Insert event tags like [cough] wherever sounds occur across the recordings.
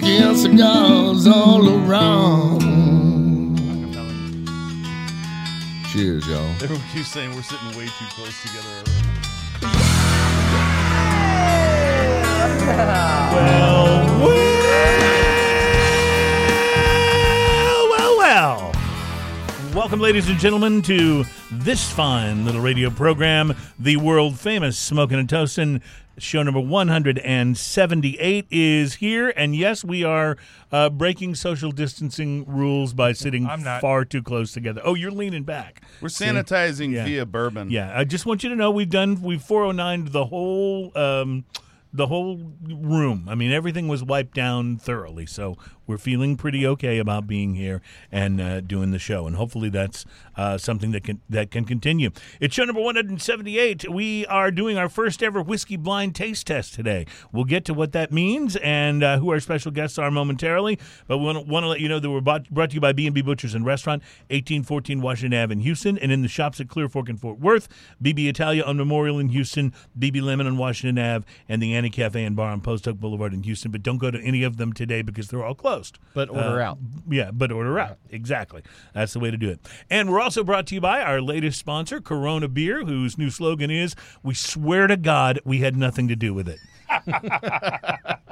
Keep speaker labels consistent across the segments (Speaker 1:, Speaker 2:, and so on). Speaker 1: bad dogs all around.
Speaker 2: Acapella.
Speaker 1: Cheers, y'all.
Speaker 2: They were [laughs] you saying we're sitting way too close together. Well,
Speaker 3: Well, well, well. Welcome, ladies and gentlemen, to this fine little radio program, the world famous Smoking and Toasting. Show number 178 is here. And yes, we are uh, breaking social distancing rules by sitting
Speaker 2: I'm not.
Speaker 3: far too close together. Oh, you're leaning back.
Speaker 2: we're sanitizing
Speaker 3: Yeah.
Speaker 2: via bourbon.
Speaker 3: Yeah, I just want you to know we've done we've 409 the whole um the whole room. I mean, everything was wiped down thoroughly, so we're feeling pretty okay about being here and uh, doing the show. And hopefully, that's uh, something that can that can continue. It's show number 178. We are doing our first ever whiskey blind taste test today. We'll get to what that means and uh, who our special guests are momentarily. But we want to let you know that we're bought, brought to you by B&B Butchers and Restaurant, 1814 Washington Ave in Houston, and in the shops at Clear Fork and Fort Worth, BB Italia on Memorial in Houston, BB Lemon on Washington Ave, and the Annie Cafe and Bar on Post Oak Boulevard in Houston. But don't go to any of them today because they're all closed.
Speaker 4: But order
Speaker 3: Uh,
Speaker 4: out.
Speaker 3: Yeah, but order out. Exactly. That's the way to do it. And we're also brought to you by our latest sponsor, Corona Beer, whose new slogan is We swear to God we had nothing to do with it. [laughs]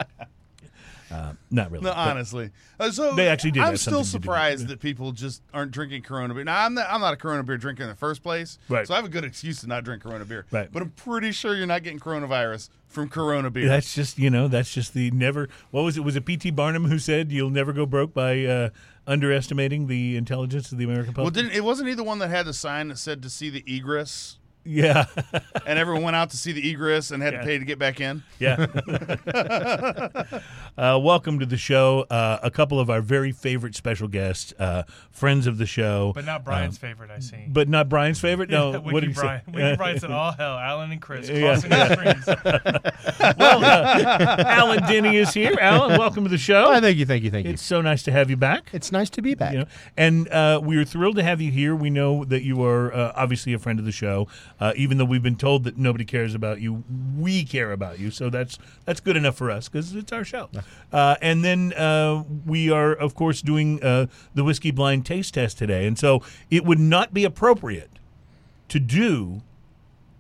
Speaker 3: Uh, not really.
Speaker 2: No,
Speaker 3: but-
Speaker 2: honestly, Uh, so
Speaker 3: They actually did
Speaker 2: I'm
Speaker 3: have
Speaker 2: still
Speaker 3: something to do with
Speaker 2: surprised
Speaker 3: it.
Speaker 2: that people just aren't drinking Corona beer. Now I'm not, I'm not a Corona beer drinker in the first place,
Speaker 3: Right.
Speaker 2: so I have a good excuse to not drink Corona beer.
Speaker 3: Right.
Speaker 2: But I'm pretty sure you're not getting coronavirus from Corona beer.
Speaker 3: That's just you know that's just the never. What was it? Was it P.T. Barnum who said you'll never go broke by uh, underestimating the intelligence of the American
Speaker 2: well,
Speaker 3: public?
Speaker 2: didn't it wasn't he the one that had the sign that said to see the egress,
Speaker 3: yeah, [laughs]
Speaker 2: and everyone went out to see the egress and had to pay to get back in?
Speaker 3: yeah. uh, welcome to the show. Uh, a couple of our very favorite special guests, uh, friends of the show,
Speaker 5: But not Brian's favorite, I see.
Speaker 3: Um, but not Brian's favorite.
Speaker 5: [laughs]
Speaker 3: No,
Speaker 5: Wiki
Speaker 3: what did he say? Uh,
Speaker 5: Brian. Wiki Brian said, all hell, Alan and Chris
Speaker 3: Yeah. [laughs]
Speaker 5: crossing the streams. [laughs]
Speaker 3: well, uh, Alan Denny is here. Alan, welcome to the show.
Speaker 4: Oh, thank you, thank you, thank you.
Speaker 3: It's so nice to have you back.
Speaker 4: It's nice to be back.
Speaker 3: you know and uh, we are thrilled to have you here we know that you are uh, obviously a friend of the show uh, even though we've been told that nobody cares about you we care about you so that's that's good enough for us because it's our show uh, and then uh, we are of course doing uh, the whiskey blind taste test today and so it would not be appropriate to do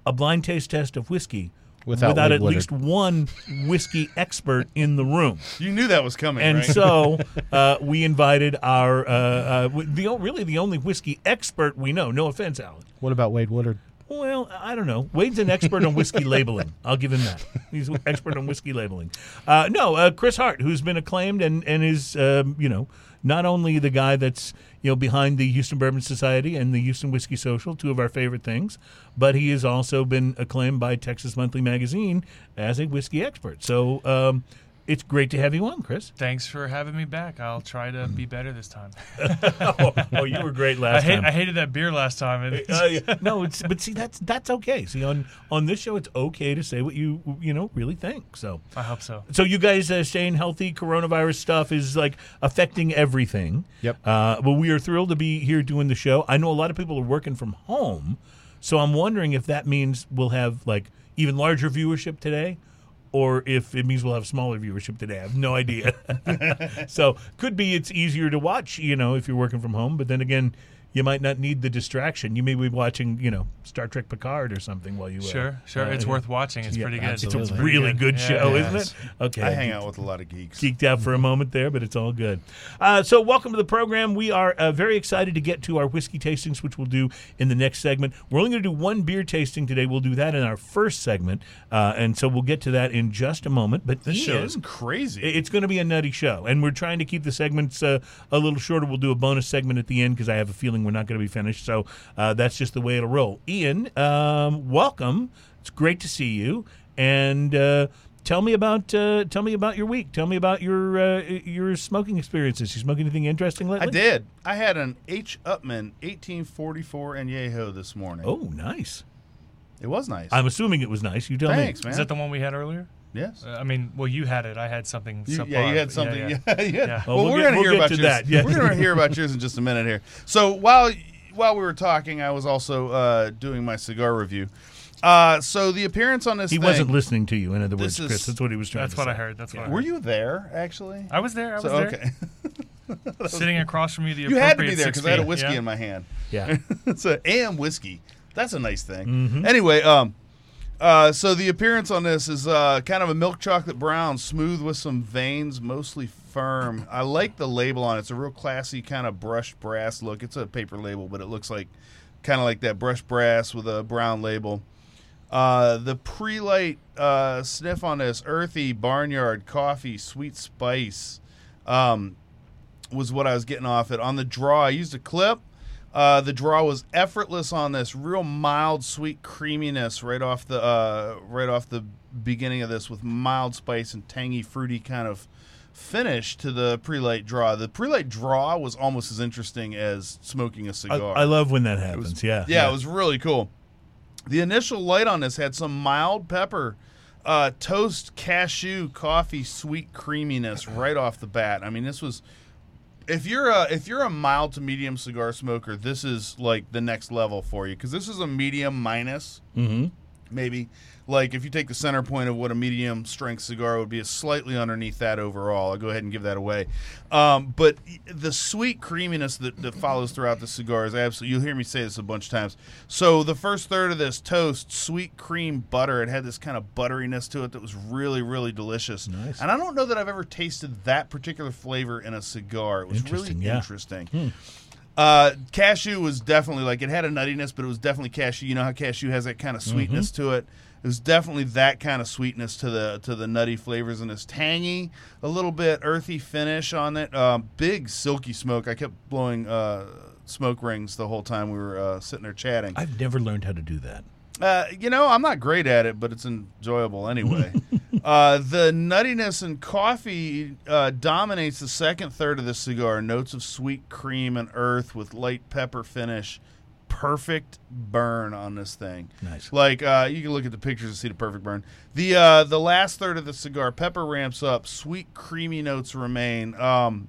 Speaker 3: a blind taste test of whiskey
Speaker 4: Without Lee
Speaker 3: at
Speaker 4: Woodard.
Speaker 3: least one whiskey expert in the room.
Speaker 2: You knew that was coming,
Speaker 3: And
Speaker 2: right?
Speaker 3: so uh, we invited our uh, uh, w- the o- really the only whiskey expert we know. No offense, Alan.
Speaker 4: What about Wade Woodard?
Speaker 3: Well, I don't know. Wade's an expert on whiskey labeling. I'll give him that. He's an expert on whiskey labeling. Uh, no, uh, Chris Hart, who's been acclaimed and and is um, you know not only the guy that's you know behind the Houston Bourbon Society and the Houston Whiskey Social, two of our favorite things, but he has also been acclaimed by Texas Monthly Magazine as a whiskey expert. So. Um, it's great to have you on, Chris.
Speaker 5: Thanks for having me back. I'll try to be better this time.
Speaker 3: oh, [laughs] oh, you were great
Speaker 5: I,
Speaker 3: last
Speaker 5: hate,
Speaker 3: time.
Speaker 5: I hated that beer last
Speaker 3: [laughs]
Speaker 5: time. It-
Speaker 3: Uh, yeah. no, it's but see that's that's okay. See on on this show, it's okay to say what you you know really think. So
Speaker 5: I hope so.
Speaker 3: so you guys uh, staying healthy. Coronavirus stuff is like affecting everything.
Speaker 4: Yep.
Speaker 3: Uh, but we are thrilled to be here doing the show. I know a lot of people are working from home, so I'm wondering if that means we'll have like even larger viewership today. Or if it means we'll have smaller viewership today, I have no idea. [laughs] so could be it's easier to watch, you know, if you're working from home. But then again, you might not need the distraction. You may be watching, you know, Star Trek Picard or something while you uh,
Speaker 5: Sure, sure.
Speaker 3: uh,
Speaker 5: it's worth watching. It's
Speaker 3: yeah,
Speaker 5: pretty good.
Speaker 4: absolutely.
Speaker 5: It's
Speaker 3: it's a
Speaker 5: pretty
Speaker 3: really good,
Speaker 5: Yeah,
Speaker 3: show,
Speaker 5: yeah.
Speaker 3: isn't it? Okay.
Speaker 2: I hang out with a lot of geeks.
Speaker 3: Geeked out for a moment there, but it's all good. Uh, so, welcome to the program. We are uh, very excited to get to our whiskey tastings, which we'll do in the next segment. We're only going to do one beer tasting today. We'll do that in our first segment, uh, and so we'll get to that in just a moment. But
Speaker 2: This show
Speaker 3: Ian-
Speaker 2: is crazy.
Speaker 3: it- It's going to be a nutty show, and we're trying to keep the segments uh, a little shorter. We'll do a bonus segment at the end because I have a feeling we're not going to be finished. So uh, that's just the way it'll roll. Ian, um, welcome. It's great to see you, and uh, tell me about uh, tell me about your week. Tell me about your uh, your smoking experiences. You smoke anything interesting
Speaker 2: I
Speaker 3: lately?
Speaker 2: did. I had an H. Upman 1844 añejo this morning.
Speaker 3: Oh, nice.
Speaker 2: It was nice.
Speaker 3: I'm assuming it was nice. You tell
Speaker 2: Thanks,
Speaker 3: me.
Speaker 2: man.
Speaker 5: Is that the one we had earlier?
Speaker 2: yes.
Speaker 5: Uh, I mean, well, you had it. I had something.
Speaker 2: You-
Speaker 5: subpar,
Speaker 2: yeah, you had
Speaker 5: but
Speaker 2: something. [laughs] Yeah,
Speaker 5: yeah.
Speaker 2: you had-
Speaker 5: Yeah.
Speaker 3: Oh,
Speaker 2: Well,
Speaker 3: we'll
Speaker 2: we're
Speaker 3: get-
Speaker 2: gonna
Speaker 3: we'll
Speaker 2: hear
Speaker 3: get
Speaker 2: about
Speaker 3: to
Speaker 2: yours.
Speaker 3: that, yes.
Speaker 2: We're gonna hear about yours in just a minute here. So while while we were talking, I was also uh, doing my cigar review. Uh, so the appearance on this
Speaker 3: He
Speaker 2: thing-
Speaker 3: wasn't listening to you. In other words,
Speaker 2: This
Speaker 3: Chris,
Speaker 2: is-
Speaker 3: that's what he was trying.
Speaker 5: That's
Speaker 3: to
Speaker 5: what
Speaker 3: say.
Speaker 5: I heard. That's what I
Speaker 2: Were
Speaker 5: heard.
Speaker 2: you there actually?
Speaker 5: I was there. I was
Speaker 2: So,
Speaker 5: there.
Speaker 2: okay,
Speaker 5: Sitting across from you, the
Speaker 2: you had to
Speaker 5: appropriate
Speaker 2: be there
Speaker 5: six
Speaker 2: because I had a
Speaker 5: feet,
Speaker 2: whiskey
Speaker 5: yeah.
Speaker 2: in my hand.
Speaker 3: Yeah.
Speaker 2: [laughs] it's a am whiskey. That's a nice thing. Anyway, um, uh, so the appearance on this is uh, kind of a milk chocolate brown, smooth with some veins, mostly firm. I like the label on it. It's a real classy kind of brushed brass look. It's a paper label, but it looks like kind of like that brushed brass with a brown label. Uh, the pre-light uh, sniff on this earthy barnyard coffee, sweet spice. Um, was what I was getting off it. On the draw, I used a clip. Uh, the draw was effortless on this, real mild, sweet creaminess right off the uh, right off the beginning of this, with mild spice and tangy, fruity kind of finish to the pre-light draw. The pre-light draw was almost as interesting as smoking a
Speaker 3: I,
Speaker 2: cigar.
Speaker 3: I love when that happens. yeah.
Speaker 2: Yeah, it was really cool. The initial light on this had some mild pepper, uh, toast, cashew, coffee, sweet creaminess right off the bat. I mean, this was if you're a if you're a mild to medium cigar smoker, this is like the next level for you because this is a medium minus
Speaker 3: hmm
Speaker 2: maybe. Like if you take the center point of what a medium strength cigar would be, is slightly underneath that overall. I'll go ahead and give that away. Um, but the sweet creaminess that, that follows throughout the cigar is absolutely. You'll hear me say this a bunch of times. So the first third of this toast, sweet cream butter. It had this kind of butteriness to it that was really, really delicious.
Speaker 3: Nice.
Speaker 2: And I don't know that I've ever tasted that particular flavor in a cigar. It was really
Speaker 3: Interesting, yeah. Hmm.
Speaker 2: interesting. Uh, cashew was definitely like it had a nuttiness, but it was definitely cashew. You know how cashew has that kind of sweetness to it. It was definitely that kind of sweetness to the to the nutty flavors, and it's tangy, a little bit earthy finish on it. Um, big silky smoke. I kept blowing uh, smoke rings the whole time we were uh, sitting there chatting.
Speaker 3: I've never learned how to do that.
Speaker 2: Uh, you know, I'm not great at it, but it's enjoyable anyway. uh, the nuttiness and coffee uh, dominates the second third of the cigar. Notes of sweet cream and earth with light pepper finish. Perfect burn on this thing.
Speaker 3: Nice.
Speaker 2: Like uh, you can look at the pictures and see the perfect burn. The uh, the last third of the cigar, pepper ramps up. Sweet creamy notes remain. Um,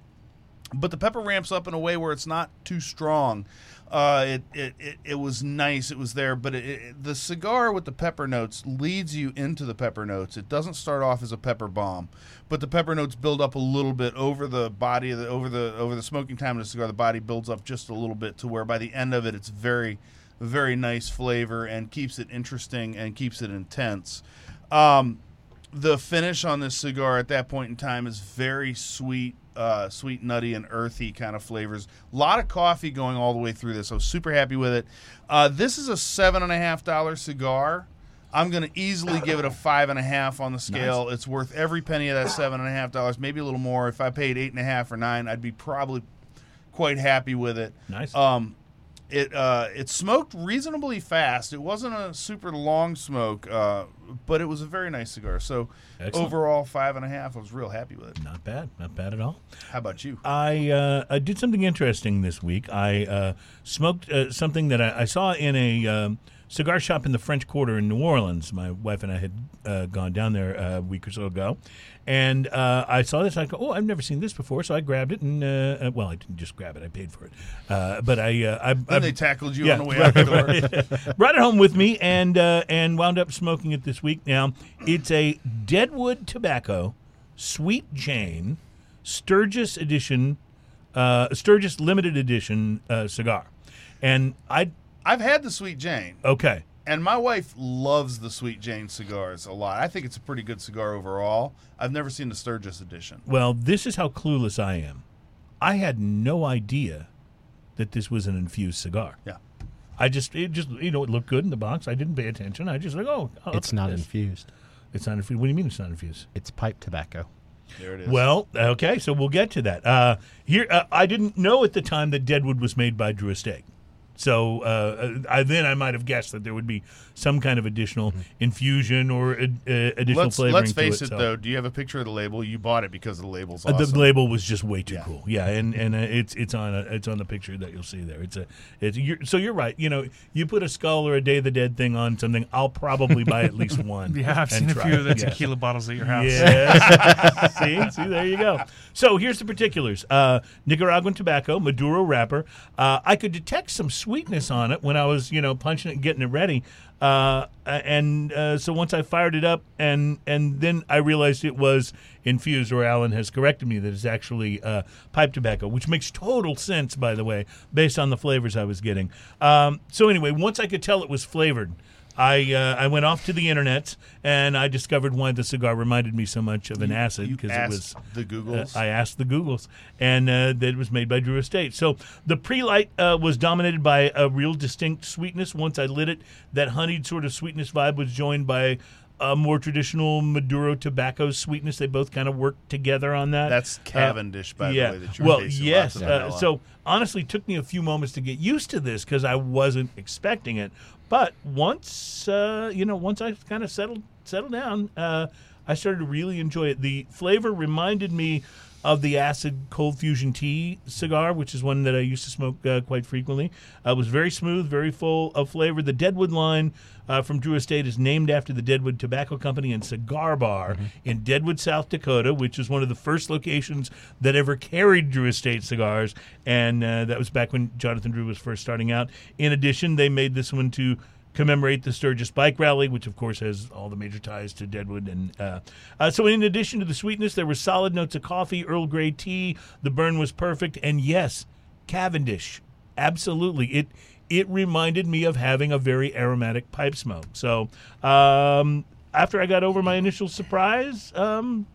Speaker 2: but the pepper ramps up in a way where it's not too strong. Uh, it, it, it it was nice. It was there, but it, it, the cigar with the pepper notes leads you into the pepper notes. It doesn't start off as a pepper bomb, but the pepper notes build up a little bit over the body of the over the over the smoking time of the cigar. The body builds up just a little bit to where by the end of it, it's very very nice flavor and keeps it interesting and keeps it intense. Um, the finish on this cigar at that point in time is very sweet, uh, sweet, nutty, and earthy kind of flavors. A lot of coffee going all the way through this. I was super happy with it. Uh, this is a seven and a half dollar cigar. I'm going to easily give it a five and a half on the scale. It's worth every penny of that seven and a half dollars, maybe a little more. If I paid eight and a half or nine, I'd be probably quite happy with it.
Speaker 3: Nice.
Speaker 2: Um, it uh, it smoked reasonably fast. It wasn't a super long smoke, uh, but it was a very nice cigar. So
Speaker 3: Excellent.
Speaker 2: overall, five and a half. I was real happy with it.
Speaker 3: not bad. Not bad at all.
Speaker 2: How about you?
Speaker 3: I uh, I did something interesting this week. I uh, smoked uh, something that I, I saw in a um, cigar shop in the French Quarter in New Orleans. My wife and I had uh, gone down there uh, a week or so ago, and uh, I saw this. I go, oh, I've never seen this before. So I grabbed it, and uh, uh, well, I didn't just grab it. I paid for it, uh, but I uh, I, I
Speaker 2: Then they tackled you
Speaker 3: yeah,
Speaker 2: on the way out the door.
Speaker 3: [laughs] brought it home with me and uh, and wound up smoking it this week. Now it's a Deadwood Tobacco Sweet Jane Sturgis edition, uh, Sturgis limited edition uh, cigar, and I
Speaker 2: I've had the Sweet Jane,
Speaker 3: okay.
Speaker 2: and my wife loves the Sweet Jane cigars a lot. I think it's a pretty good cigar overall. I've never seen the Sturgis edition.
Speaker 3: Well, this is how clueless I am. I had no idea that this was an infused cigar.
Speaker 2: Yeah.
Speaker 3: I just it just you know it looked good in the box. I didn't pay attention. I just like oh I'll
Speaker 4: It's
Speaker 3: look at
Speaker 4: not
Speaker 3: this.
Speaker 4: infused.
Speaker 3: It's not infused. What do you mean it's not infused?
Speaker 4: It's pipe tobacco.
Speaker 2: There it is.
Speaker 3: Well, okay, so we'll get to that. Uh, here, uh, I didn't know at the time that Deadwood was made by Drew Estate. So uh, I, then I might have guessed that there would be some kind of additional infusion or ad, uh, additional
Speaker 2: let's
Speaker 3: flavoring.
Speaker 2: let's
Speaker 3: to
Speaker 2: face
Speaker 3: it,
Speaker 2: it,
Speaker 3: so-
Speaker 2: though. Do you have a picture of the label? You bought it because the label's
Speaker 3: Uh,
Speaker 2: awesome.
Speaker 3: The label was just way too
Speaker 2: Yeah.
Speaker 3: cool. Yeah, and and uh, it's it's on a, it's on the picture that you'll see there. It's a it's you're, so you're right. You know, you put a skull or a Day of the Dead thing on something, I'll probably buy at least one.
Speaker 5: Yeah,
Speaker 3: and
Speaker 5: I've seen a
Speaker 3: try
Speaker 5: few
Speaker 3: it.
Speaker 5: of the
Speaker 3: Yeah.
Speaker 5: tequila bottles at your house.
Speaker 3: Yes. [laughs] see, see, there you go. So here's the particulars: uh, Nicaraguan tobacco, Maduro wrapper. Uh, I could detect some sweetness on it when I was, you know, punching it, and getting it ready. Uh, and uh, so once I fired it up, and and then I realized it was infused, or Alan has corrected me that it's actually uh, pipe tobacco, which makes total sense, by the way, based on the flavors I was getting. Um, so anyway, once I could tell it was flavored. I uh, I went off to the internet and I discovered why the cigar reminded me so much of an acid
Speaker 2: you
Speaker 3: because it
Speaker 2: asked
Speaker 3: was
Speaker 2: the Googles?
Speaker 3: uh, I asked the Googles, and uh, that it was made by Drew Estate. So the pre light uh, was dominated by a real distinct sweetness. Once I lit it, that honeyed sort of sweetness vibe was joined by a more traditional Maduro tobacco sweetness. They both kind of worked together on that.
Speaker 2: That's
Speaker 3: Uh,
Speaker 2: Cavendish, by
Speaker 3: yeah.
Speaker 2: the way. That you're
Speaker 3: well,
Speaker 2: tasting
Speaker 3: yes.
Speaker 2: lots of
Speaker 3: Uh,
Speaker 2: vanilla.
Speaker 3: so honestly, it took me a few moments to get used to this because I wasn't expecting it. But once uh, you know, once I kind of settled settled down, uh, I started to really enjoy it. The flavor reminded me of the acid cold fusion tea cigar, which is one that I used to smoke uh, quite frequently. Uh, it was very smooth, very full of flavor. The Deadwood line uh, from Drew Estate is named after the Deadwood Tobacco Company and Cigar Bar
Speaker 2: Mm-hmm.
Speaker 3: in Deadwood, South Dakota, which is one of the first locations that ever carried Drew Estate cigars. And uh, that was back when Jonathan Drew was first starting out. In addition, they made this one to commemorate the Sturgis Bike Rally, which of course has all the major ties to Deadwood. And uh, uh, so, in addition to the sweetness, there were solid notes of coffee, Earl Grey tea. The burn was perfect, and yes, Cavendish, absolutely. It it reminded me of having a very aromatic pipe smoke. So, um, after I got over my initial surprise, um,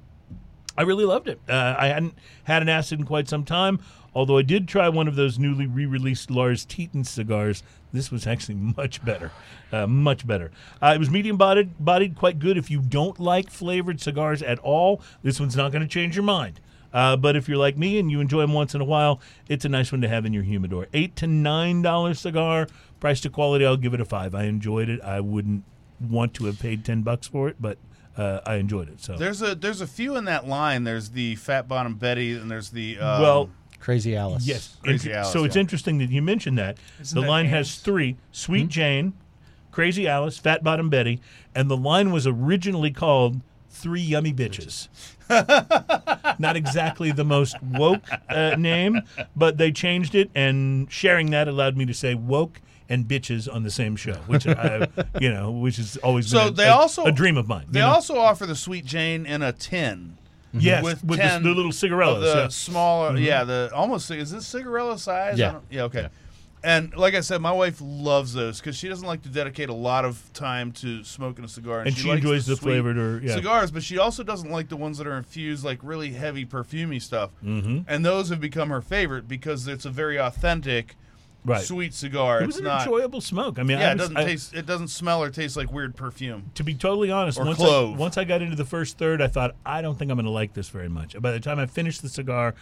Speaker 3: I really loved it. Uh, I hadn't had an acid in quite some time, although I did try one of those newly re released Lars Teton cigars. This was actually [laughs] much better. Uh, much better. Uh, it was medium bodied, bodied, quite good. If you don't like flavored cigars at all, this one's not going to change your mind. Uh, but if you're like me and you enjoy them once in a while, it's a nice one to have in your humidor. Eight to nine dollar cigar, price to quality. I'll give it a five. I enjoyed it. I wouldn't want to have paid ten bucks for it, but uh, I enjoyed it. So
Speaker 2: there's a there's a few in that line. There's the Fat Bottom Betty, and there's the um,
Speaker 3: well,
Speaker 4: Crazy Alice.
Speaker 3: Yes.
Speaker 2: Crazy
Speaker 3: Inter-
Speaker 2: Alice,
Speaker 3: so it's
Speaker 2: yeah.
Speaker 3: interesting that you mentioned that.
Speaker 5: Isn't
Speaker 3: the
Speaker 5: that
Speaker 3: line has
Speaker 5: Ann's?
Speaker 3: three Sweet
Speaker 2: Hmm?
Speaker 3: Jane, Crazy Alice, Fat Bottom Betty, and the line was originally called Three
Speaker 2: [laughs]
Speaker 3: Yummy Bitches. Not exactly the most woke uh, name, but they changed it, and sharing that allowed me to say woke and bitches on the same show, which I, you know, which has always
Speaker 2: So
Speaker 3: been a,
Speaker 2: they
Speaker 3: a-
Speaker 2: also-
Speaker 3: a dream of mine.
Speaker 2: They
Speaker 3: you know?
Speaker 2: also offer the Sweet Jane in a tin.
Speaker 3: yes,
Speaker 2: with
Speaker 3: with, the,
Speaker 2: 10
Speaker 3: the little cigarillos.
Speaker 2: of the
Speaker 3: yeah. Mm-hmm.
Speaker 2: smaller, yeah, the almost is this cigarella size? I
Speaker 4: Yeah.
Speaker 2: don't- yeah, okay. And like I said, my wife loves those because she doesn't like to dedicate a lot of time to smoking a cigar,
Speaker 3: And she
Speaker 2: likes
Speaker 3: enjoys the
Speaker 2: sweet
Speaker 3: flavored or- yeah.
Speaker 2: cigars, but she also doesn't like the ones that are infused like really heavy perfumey stuff. Mm-hmm. And those have become her favorite because it's a very authentic,
Speaker 3: Right.
Speaker 2: sweet cigar.
Speaker 3: It was
Speaker 2: it's
Speaker 3: an
Speaker 2: not,
Speaker 3: enjoyable smoke. I mean,
Speaker 2: yeah,
Speaker 3: I
Speaker 2: it
Speaker 3: was-
Speaker 2: doesn't
Speaker 3: I-
Speaker 2: taste, it doesn't smell or taste like weird perfume.
Speaker 3: to be totally honest,
Speaker 2: Or
Speaker 3: once I,
Speaker 2: clove.
Speaker 3: once I got into the first third, I thought I don't think I'm going to like this very much. By the time I finished the cigar,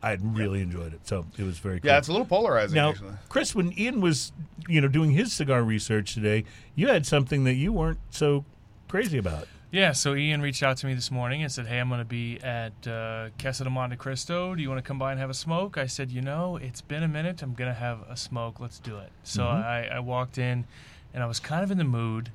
Speaker 3: I had really enjoyed it, so it was very cool.
Speaker 2: Yeah, it's a little polarizing.
Speaker 3: now,
Speaker 2: actually.
Speaker 3: Chris, when Ian was you know doing his cigar research today, you had something that you weren't so crazy about.
Speaker 5: Yeah, so Ian reached out to me this morning and said, "Hey, I'm going to be at uh, Casa de Monte Cristo. Do you want to come by and have a smoke?" I said, "You know, it's been a minute. I'm going to have a smoke. Let's do it." So I, I walked in, and I was kind of in the mood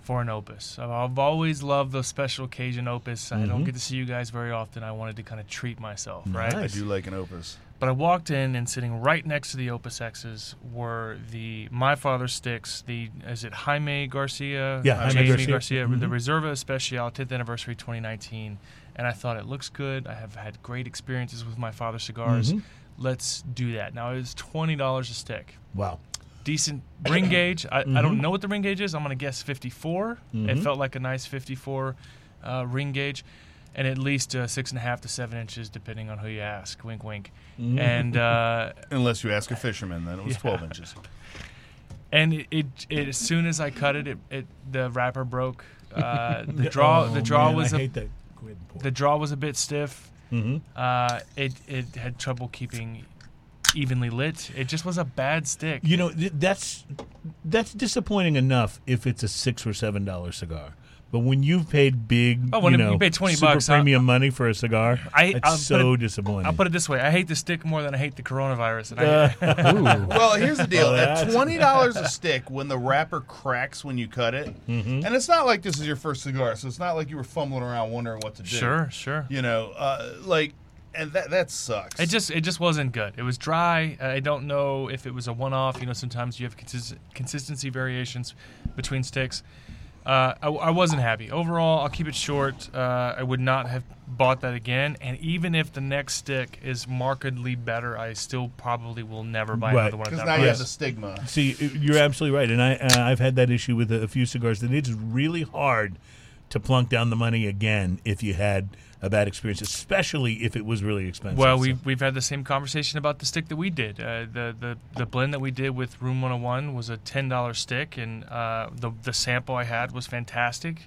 Speaker 5: for an opus. I've- I've always loved those special occasion opus. I don't get to see you guys very often. I wanted to kind of treat myself, right?
Speaker 2: I
Speaker 3: Nice.
Speaker 2: do like an opus.
Speaker 5: But I walked in, and sitting right next to the Opus X's were the My Father Sticks, the is it Jaime Garcia?
Speaker 3: Yeah, Jaime
Speaker 5: Jaime
Speaker 3: Garcia. Mm-hmm.
Speaker 5: Garcia, the Reserva Especial, 10th anniversary 2019. And I thought it looks good. I have had great experiences with My Father cigars.
Speaker 3: Mm-hmm.
Speaker 5: Let's do that. Now it's twenty dollars a stick.
Speaker 3: Wow.
Speaker 5: Decent
Speaker 3: [clears throat]
Speaker 5: ring gauge. I, I
Speaker 3: Mm-hmm.
Speaker 5: don't know what the ring gauge is. I'm gonna guess 54. It felt like a nice 54 uh, ring gauge, and at least uh, six and a half to seven inches, depending on who you ask. Wink, wink.
Speaker 3: Mm-hmm. [laughs]
Speaker 5: And uh,
Speaker 2: Unless you ask a fisherman, then it was 12 inches.
Speaker 5: and it, it, it as soon as I cut it, it, it the wrapper broke.
Speaker 3: [laughs]
Speaker 5: Uh, the draw the draw was
Speaker 3: Oh, I
Speaker 5: a,
Speaker 3: hate that.
Speaker 5: the draw was a bit stiff.
Speaker 3: mm-hmm.
Speaker 5: Uh, it it had trouble keeping evenly lit. It just was a bad stick.
Speaker 3: You know, th- that's that's disappointing enough if it's a six or seven dollar cigar. But when you've paid big,
Speaker 5: Oh, when
Speaker 3: you
Speaker 5: you
Speaker 3: know,
Speaker 5: pay 20
Speaker 3: super
Speaker 5: bucks, I-
Speaker 3: premium money for a cigar,
Speaker 5: I-
Speaker 3: it's
Speaker 5: I'll put
Speaker 3: so
Speaker 5: it-
Speaker 3: disappointing.
Speaker 5: I'll put it this way: I hate the stick more than I hate the coronavirus. And
Speaker 3: Uh,
Speaker 5: [laughs] I,
Speaker 4: [laughs] Ooh.
Speaker 2: Well, here's the deal.
Speaker 3: Well,
Speaker 2: At
Speaker 3: that's-
Speaker 2: twenty dollars a stick, when the wrapper cracks when you cut it, and it's not like this is your first cigar, so it's not like you were fumbling around wondering what to do.
Speaker 5: sure, sure.
Speaker 2: You know, uh, like and that that sucks.
Speaker 5: It just it just wasn't good. It was dry. I don't know if it was a one off. You know, sometimes you have consist- consistency variations between sticks. Uh, I, I wasn't happy overall. I'll keep it short. Uh, I would not have bought that again. And even if the next stick is markedly better, I still probably will never buy
Speaker 3: Right.
Speaker 5: another one. at
Speaker 2: because
Speaker 5: that
Speaker 2: now you
Speaker 5: price.
Speaker 2: have the stigma.
Speaker 3: See, you're absolutely right, and I uh, I've had that issue with a, a few cigars that it's really hard to plunk down the money again if you had a bad experience, especially if it was really expensive.
Speaker 5: Well,
Speaker 3: So-
Speaker 5: we've, we've had the same conversation about the stick that we did. Uh, the, the the blend that we did with Room 101 was a $10 stick, and uh, the, the sample I had was fantastic.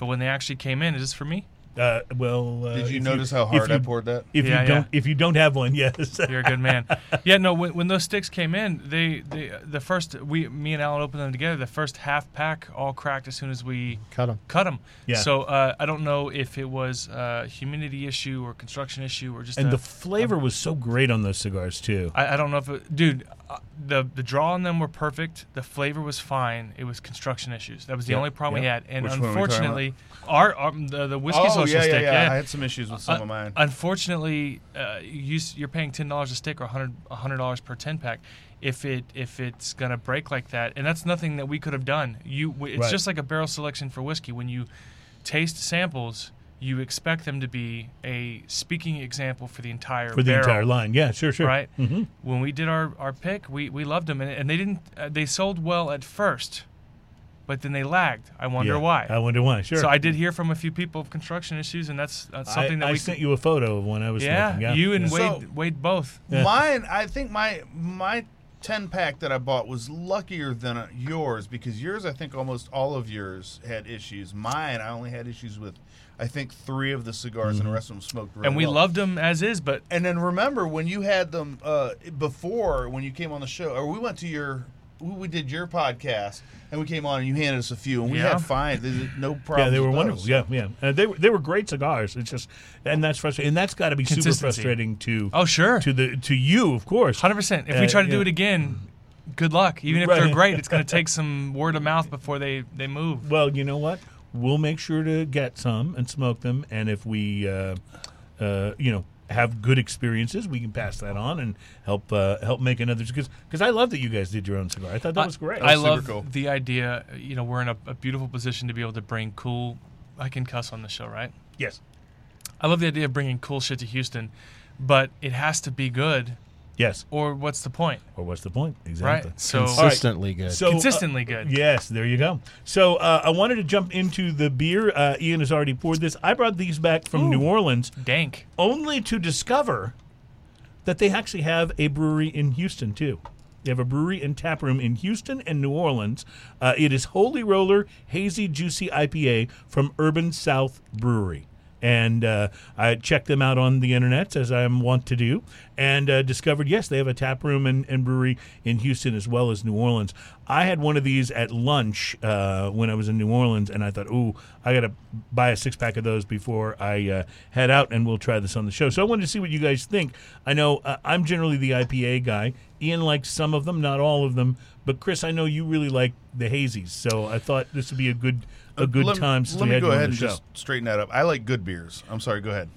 Speaker 5: But when they actually came in, is this for me?
Speaker 3: uh, well. Uh,
Speaker 2: Did you
Speaker 3: if
Speaker 2: notice how
Speaker 3: if
Speaker 2: hard
Speaker 3: you-
Speaker 2: I poured that?
Speaker 3: If
Speaker 5: Yeah,
Speaker 3: you don't,
Speaker 5: yeah.
Speaker 3: if you don't have one, [laughs] yes.
Speaker 5: You're a good
Speaker 3: [laughs]
Speaker 5: man. yeah, no, when, when those sticks came in, they, they the first, we me and Alan opened them together, the first half pack all cracked as soon as we
Speaker 4: Cut them.
Speaker 5: cut them.
Speaker 3: Yeah.
Speaker 5: So uh, I don't know if it was a humidity issue or construction issue or just
Speaker 3: and
Speaker 5: a,
Speaker 3: the flavor was so great on those cigars too.
Speaker 5: I, I don't know if it, dude, uh, the the draw on them were perfect. The flavor was fine. It was construction issues. That was the
Speaker 3: Yep,
Speaker 5: only problem
Speaker 3: yep.
Speaker 5: we had. And
Speaker 2: Which one are we talking
Speaker 5: unfortunately, our, our the, the whiskey
Speaker 2: oh
Speaker 5: social
Speaker 2: yeah, yeah,
Speaker 5: stick.
Speaker 2: yeah, I had some issues with some
Speaker 5: Uh,
Speaker 2: of mine.
Speaker 5: Unfortunately, uh, you, s- you're paying ten dollars a stick or hundred hundred dollars per ten pack. If it if it's gonna break like that, and that's nothing that we could have done. You, w- it's
Speaker 3: Right.
Speaker 5: just like a barrel selection for whiskey. When you taste samples, you expect them to be a speaking example for the entire
Speaker 3: for the
Speaker 5: barrel
Speaker 3: entire line. Yeah, sure, sure.
Speaker 5: [laughs] right?
Speaker 3: Mhm.
Speaker 5: When we did our, our pick, we, we loved them, and, and they didn't. Uh, they sold well at first, but then they lagged. I wonder
Speaker 3: Yeah.
Speaker 5: why.
Speaker 3: I wonder why. Sure.
Speaker 5: So I did hear from a few people of construction issues, and that's, that's something
Speaker 3: I,
Speaker 5: that
Speaker 3: I
Speaker 5: we
Speaker 3: sent
Speaker 5: could-
Speaker 3: you a photo of when I was
Speaker 5: yeah,
Speaker 3: smoking. Yeah,
Speaker 5: you and
Speaker 3: yeah.
Speaker 5: Wade
Speaker 2: So-
Speaker 5: Wade both.
Speaker 3: Yeah.
Speaker 2: Mine, I think my my ten pack that I bought was luckier than yours because yours, I think, almost all of yours had issues. Mine, I only had issues with, I think, three of the cigars,
Speaker 3: Mm-hmm.
Speaker 2: and the rest of them smoked. Really
Speaker 5: and we
Speaker 2: well.
Speaker 5: loved them as is, but
Speaker 2: And then remember when you had them uh, before when you came on the show, or we went to your. We we did your podcast, and we came on, and you handed us a few, and we
Speaker 5: Yeah.
Speaker 2: had fine, there's no problem.
Speaker 3: Yeah, they were wonderful. Yeah, yeah, uh, they were they were great cigars. It's just, and that's frustrating, and that's got to be super
Speaker 5: Consistency.
Speaker 3: frustrating to
Speaker 5: oh sure,
Speaker 3: to the to you, of course.
Speaker 5: hundred percent. If
Speaker 3: Uh,
Speaker 5: we try to do
Speaker 3: yeah.
Speaker 5: it again, good luck. Even if
Speaker 3: Right.
Speaker 5: they're great, it's
Speaker 3: [laughs]
Speaker 5: going to take some word of mouth before they they move.
Speaker 3: Well, you know what? We'll make sure to get some and smoke them, and if we, uh, uh, you know, have good experiences, we can pass that on and help uh, help make another because because I love that you guys did your own cigar. I thought that was great.
Speaker 5: I
Speaker 2: super
Speaker 5: love
Speaker 2: cool.
Speaker 5: the idea. You know, we're in a, a beautiful position to be able to bring cool. I can cuss on the show, right?
Speaker 3: yes,
Speaker 5: I love the idea of bringing cool shit to Houston, but it has to be good,
Speaker 3: yes.
Speaker 5: or what's the point,
Speaker 3: Or what's the point?
Speaker 5: right?
Speaker 3: Exactly.
Speaker 5: So
Speaker 4: Consistently good.
Speaker 3: So, uh,
Speaker 5: consistently good.
Speaker 3: Yes, there you go. So uh, I wanted to jump into the beer. Uh, Ian has already poured this. I brought these back from New Orleans
Speaker 5: dank.
Speaker 3: only to discover that they actually have a brewery in Houston too. They have a brewery and tap room in Houston and New Orleans. Uh, it is Holy Roller Hazy Juicy IPA from Urban South Brewery. And uh, I checked them out on the internet, as I am wont to do, and uh, discovered yes, they have a tap room and, and brewery in Houston as well as New Orleans. I had one of these at lunch uh, when I was in New Orleans, and I thought, ooh, I got to buy a six pack of those before I uh, head out, and we'll try this on the show. So I wanted to see what you guys think. I know uh, I'm generally the IPA guy. Ian likes some of them, not all of them. But Chris, I know you really like the hazies, so I thought this would be a good a good
Speaker 2: Uh, let,
Speaker 3: time since
Speaker 2: let
Speaker 3: we
Speaker 2: me
Speaker 3: had
Speaker 2: go
Speaker 3: you
Speaker 2: ahead
Speaker 3: on
Speaker 2: and
Speaker 3: the show.
Speaker 2: just straighten that up. I like good beers. I'm sorry. Go ahead.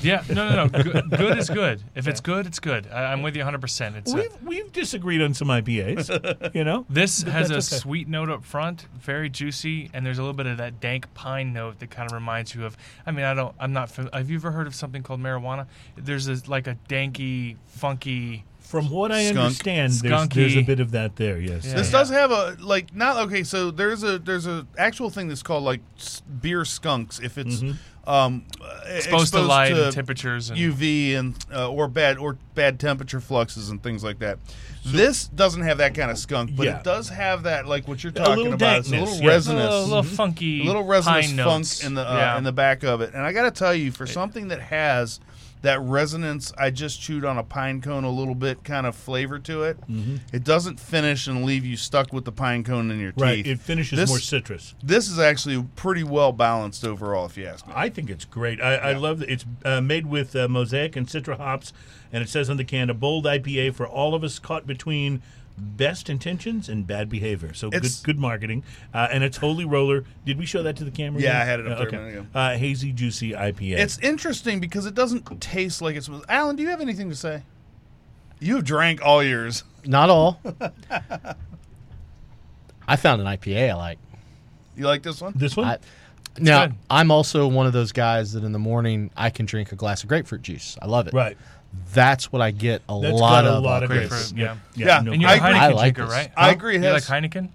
Speaker 5: Yeah, no,
Speaker 2: [laughs]
Speaker 5: no, no. Good, good is good. If it's good, it's good. I, I'm with you 100. percent It's a,
Speaker 3: we've we've disagreed on
Speaker 2: [laughs]
Speaker 3: some IPAs, you know.
Speaker 5: this has a
Speaker 3: that's okay.
Speaker 5: sweet note up front, very juicy, and there's a little bit of that dank pine note that kind of reminds you of. I mean, I don't. I'm not. fam- Have you ever heard of something called marijuana? There's this like a danky, funky.
Speaker 3: From what I
Speaker 2: Skunk.
Speaker 3: understand, there's, there's a
Speaker 5: Skunky.
Speaker 3: bit of that there. Yes.
Speaker 5: Yeah.
Speaker 2: This does have a like not okay. So there's a there's a actual thing that's called like s- beer skunks if it's um uh,
Speaker 5: Mm-hmm. Exposed, to light and temperatures and
Speaker 2: UV and uh, or bad or bad temperature fluxes and things like that. this doesn't have that kind of skunk, but
Speaker 3: Yeah.
Speaker 2: it does have that like what you're
Speaker 3: A little
Speaker 2: talking about. It's a
Speaker 3: dankness,
Speaker 2: little
Speaker 3: yeah.
Speaker 5: a
Speaker 2: resinous,
Speaker 5: little, a little funky,
Speaker 2: a little resinous
Speaker 5: pine
Speaker 2: funk
Speaker 5: notes.
Speaker 2: in the uh,
Speaker 5: yeah.
Speaker 2: in the back of it. And I got to tell you, for something that has that resonance, I just chewed on a pine cone a little bit, kind of flavor to it.
Speaker 3: Mm-hmm.
Speaker 2: It doesn't finish and leave you stuck with the pine cone in your
Speaker 3: Right.
Speaker 2: teeth.
Speaker 3: It finishes
Speaker 2: This-
Speaker 3: more citrus.
Speaker 2: this is actually pretty well balanced overall, if you ask me.
Speaker 3: I think it's great. I, I love that it's uh, made with uh, mosaic and citra hops And it says on the can, a bold IPA for all of us caught between best intentions and bad behavior. So good,
Speaker 2: It's-
Speaker 3: good marketing. Uh, and it's Holy Roller. Did we show that to the camera?
Speaker 2: Yeah,
Speaker 3: yet?
Speaker 2: I had it up
Speaker 3: Uh,
Speaker 2: there a minute ago.
Speaker 3: Uh, hazy, juicy IPA.
Speaker 2: It's interesting because it doesn't taste like it's. Alan, do you have anything to say? You have drank all yours. [laughs]
Speaker 4: Not all. I found an IPA I like.
Speaker 2: You like this one?
Speaker 3: this one.
Speaker 4: I, now
Speaker 5: good.
Speaker 4: I'm also one of those guys that in the morning I can drink a glass of grapefruit juice. I love it.
Speaker 3: right.
Speaker 4: That's what I get a
Speaker 3: That's got
Speaker 4: lot of. uh,
Speaker 3: a lot
Speaker 4: on
Speaker 3: of
Speaker 4: grapefruit.
Speaker 5: grapefruit,
Speaker 3: Yeah.
Speaker 2: yeah. Yeah,
Speaker 3: no
Speaker 5: And you're
Speaker 2: I
Speaker 5: a
Speaker 2: agree.
Speaker 5: Heineken
Speaker 4: I like
Speaker 5: drinker,
Speaker 4: this.
Speaker 5: right?
Speaker 2: I agree, it
Speaker 5: You like
Speaker 2: has-
Speaker 5: Heineken?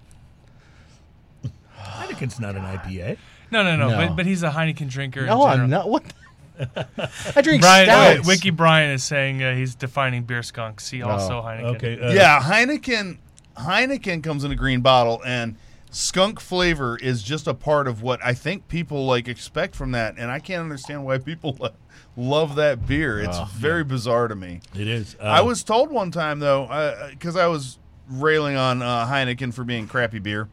Speaker 3: Heineken's not an IPA.
Speaker 5: No, no, no.
Speaker 4: No.
Speaker 5: But, but he's a Heineken drinker. in
Speaker 4: No,
Speaker 5: general.
Speaker 4: I'm not. Oh, What? the-
Speaker 3: [laughs]
Speaker 4: I drink
Speaker 5: Brian,
Speaker 4: stouts.
Speaker 5: wait, Wiki Brian is saying uh, he's defining beer skunk. See also Heineken.
Speaker 3: Okay. uh,
Speaker 2: yeah, Heineken. Heineken comes in a green bottle, and skunk flavor is just a part of what I think people like expect from that, and I can't understand why people [laughs] lo- love that beer. It's very bizarre to me.
Speaker 3: It is. Uh,
Speaker 2: I was told one time though, because I was railing on uh, Heineken for being crappy beer.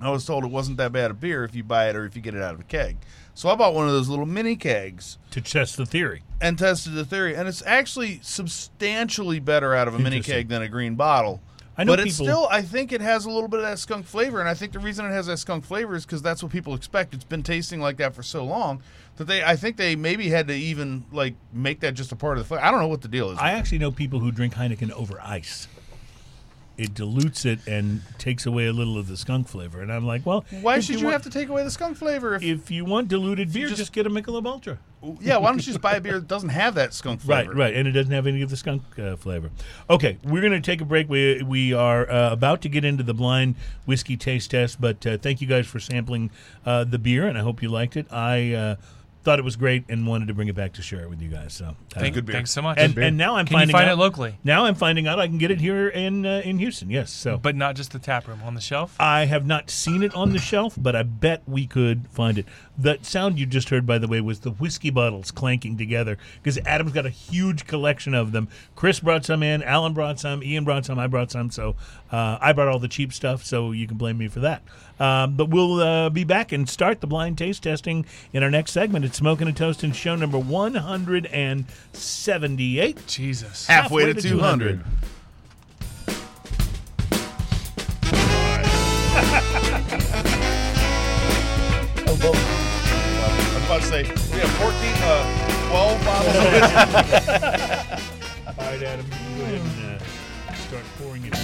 Speaker 2: I was told it wasn't that bad a beer if you buy it or if you get it out of a keg. So I bought one of those little mini kegs
Speaker 3: to test the theory.
Speaker 2: and tested the theory, and it's actually substantially better out of a mini
Speaker 3: Interesting.
Speaker 2: keg than a green bottle.
Speaker 3: I know
Speaker 2: but it's
Speaker 3: people-
Speaker 2: still, I think it has a little bit of that skunk flavor, and I think the reason it has that skunk flavor is because that's what people expect. It's been tasting like that for so long that they, I think they maybe had to even like make that just a part of the flavor. I don't know what the deal is.
Speaker 3: I actually know people who drink Heineken over ice. It dilutes it and takes away a little of the skunk flavor, and I'm like, well,
Speaker 2: Why
Speaker 3: if
Speaker 2: should you,
Speaker 3: want,
Speaker 2: have to take away the skunk flavor? If,
Speaker 3: If you want diluted beer, just,
Speaker 2: just-
Speaker 3: get a Michelob Ultra.
Speaker 2: yeah, why don't you just buy a beer that doesn't have that skunk flavor?
Speaker 3: Right, right, and it doesn't have any of the skunk uh, flavor. Okay, we're going to take a break. We we are uh, about to get into the blind whiskey taste test, but uh, thank you guys for sampling uh, the beer, and I hope you liked it. I uh, thought it was great and wanted to bring it back to share it with you guys. So, uh,
Speaker 5: Thank,
Speaker 2: Good beer.
Speaker 5: Thanks so much.
Speaker 3: and, and now I'm
Speaker 5: Can you
Speaker 3: finding
Speaker 5: find
Speaker 3: out,
Speaker 5: it locally?
Speaker 3: Now I'm finding out I can get it here in uh, in Houston. Yes, so
Speaker 5: but not just the tap room on the shelf.
Speaker 3: I have not seen it on the shelf, but I bet we could find it. That sound you just heard, by the way, was the whiskey bottles clanking together because Adam's got a huge collection of them. Chris brought some in, Alan brought some, Ian brought some, I brought some. So uh, I brought all the cheap stuff, so you can blame me for that. Um, but we'll uh, be back and start the blind taste testing in our next segment. It's Smoking and Toasting show number 178.
Speaker 5: Jesus.
Speaker 2: Halfway, to 200. I was about to say, we have 14, uh, 12 bottles of whiskey.
Speaker 3: All right, Adam, you can go ahead and uh, start pouring it.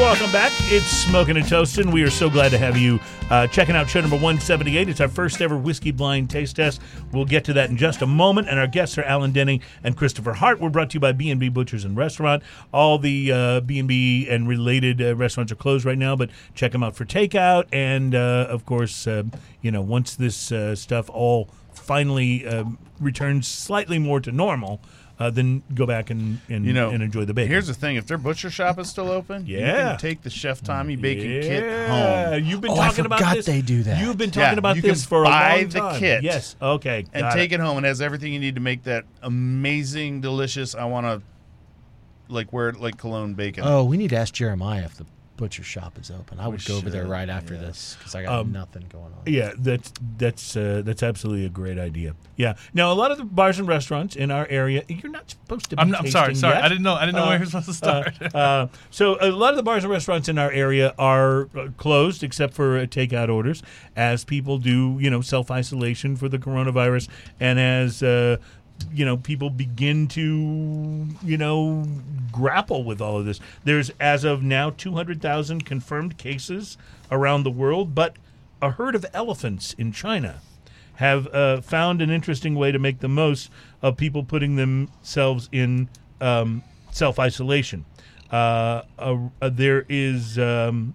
Speaker 3: Welcome back. It's Smoking and Toasting. We are so glad to have you uh, checking out show number 178. It's our first ever whiskey blind taste test. We'll get to that in just a moment. And our guests are Alan Denny and Christopher Hart. We're brought to you by B&B Butchers and Restaurant. All the uh, B&B and related uh, restaurants are closed right now, but check them out for takeout. And, uh, of course, uh, you know, once this uh, stuff all finally uh, returns slightly more to normal, uh, then go back and, and,
Speaker 2: You know,
Speaker 3: and enjoy the bacon.
Speaker 2: Here's the thing if their butcher shop is still open, you
Speaker 3: Yeah.
Speaker 2: can take the Chef Tommy bacon kit
Speaker 3: yeah.
Speaker 2: home
Speaker 3: You've been
Speaker 4: Oh, I
Speaker 3: talking about
Speaker 4: forgot
Speaker 3: this.
Speaker 4: they do that.
Speaker 3: You've been
Speaker 2: Yeah,
Speaker 3: talking about
Speaker 2: you can
Speaker 3: this for
Speaker 2: buy
Speaker 3: a long
Speaker 2: the
Speaker 3: time.
Speaker 2: kit
Speaker 3: Yes. Okay.
Speaker 2: and
Speaker 3: got
Speaker 2: take it. home. It has everything you need to make that amazing, delicious, I want to like wear it like cologne bacon.
Speaker 4: Oh, we need to ask Jeremiah if the butcher shop is open. I would go over there
Speaker 2: should,
Speaker 4: right after this because I got nothing going on.
Speaker 3: Yeah, that's that's uh, that's absolutely a great idea. Yeah. Now, a lot of the bars and restaurants in our area, you're not supposed to. Be
Speaker 5: I'm, not, I'm sorry.
Speaker 3: tasting
Speaker 5: Sorry.
Speaker 3: yet.
Speaker 5: I didn't know. I didn't know
Speaker 3: Uh,
Speaker 5: where you're supposed to start.
Speaker 3: Uh, [laughs] uh, so a lot of the bars and restaurants in our area are uh, closed except for uh, takeout orders, as people do you know self isolation for the coronavirus, and as uh, you know people begin to you know grapple with all of this. There's as of now 200,000 confirmed cases around the world, but a herd of elephants in China have uh, found an interesting way to make the most of people putting themselves in um, self isolation. Uh, uh, uh, there is. Um,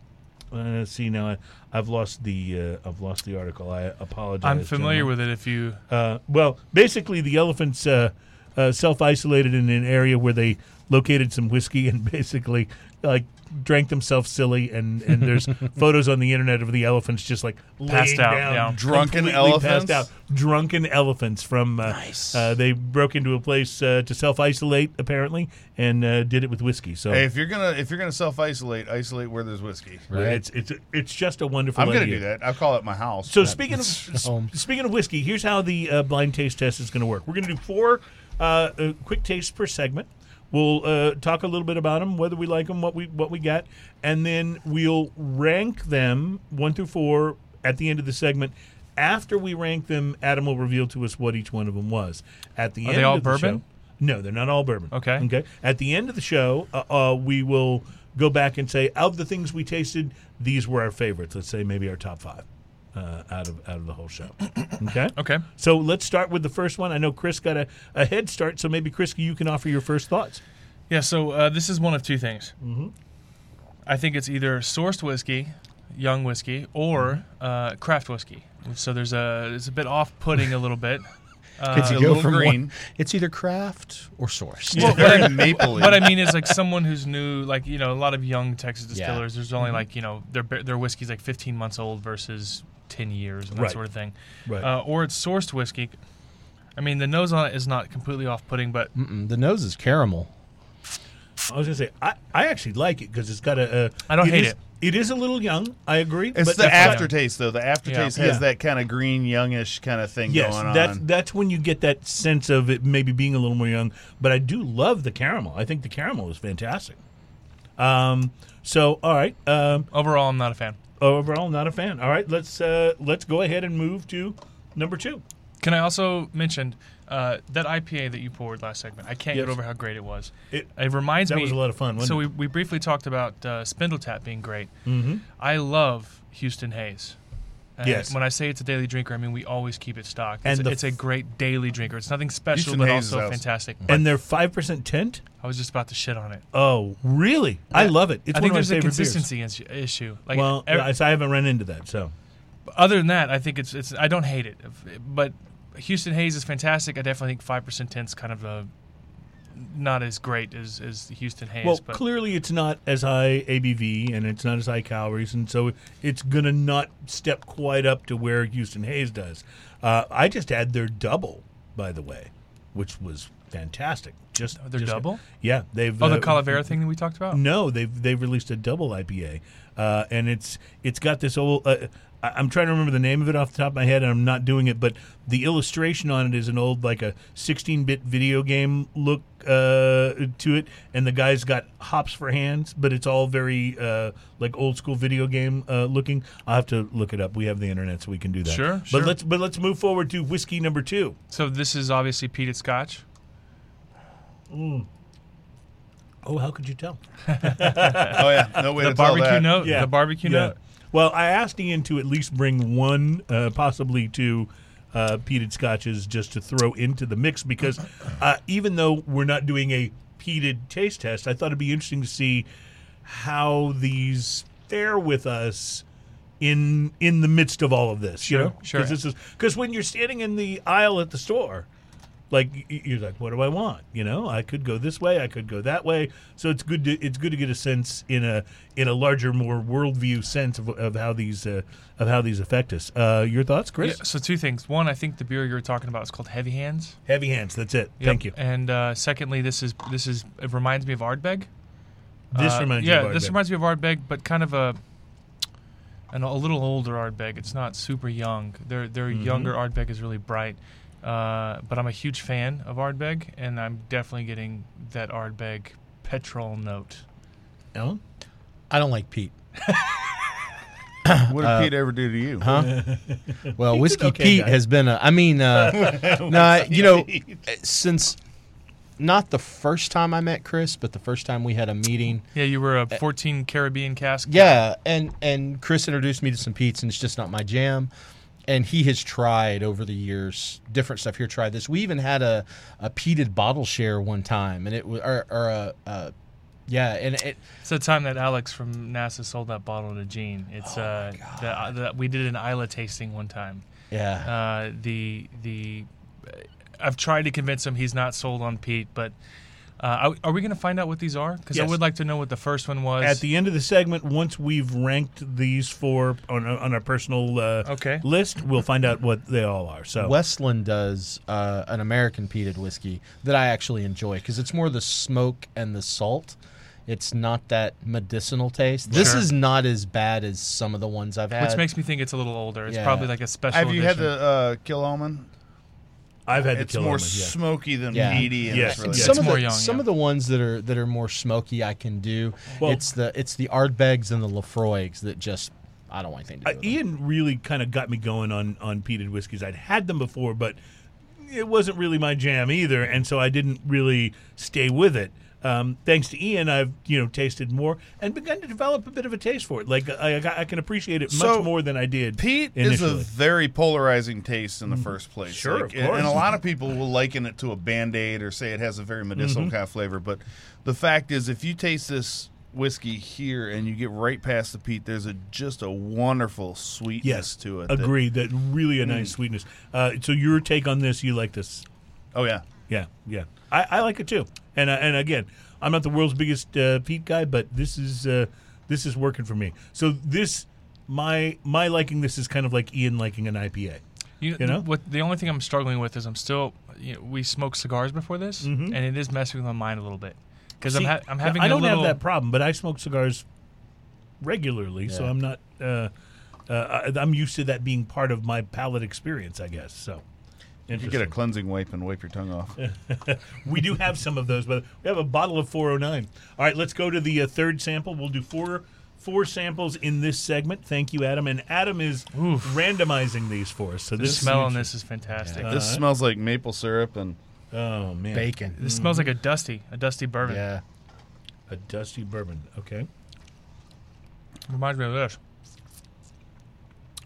Speaker 3: uh, let's see now. I, I've lost the. Uh, I've lost the article. I apologize.
Speaker 5: I'm familiar
Speaker 3: gentlemen.
Speaker 5: with it. If you
Speaker 3: Uh, well, basically, the elephants uh, uh, self isolated in an area where they located some whiskey and [laughs] basically like drank themselves silly. And,
Speaker 2: [laughs]
Speaker 3: and there's photos on the internet of the elephants just like
Speaker 5: Passed
Speaker 3: laying
Speaker 5: out,
Speaker 3: down,
Speaker 5: yeah.
Speaker 2: Drunken
Speaker 3: completely
Speaker 2: elephants?
Speaker 3: Passed out. Drunken elephants from. Uh, uh, they broke into a place uh, to self isolate apparently and uh, did it with whiskey. So.
Speaker 2: Hey, if you're gonna if you're gonna self isolate, isolate where there's whiskey.
Speaker 3: It's it's it's just a wonderful.
Speaker 2: I'm gonna
Speaker 3: idea.
Speaker 2: do that. I'll call it my house.
Speaker 3: So speaking of s-
Speaker 4: home.
Speaker 3: speaking of whiskey, here's how the uh, blind taste test is going to work. We're going to do four uh, uh, quick tastes per segment. We'll uh, talk a little bit about them, whether we like them, what we what we got, and then we'll rank them one through four at the end of the segment. After we rank them, Adam will reveal to us what each one of them was. At the
Speaker 5: Are
Speaker 3: end
Speaker 5: they all
Speaker 3: of the
Speaker 5: bourbon?
Speaker 3: show- no, they're not all bourbon.
Speaker 5: Okay.
Speaker 3: Okay. At the end of the show, uh, uh, we will go back and say of the things we tasted, these were our favorites. Let's say maybe our top five uh, out of out of the whole
Speaker 5: [clears throat]
Speaker 3: show. Okay.
Speaker 5: Okay.
Speaker 3: So let's start with the first one. I know Chris got a, a head start, so maybe Chris, you can offer your first thoughts.
Speaker 5: Yeah, so uh, this is one of two things. Mm-hmm. I think it's either sourced whiskey, young whiskey, or uh, craft whiskey. So there's a it's a bit off-putting a little bit. [laughs]
Speaker 4: It's,
Speaker 2: Uh, a
Speaker 4: you go
Speaker 2: little
Speaker 4: from one-
Speaker 2: green.
Speaker 4: it's either craft or source.
Speaker 2: Well, very mapley.
Speaker 5: What I mean is like someone who's new, like you know, a lot of young Texas
Speaker 4: Yeah.
Speaker 5: distillers. There's only like you know their their whiskey's like 15 months old versus 10 years and that
Speaker 3: Right.
Speaker 5: sort of thing.
Speaker 3: Right.
Speaker 5: Uh, or it's sourced whiskey. I mean, the nose on it is not completely off-putting, but
Speaker 4: Mm-mm, Um, the nose is caramel.
Speaker 3: I was gonna say I, I actually like it because it's got a, a
Speaker 5: I don't hate
Speaker 3: is-
Speaker 5: it.
Speaker 3: It is a little young. I agree.
Speaker 2: it's
Speaker 3: but
Speaker 2: the
Speaker 3: that's not-
Speaker 2: aftertaste though. The aftertaste
Speaker 3: Yeah.
Speaker 2: has
Speaker 3: Yeah.
Speaker 2: that kind of green, youngish kind of thing
Speaker 3: Yes,
Speaker 2: going
Speaker 3: that's
Speaker 2: on.
Speaker 3: that's when you get that sense of it maybe being a little more young. But I do love the caramel. I think the caramel is fantastic. Um, so all right, um,
Speaker 5: overall, I'm not a fan.
Speaker 3: overall not a fan. All right, let's uh, let's go ahead and move to number two.
Speaker 5: Can I also mention uh, that IPA that you poured last segment? I can't
Speaker 3: Yes.
Speaker 5: get over how great it was.
Speaker 3: It-
Speaker 5: It reminds
Speaker 3: that
Speaker 5: me
Speaker 3: was a lot of fun. Wasn't
Speaker 5: So
Speaker 3: it?
Speaker 5: we, we briefly talked about uh, Spindle Tap being great.
Speaker 3: Mhm.
Speaker 5: I love Houston Hayes. And
Speaker 3: Yes.
Speaker 5: When I say it's a daily drinker, I mean we always keep it stocked.
Speaker 3: And
Speaker 5: it's,
Speaker 3: the
Speaker 5: it's a great daily drinker. It's nothing special,
Speaker 2: Houston
Speaker 5: but
Speaker 2: Hayes is
Speaker 5: also
Speaker 2: awesome.
Speaker 5: fantastic.
Speaker 3: and their five percent tint.
Speaker 5: I was just about to shit on it.
Speaker 3: Oh, really? I love it. It's
Speaker 5: I
Speaker 3: one
Speaker 5: think
Speaker 3: of my
Speaker 5: there's a
Speaker 3: favorite
Speaker 5: consistency ins- issue. Like
Speaker 3: beers. Well,
Speaker 5: ev-
Speaker 3: I, I haven't run into that. So
Speaker 5: other than that, I think it's it's. I don't hate it, but Houston Hayes is fantastic. I definitely think five percent tint's kind of a not as great as as Houston Hayes.
Speaker 3: well,
Speaker 5: but
Speaker 3: clearly it's not as high ABV and it's not as high calories, and so it's gonna not step quite up to where Houston Hayes does. Uh, I just had their double, by the way, which was fantastic. Just
Speaker 5: Their
Speaker 3: just-
Speaker 5: double?
Speaker 3: Yeah, they've
Speaker 5: oh, the
Speaker 3: uh,
Speaker 5: Calavera thing that we talked about.
Speaker 3: No, they've they've released a double IPA, uh, and it's it's got this old. Uh, I- I'm trying to remember the name of it off the top of my head, and I'm not doing it. But the illustration on it is an old, like a 16-bit video game look uh, to it, and the guy's got hops for hands, but it's all very uh, like old school video game uh, looking. I'll have to look it up. We have the internet, so we can do that.
Speaker 5: Sure,
Speaker 3: But
Speaker 5: sure.
Speaker 3: let's but let's move forward to whiskey number two.
Speaker 5: So this is obviously peated Scotch.
Speaker 3: Oh, how could you tell?
Speaker 2: oh yeah, no way
Speaker 5: The
Speaker 2: to tell
Speaker 5: barbecue
Speaker 2: that.
Speaker 5: note.
Speaker 3: Yeah.
Speaker 5: The barbecue
Speaker 3: Yeah.
Speaker 5: note.
Speaker 3: Well, I asked Ian to at least bring one, uh, possibly two, uh, peated scotches just to throw into the mix because uh, even though we're not doing a peated taste test, I thought it'd be interesting to see how these fare with us in in the midst of all of this. you know,
Speaker 5: sure.
Speaker 3: Because this is because when you're standing in the aisle at the store. Like y- y- you're like, what do I want? You know, I could go this way, I could go that way. So it's good to it's good to get a sense in a in a larger, more worldview sense of, of how these uh, of how these affect us. Uh, your thoughts, Chris?
Speaker 5: Yeah, so two things. One, I think the beer you were talking about is called Heavy Hands.
Speaker 3: Heavy hands. That's it.
Speaker 5: Yep.
Speaker 3: Thank you.
Speaker 5: And uh, secondly, this is this is it reminds me of Ardbeg.
Speaker 3: This
Speaker 5: Uh,
Speaker 3: reminds
Speaker 5: yeah,
Speaker 3: me. Of
Speaker 5: this
Speaker 3: Ardbeg.
Speaker 5: reminds me of Ardbeg, but kind of a an, a little older Ardbeg. It's not super young. Their their
Speaker 3: Mm-hmm.
Speaker 5: younger Ardbeg is really bright. Uh, but I'm a huge fan of Ardbeg, and I'm definitely getting that Ardbeg petrol note.
Speaker 3: Ellen?
Speaker 4: I don't like Pete.
Speaker 2: What did Pete ever do to you?
Speaker 4: Well,
Speaker 3: Pete's
Speaker 4: whiskey
Speaker 3: an okay
Speaker 4: Pete
Speaker 3: guy.
Speaker 4: has been a. I mean, uh, nah, you know, since not the first time I met Chris, but the first time we had a meeting.
Speaker 5: Yeah, you were a 14 Caribbean cask.
Speaker 4: Yeah, and and Chris introduced me to some Pete's, and it's just not my jam. And he has tried over the years different stuff. Here, tried this. We even had a a peated bottle share one time, and it was or, or a, a yeah, and it
Speaker 5: It's the time that Alex from NASA sold that bottle to Gene. It's uh, the, the, we did an Isla tasting one time.
Speaker 4: yeah.
Speaker 5: Uh, the the I've tried to convince him he's not sold on Pete, but Uh, are, are we going to find out what these are? Because I
Speaker 3: Yes.
Speaker 5: would like to know what the first one was.
Speaker 3: At the end of the segment, once we've ranked these four on a, on our personal uh,
Speaker 5: Okay.
Speaker 3: list, we'll find out what they all are. So
Speaker 4: Westland does uh, an American peated whiskey that I actually enjoy because it's more the smoke and the salt. It's not that medicinal taste. This
Speaker 5: Sure.
Speaker 4: is not as bad as some of the ones I've had.
Speaker 5: which makes me think it's a little older. It's
Speaker 4: Yeah.
Speaker 5: probably like a special.
Speaker 2: Have you had
Speaker 5: edition.
Speaker 2: the uh, Kill Almond?
Speaker 3: I've had the
Speaker 2: It's
Speaker 3: kill
Speaker 2: more
Speaker 3: almond, yeah.
Speaker 2: smoky than
Speaker 4: Yeah.
Speaker 2: meaty. And
Speaker 3: Yes.
Speaker 2: it's
Speaker 3: And
Speaker 2: really
Speaker 4: And
Speaker 5: Yeah,
Speaker 4: some
Speaker 5: it's
Speaker 4: of
Speaker 5: more
Speaker 4: the
Speaker 5: young,
Speaker 4: some
Speaker 5: yeah.
Speaker 4: of the ones that are that are more smoky I can do.
Speaker 3: Well-
Speaker 4: it's the it's the Ardbegs and the Lafroigs that just I don't want anything to do.
Speaker 3: Uh,
Speaker 4: with them.
Speaker 3: Ian really kind of got me going on on peated whiskeys. I'd had them before, but it wasn't really my jam either, and so I didn't really stay with it. Um, thanks to Ian, I've you know tasted more and begun to develop a bit of a taste for it. Like I, I, I can appreciate it
Speaker 2: So,
Speaker 3: much more than I did.
Speaker 2: Pete
Speaker 3: initially.
Speaker 2: is a very polarizing taste in the first place.
Speaker 3: Sure, of
Speaker 2: Like, and- And a
Speaker 3: course.
Speaker 2: lot of people will liken it to a band aid or say it has a very medicinal kind of flavor. But the fact is, if you taste this whiskey here and you get right past the peat, there's a just a wonderful sweetness
Speaker 3: yes
Speaker 2: to it. that-
Speaker 3: Agreed. That really a
Speaker 2: Mm.
Speaker 3: nice sweetness. Uh, so your take on this? You like this?
Speaker 2: oh yeah.
Speaker 3: Yeah, yeah. I, I like it too. And uh, and again, I'm not the world's biggest uh, Pete guy, but this is uh, this is working for me. So this my my liking this is kind of like Ian liking an IPA.
Speaker 5: You,
Speaker 3: You know?
Speaker 5: what the only thing I'm struggling with is I'm still. You know, we smoked cigars before this, and it is messing with my mind a little bit because I'm,
Speaker 3: Mm-hmm. See,
Speaker 5: ha- I'm having.
Speaker 3: I
Speaker 5: a
Speaker 3: don't
Speaker 5: little,
Speaker 3: have that problem, but I smoke cigars regularly, so
Speaker 4: Yeah.
Speaker 3: I'm not. Uh, uh, I- I'm used to that being part of my palate experience, I guess. So.
Speaker 2: You get a
Speaker 3: Interesting.
Speaker 2: cleansing wipe and wipe your tongue off.
Speaker 3: we do have some of those, but we have a bottle of 409. All right, let's go to the uh, third sample. We'll do four four samples in this segment. Thank you, Adam. And Adam is randomizing these for us. So
Speaker 5: The
Speaker 3: this
Speaker 5: smell on this is fantastic.
Speaker 2: this smells like maple syrup and
Speaker 3: Oh man,
Speaker 4: bacon.
Speaker 5: This smells like a dusty, a dusty bourbon.
Speaker 4: Yeah.
Speaker 3: a dusty bourbon. Okay,
Speaker 5: Reminds me of this.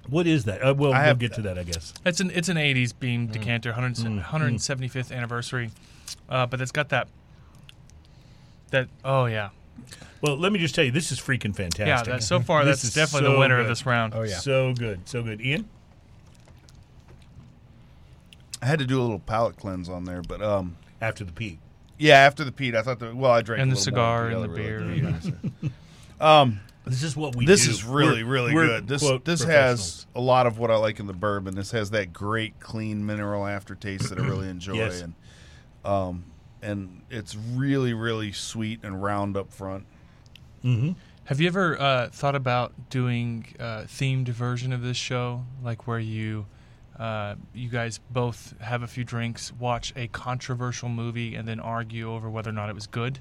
Speaker 3: what is that? Uh, well,
Speaker 2: I
Speaker 3: we'll
Speaker 2: have-
Speaker 3: get to that, I guess.
Speaker 5: It's an it's an '80s beam
Speaker 3: Mm.
Speaker 5: decanter, 100, 175th anniversary, uh, but it's got that. That oh yeah
Speaker 3: Well, let me just tell you, this is freaking fantastic.
Speaker 5: yeah. That, so far,
Speaker 3: This
Speaker 5: that's
Speaker 3: is
Speaker 5: definitely
Speaker 3: so
Speaker 5: the winner of
Speaker 3: good.
Speaker 5: this round.
Speaker 4: Oh, yeah.
Speaker 3: So good, so good. Ian,
Speaker 2: I had to do a little palate cleanse on there, but um,
Speaker 3: after the peak.
Speaker 2: yeah, after the peat, I thought the well, I drank
Speaker 5: And
Speaker 2: a
Speaker 5: the
Speaker 2: little more
Speaker 5: cigar and the
Speaker 2: together,
Speaker 5: beer.
Speaker 2: really.
Speaker 5: yeah.
Speaker 2: Um,
Speaker 3: This is what we.
Speaker 2: this
Speaker 3: do.
Speaker 2: is really
Speaker 3: We're-
Speaker 2: really
Speaker 3: we're,
Speaker 2: good. This
Speaker 3: quote,
Speaker 2: this
Speaker 3: professionals.
Speaker 2: has a lot of what I like in the bourbon. This has that great clean mineral aftertaste that I
Speaker 4: [clears throat]
Speaker 2: really enjoy,
Speaker 3: Yes.
Speaker 2: and um, and it's really really sweet and round up front.
Speaker 5: Have you ever uh, thought about doing a themed version of this show, like where you uh, you guys both have a few drinks, watch a controversial movie, and then argue over whether or not it was good?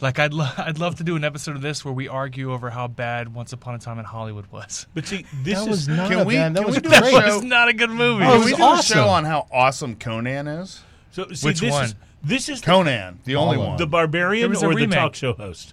Speaker 5: Like I'd lo- I'd love to do an episode of this where we argue over how bad Once Upon a Time in Hollywood was. [laughs]
Speaker 3: But see, this
Speaker 4: That
Speaker 3: is
Speaker 4: was not
Speaker 2: Can
Speaker 4: a
Speaker 2: we-
Speaker 4: bad- That
Speaker 2: can
Speaker 4: was
Speaker 2: we do a
Speaker 4: great.
Speaker 2: show-
Speaker 5: It's not a good movie.
Speaker 4: Oh,
Speaker 2: Can
Speaker 4: it
Speaker 2: we
Speaker 4: was
Speaker 2: do a show
Speaker 4: awesome.
Speaker 2: on how awesome Conan is?
Speaker 3: so. See,
Speaker 5: Which
Speaker 3: this
Speaker 5: one?
Speaker 3: Is, this is the
Speaker 2: Conan, the only
Speaker 4: All of
Speaker 2: one.
Speaker 3: The
Speaker 5: There
Speaker 3: barbarian
Speaker 5: was a
Speaker 3: or the
Speaker 5: remake.
Speaker 3: talk show host?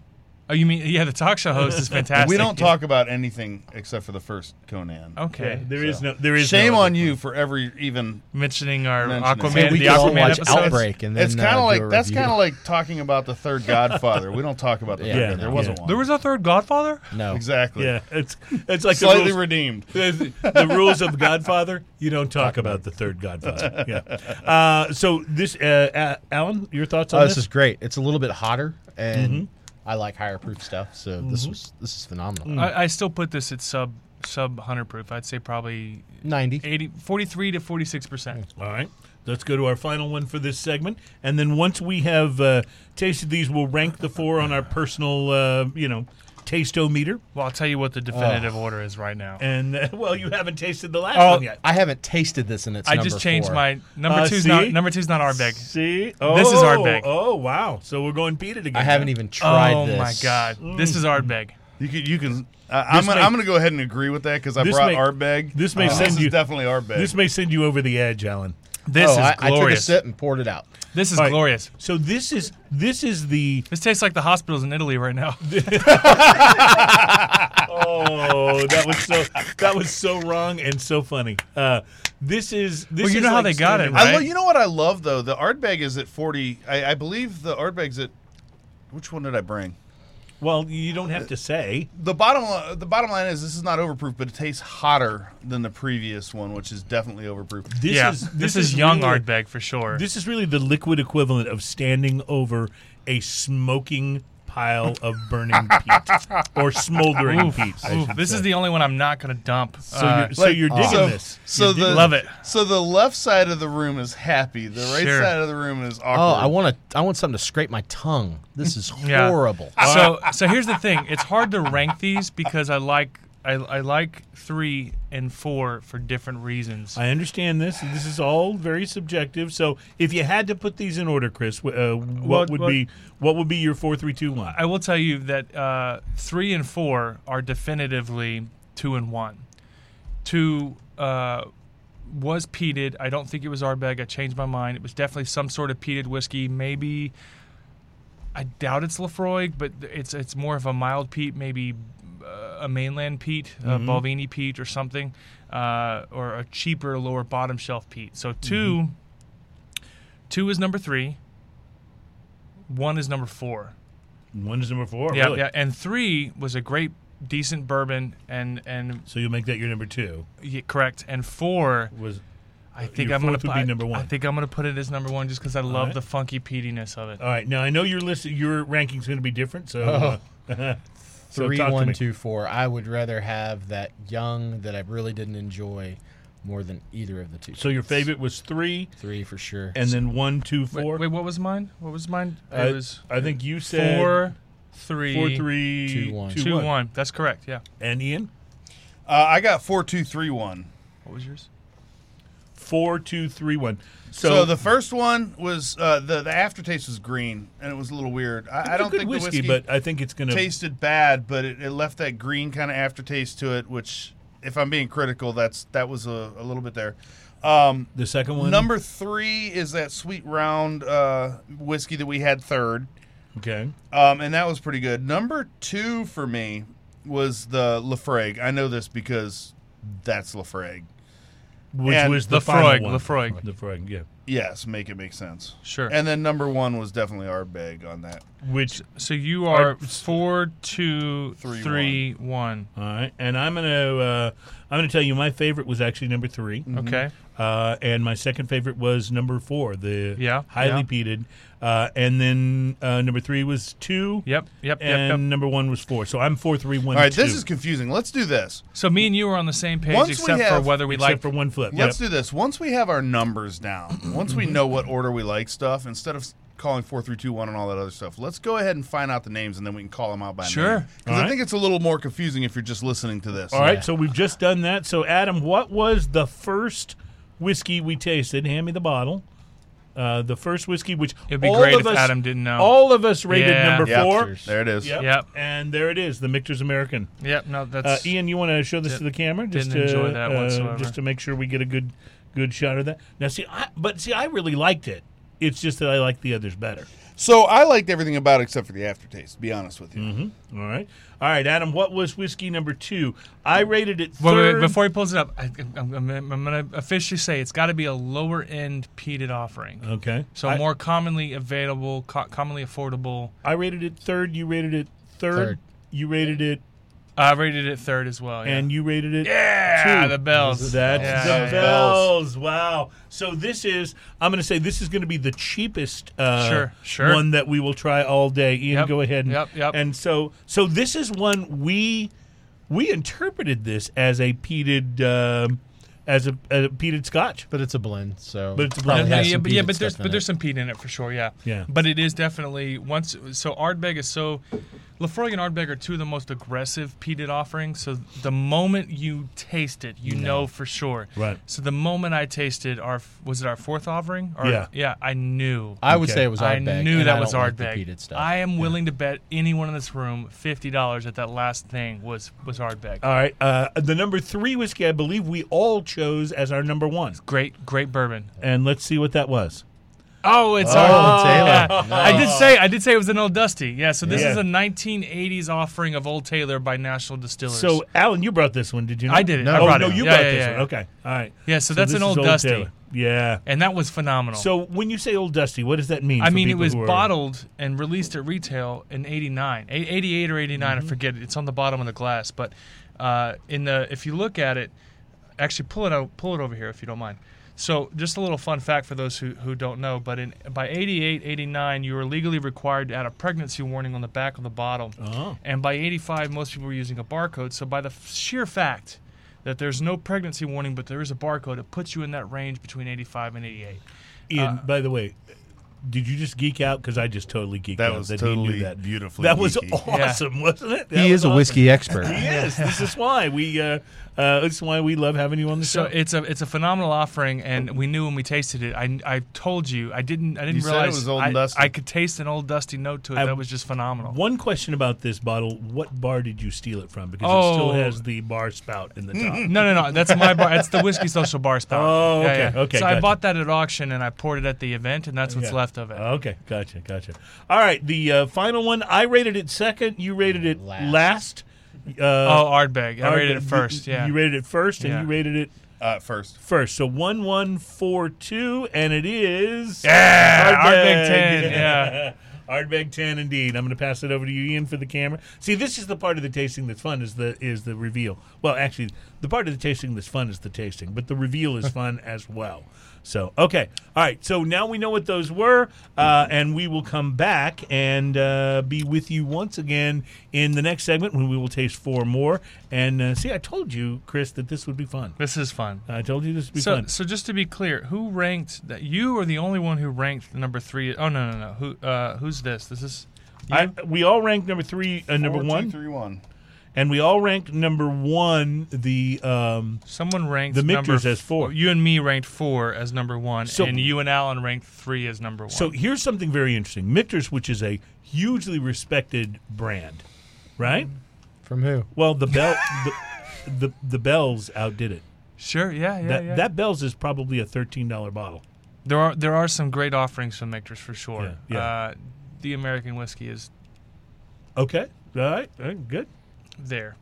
Speaker 5: Oh, you mean yeah? The talk show host is fantastic.
Speaker 2: we don't talk about anything except for the first Conan.
Speaker 5: Okay,
Speaker 3: There is no. There is
Speaker 2: Shame
Speaker 3: no
Speaker 2: on you for every even
Speaker 5: mentioning our
Speaker 2: Mention it.
Speaker 5: Aquaman,
Speaker 2: Hey,
Speaker 4: we
Speaker 5: the
Speaker 4: could all
Speaker 5: Aquaman
Speaker 4: watch
Speaker 5: episode.
Speaker 4: Outbreak and then
Speaker 2: it's
Speaker 4: uh,
Speaker 2: kind of
Speaker 4: do
Speaker 2: like
Speaker 4: a
Speaker 2: that's
Speaker 4: review.
Speaker 2: kind of like talking about the
Speaker 4: [laughs]
Speaker 2: third Godfather. we don't talk about the
Speaker 4: Yeah,
Speaker 2: third.
Speaker 3: yeah,
Speaker 2: there wasn't
Speaker 3: yeah.
Speaker 2: one.
Speaker 5: There was a third Godfather.
Speaker 2: Oh.
Speaker 4: no.
Speaker 2: exactly.
Speaker 3: Yeah, it's it's like
Speaker 2: Slightly
Speaker 3: the rules,
Speaker 2: redeemed.
Speaker 3: the, the rules of Godfather. You don't talk about the third Godfather. Yeah. Uh, so this, uh, A- Alan, your thoughts on
Speaker 2: Uh,
Speaker 4: Oh,
Speaker 3: this?
Speaker 4: this is great. It's a little bit hotter, and
Speaker 5: Mm-hmm.
Speaker 4: I like higher proof stuff. So this was this is phenomenal.
Speaker 5: I, I still put this at sub sub 100 proof. I'd say probably
Speaker 4: Ninety.
Speaker 5: 80, 43 to 46 percent.
Speaker 3: All right. Let's go to our final one for this segment, and then once we have uh, tasted these, we'll rank the four on our personal, uh, you know, tasteometer.
Speaker 5: Well, I'll tell you what the definitive order is right now.
Speaker 3: And uh, [laughs] well, you haven't tasted the last
Speaker 5: Oh,
Speaker 3: one yet.
Speaker 4: I haven't tasted this, and it's.
Speaker 5: I
Speaker 4: number
Speaker 5: just changed
Speaker 4: four.
Speaker 5: my number
Speaker 3: Uh,
Speaker 5: two's not
Speaker 3: see?
Speaker 5: number two's not Arbeg.
Speaker 3: See, oh,
Speaker 5: This is Ardbeg.
Speaker 3: Oh wow! So we're going beat it again.
Speaker 4: I haven't
Speaker 3: huh?
Speaker 4: even tried
Speaker 5: Oh
Speaker 4: this.
Speaker 5: my god, this is Ardbeg.
Speaker 2: You can. You can. Uh, I'm.
Speaker 3: This
Speaker 2: Gonna,
Speaker 3: may-
Speaker 2: I'm going to go ahead and agree with that because I
Speaker 3: This
Speaker 2: brought
Speaker 3: may-
Speaker 2: Arbeg.
Speaker 3: this may
Speaker 2: Uh,
Speaker 3: send
Speaker 2: this
Speaker 3: you-
Speaker 2: Is definitely Arbeg.
Speaker 3: This may send you over the edge, Alan.
Speaker 5: This
Speaker 4: oh,
Speaker 5: is
Speaker 4: I, I took a
Speaker 5: glorious.
Speaker 4: sip and poured it out.
Speaker 5: this is
Speaker 3: All right.
Speaker 5: glorious.
Speaker 3: So this is this is the
Speaker 5: This tastes like the hospitals in Italy right now.
Speaker 3: oh that was so that was so wrong and so funny. Uh, this is this.
Speaker 5: Well, you
Speaker 3: is
Speaker 5: know how
Speaker 3: like
Speaker 5: they got it,
Speaker 3: standing-
Speaker 2: I lo-
Speaker 5: right?
Speaker 2: you know what I love though. The Ardbeg is at 40. I, I believe the Ardbeg's at. Which one did I bring?
Speaker 3: Well, you don't have to say.
Speaker 2: the bottom li- the bottom line is this is not overproof, but it tastes hotter than the previous one, which is definitely overproof.
Speaker 3: This
Speaker 5: [laughs] yeah,
Speaker 3: is this,
Speaker 5: this, is, young
Speaker 3: really-
Speaker 5: Ardbeg for sure.
Speaker 3: This is really the liquid equivalent of standing over a smoking pile of burning peat or smoldering
Speaker 5: Oof,
Speaker 3: peat. I
Speaker 5: oof,
Speaker 3: should
Speaker 5: this
Speaker 3: say.
Speaker 5: is the only one I'm not going to dump.
Speaker 3: so
Speaker 5: Uh,
Speaker 3: you're, so you're digging
Speaker 2: so,
Speaker 3: this.
Speaker 2: So
Speaker 3: You're
Speaker 2: the
Speaker 3: digging-
Speaker 5: Love it.
Speaker 2: So the left side of the room is happy. The right
Speaker 5: Sure.
Speaker 2: side of the room is
Speaker 4: Oh,
Speaker 2: awkward.
Speaker 4: I want to. I want something to scrape my tongue.
Speaker 5: [laughs]
Speaker 4: This is
Speaker 5: Yeah.
Speaker 4: horrible.
Speaker 5: so so here's the thing. It's hard to rank these because I like I, I like three and four for different reasons.
Speaker 3: I understand this. This is all very subjective. So if you had to put these in order, Chris, wh- uh, what
Speaker 5: Well,
Speaker 3: would
Speaker 5: well-
Speaker 3: be what would be your four, three, two, one?
Speaker 5: I will tell you that uh, three and four are definitively two and one. Two uh, was peated. I don't think it was Ardbeg. I changed my mind. It was definitely some sort of peated whiskey. Maybe I doubt it's Lefroy, but th- it's it's more of a mild peat, maybe uh, a mainland peat, a Balvenie peat, or something, uh, or a cheaper lower bottom shelf peat. So 2 two is number three. One is number four.
Speaker 3: one is number four.
Speaker 5: Yeah,
Speaker 3: really?
Speaker 5: yeah. And three was a great, decent bourbon, and and
Speaker 3: So you'll make that your number two.
Speaker 5: yeah, correct. And four,
Speaker 3: Was
Speaker 5: I
Speaker 3: Uh,
Speaker 5: think
Speaker 3: Your
Speaker 5: I'm gonna
Speaker 3: fourth would
Speaker 5: I-
Speaker 3: be number one.
Speaker 5: I think I'm gonna put it as number one just because I love
Speaker 3: right. Uh,
Speaker 5: the funky peatiness of it.
Speaker 3: all right. Now I know your list, your ranking's going to be different.
Speaker 2: Oh.
Speaker 3: So uh, so
Speaker 4: Three,
Speaker 3: talk to
Speaker 4: one,
Speaker 3: me.
Speaker 4: two, four. I would rather have that young that I really didn't enjoy more than either of the two.
Speaker 3: So your favorite was three,
Speaker 4: three for sure.
Speaker 3: and then one, two,
Speaker 5: Wait,
Speaker 3: four.
Speaker 5: wait, what was mine? What was mine?
Speaker 3: I,
Speaker 5: it was
Speaker 3: I think you said
Speaker 5: four, three,
Speaker 3: four, three,
Speaker 4: two, one.
Speaker 5: two, one. That's correct. Yeah.
Speaker 3: And Ian,
Speaker 2: Uh, I got four, two, three, one.
Speaker 5: What was yours?
Speaker 3: four, two, three, one. So,
Speaker 2: So, the first one was uh, the the aftertaste was green and it was a little weird. I, I
Speaker 3: it's a
Speaker 2: don't
Speaker 3: good
Speaker 2: think
Speaker 3: whiskey,
Speaker 2: the
Speaker 3: but um,
Speaker 2: whiskey
Speaker 3: I think it's going to
Speaker 2: tasted bad, but it, it left that green kind of aftertaste to it. Which, if I'm being critical, that's that was a, a little bit there. Um,
Speaker 3: the second one.
Speaker 2: Number three is that sweet round uh, whiskey that we had third,
Speaker 3: okay.
Speaker 2: um, and that was pretty good. Number two for me was the Lafrague. I know this because that's Lafrague.
Speaker 3: Which
Speaker 2: And
Speaker 3: was the
Speaker 5: Lafroig,
Speaker 3: final one.
Speaker 5: Lafroig.
Speaker 3: Lafroig, yeah.
Speaker 2: Yes, make it make sense.
Speaker 5: Sure.
Speaker 2: And then number one was definitely our bag on that.
Speaker 3: Which
Speaker 5: so
Speaker 3: Uh,
Speaker 5: you are
Speaker 3: I-
Speaker 5: four, two,
Speaker 2: Three,
Speaker 5: three, one.
Speaker 3: all right, and I'm gonna uh, I'm gonna tell you my favorite was actually number three.
Speaker 5: Okay.
Speaker 3: Uh, and my second favorite was number four, the
Speaker 5: Yeah,
Speaker 3: highly
Speaker 5: yeah.
Speaker 3: peated. Uh, and then uh, number three was two.
Speaker 5: Yep. Yep.
Speaker 3: And
Speaker 5: yep. Yep.
Speaker 3: number one was four. So I'm four, three, one,
Speaker 2: All right, this
Speaker 3: two,
Speaker 2: is confusing. Let's do this.
Speaker 5: So me and you are on the same page,
Speaker 2: Once we
Speaker 5: except
Speaker 2: have-
Speaker 5: for whether we
Speaker 3: except
Speaker 5: like
Speaker 3: for one flip.
Speaker 2: Let's
Speaker 3: Yep.
Speaker 2: do this. Once we have our numbers
Speaker 3: [clears throat]
Speaker 2: down, once we know what order we like stuff, instead of calling four, three, two, one, and all that other stuff, let's go ahead and find out the names, and then we can call them out by
Speaker 5: Sure.
Speaker 2: name. Because I
Speaker 3: Alright.
Speaker 2: think it's a little more confusing if you're just listening to this.
Speaker 3: All right,
Speaker 4: Yeah.
Speaker 3: so we've just done that. So Adam, what was the first whiskey we tasted? Hand me the bottle. Uh, the first whiskey, which
Speaker 5: It'd be
Speaker 3: all
Speaker 5: great
Speaker 3: of
Speaker 5: if
Speaker 3: us-
Speaker 5: Adam didn't know.
Speaker 3: All of us rated
Speaker 5: Yeah.
Speaker 3: number
Speaker 2: Yep.
Speaker 3: four.
Speaker 2: There it is.
Speaker 5: Yep.
Speaker 3: And there it is, the Michter's American.
Speaker 5: Yep. No,
Speaker 3: Uh,
Speaker 5: that's
Speaker 3: Ian, you want to show this
Speaker 5: Did-
Speaker 3: to the camera? Just
Speaker 5: didn't
Speaker 3: to,
Speaker 5: enjoy that
Speaker 3: uh,
Speaker 5: whatsoever.
Speaker 3: Just to make sure we get a good good shot of that. Now, see, I, but see, I really liked it. It's just that I like the others better.
Speaker 2: So I liked everything about it except for the aftertaste, to be honest with you.
Speaker 3: All right, all right, Adam. What was whiskey number two? I rated it
Speaker 5: Wait, wait,
Speaker 3: third.
Speaker 5: wait, before he pulls it up, I, I'm, I'm, I'm going to officially say it's got to be a lower end peated offering.
Speaker 3: okay,
Speaker 5: so
Speaker 3: Uh, I,
Speaker 5: more commonly available, co- commonly affordable.
Speaker 3: I rated it third. You rated it third.
Speaker 4: Third.
Speaker 3: You rated it,
Speaker 5: I rated it third as well. Yeah.
Speaker 3: and you rated it.
Speaker 5: yeah,
Speaker 3: two.
Speaker 5: Ah, the bells.
Speaker 3: That's
Speaker 5: Yeah,
Speaker 3: the
Speaker 5: yeah, yeah.
Speaker 3: bells. Wow. So this is. I'm going to say this is going to be the cheapest. Uh,
Speaker 5: Sure, sure.
Speaker 3: One that we will try all day. Ian,
Speaker 5: Yep,
Speaker 3: go ahead. And,
Speaker 5: yep, yep.
Speaker 3: And so, so this is one we we interpreted this as a peated um as a, a peated Scotch.
Speaker 4: but it's a blend, so
Speaker 3: But it's a
Speaker 4: probably
Speaker 3: blend.
Speaker 5: Yeah,
Speaker 4: has
Speaker 5: yeah,
Speaker 4: some
Speaker 5: but, yeah,
Speaker 4: peated
Speaker 5: but there's
Speaker 4: stuff in
Speaker 5: but
Speaker 4: Oh, it.
Speaker 5: there's some peat in it for sure. Yeah.
Speaker 3: Yeah.
Speaker 5: But it is definitely once. So Ardbeg is so. Lafroig and Ardbeg are two of the most aggressive peated offerings. So the moment you taste it, you know for sure.
Speaker 3: Right.
Speaker 5: So the moment I tasted our was it our fourth offering? Our-
Speaker 3: Yeah.
Speaker 5: Yeah, I knew.
Speaker 4: I would
Speaker 3: Okay.
Speaker 4: say it was
Speaker 5: I
Speaker 4: Ardbeg.
Speaker 5: knew
Speaker 4: and
Speaker 5: that
Speaker 4: I
Speaker 5: was
Speaker 4: don't like the
Speaker 5: Ardbeg.
Speaker 4: peated stuff.
Speaker 5: I am willing to bet anyone in this room fifty dollars that that last thing was was Ardbeg.
Speaker 3: All right. Uh, the number three whiskey, I believe we all chose as our number one.
Speaker 5: great, great bourbon.
Speaker 3: And let's see what that was.
Speaker 5: Oh, it's
Speaker 4: Oh,
Speaker 5: Ardbeg.
Speaker 4: Taylor.
Speaker 5: Yeah. I did
Speaker 4: Nice.
Speaker 5: say I did say it was an Old Dusty. Yeah. So this
Speaker 3: Yeah.
Speaker 5: is a 1980s offering of Old Taylor by National Distillers.
Speaker 3: So, Alan, you brought this one, did you? Not?
Speaker 5: I did it.
Speaker 3: No,
Speaker 5: I brought
Speaker 3: no,
Speaker 5: it.
Speaker 3: you
Speaker 5: Yeah,
Speaker 3: brought
Speaker 5: yeah,
Speaker 3: this
Speaker 5: yeah,
Speaker 3: one.
Speaker 5: yeah.
Speaker 3: Okay. All right.
Speaker 5: yeah, so, that's
Speaker 3: this
Speaker 5: an
Speaker 3: is
Speaker 5: Old,
Speaker 3: Old
Speaker 5: Dusty.
Speaker 3: Taylor. Yeah.
Speaker 5: and that was phenomenal.
Speaker 3: So when you say Old Dusty, what does that mean?
Speaker 5: I
Speaker 3: for
Speaker 5: mean, it
Speaker 3: people
Speaker 5: was
Speaker 3: who are-
Speaker 5: bottled and released at retail in '89, '88 or '89.
Speaker 3: Mm-hmm.
Speaker 5: I forget. It's on the bottom of the glass, but uh, in the if you look at it, actually pull it out, pull it over here if you don't mind. So, just a little fun fact for those who, who don't know, but in by '88, '89, you were legally required to add a pregnancy warning on the back of the bottle,
Speaker 3: Oh.
Speaker 5: and by '85, most people were using a barcode. So, by the f- sheer fact that there's no pregnancy warning, but there is a barcode, it puts you in that range between '85 and '88. uh,
Speaker 3: Ian, by the way, did you just geek out? Because I just totally geeked
Speaker 2: That
Speaker 3: out
Speaker 2: was
Speaker 3: that he
Speaker 2: totally
Speaker 3: knew that
Speaker 2: beautifully
Speaker 3: That was
Speaker 2: geeky.
Speaker 5: Yeah.
Speaker 3: awesome, wasn't it? That
Speaker 4: He is
Speaker 3: was
Speaker 4: a
Speaker 3: awesome.
Speaker 4: whiskey expert.
Speaker 3: He is. This is why we. Uh, uh, this is why we love having you on the
Speaker 5: So
Speaker 3: show.
Speaker 5: it's a it's a phenomenal offering,
Speaker 3: Oh.
Speaker 5: and we knew when we tasted it. I, I told you I didn't I didn't
Speaker 2: You said it
Speaker 5: realize
Speaker 2: was old
Speaker 5: I,
Speaker 2: and dusty.
Speaker 5: I could taste an old dusty note to it.
Speaker 3: I-
Speaker 5: that was just phenomenal.
Speaker 3: One question about this bottle: What bar did you steal it from? Because it
Speaker 5: Oh.
Speaker 3: still has the bar spout in the top.
Speaker 5: No, no, no. That's my bar. That's the whiskey social
Speaker 3: [laughs]
Speaker 5: bar spout.
Speaker 3: Oh, okay, okay,
Speaker 5: So I
Speaker 3: gotcha.
Speaker 5: bought that at auction, and I poured it at the event, and that's what's
Speaker 3: Yeah. Uh,
Speaker 5: left of it.
Speaker 3: Okay, gotcha, gotcha. All right, the uh, final one. I rated it second. You rated it last.
Speaker 4: Last.
Speaker 3: Uh,
Speaker 5: oh, Ardbeg. I
Speaker 3: Art-
Speaker 5: rated it first.
Speaker 3: you-
Speaker 5: Yeah.
Speaker 3: you rated it first, and
Speaker 5: Yeah.
Speaker 3: you rated it
Speaker 2: Uh, first.
Speaker 3: first. So one one four two, and it is
Speaker 5: yeah.
Speaker 3: Ardbeg. [laughs]
Speaker 5: Ardbeg ten. Yeah.
Speaker 3: Ardbeg ten, indeed. I'm going to pass it over to you, Ian, for the camera. See, this is the part of the tasting that's fun is the is the reveal. Well, actually, the part of the tasting that's fun is the tasting, but the reveal
Speaker 5: [laughs]
Speaker 3: is fun as well. So, okay, all right. So now we know what those were, uh, and we will come back and uh, be with you once again in the next segment when we will taste four more. And uh, see, I told you, Chris, that this would be fun.
Speaker 5: This is fun.
Speaker 3: I told you this would be
Speaker 5: So,
Speaker 3: fun.
Speaker 5: so just to be clear, who ranked that? You are the only one who ranked number three. Oh no, no, no. Who? Uh, who's this? This is.
Speaker 3: I, we all ranked number three, uh, number
Speaker 2: Four, two,
Speaker 3: one.
Speaker 2: three, one.
Speaker 3: and we all ranked number one the um
Speaker 5: Someone ranked
Speaker 3: The
Speaker 5: number
Speaker 3: Mictors as four.
Speaker 5: You and me ranked four as number one,
Speaker 3: So-
Speaker 5: and you and Alan ranked three as number one.
Speaker 3: so here's something very interesting Michter's, which is a hugely respected brand right
Speaker 4: From who?
Speaker 3: well the
Speaker 2: [laughs]
Speaker 3: bell the, the the bells outdid it
Speaker 5: sure, yeah, yeah,
Speaker 3: that
Speaker 5: yeah.
Speaker 3: that bells is probably a $13 bottle
Speaker 5: there are there are some great offerings from Mictors for sure.
Speaker 3: Yeah, yeah.
Speaker 5: Uh, the American whiskey is
Speaker 3: okay all right, all right good
Speaker 5: there.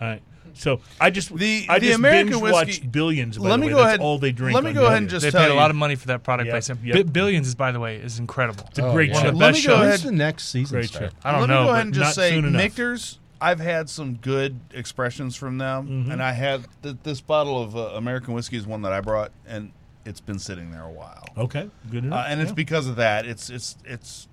Speaker 3: all right so i just
Speaker 2: The-
Speaker 3: i
Speaker 2: the
Speaker 3: just
Speaker 2: American
Speaker 3: binge
Speaker 2: whiskey-
Speaker 3: watched billions by
Speaker 2: Let
Speaker 3: the
Speaker 2: me
Speaker 3: way.
Speaker 2: go
Speaker 3: That's
Speaker 2: ahead-
Speaker 3: all they drink
Speaker 2: let me
Speaker 3: on
Speaker 2: go ahead and
Speaker 3: Billions.
Speaker 2: just
Speaker 5: They
Speaker 2: tell
Speaker 5: paid a
Speaker 2: you-
Speaker 5: lot of money for that product.
Speaker 3: Yep,
Speaker 5: placement.
Speaker 3: yep.
Speaker 5: Bi- billions is, by the way, is incredible.
Speaker 3: it's a
Speaker 4: Oh,
Speaker 3: great
Speaker 4: yeah.
Speaker 5: One of
Speaker 3: show.
Speaker 5: the
Speaker 2: Let
Speaker 5: best
Speaker 2: me go
Speaker 5: shows.
Speaker 2: ahead.
Speaker 4: When's the next season
Speaker 3: Great
Speaker 4: start?
Speaker 3: show.
Speaker 5: I don't
Speaker 2: Let
Speaker 5: know.
Speaker 2: me go
Speaker 5: but
Speaker 2: ahead and just
Speaker 3: not
Speaker 2: say
Speaker 3: soon enough.
Speaker 2: Nictors. I've had some good expressions from them, and I had th- this bottle of uh, American whiskey is one that I brought, and it's been sitting there a while.
Speaker 3: okay good enough
Speaker 2: Uh, and it's
Speaker 3: Oh, Yeah.
Speaker 2: because of that. It's it's it's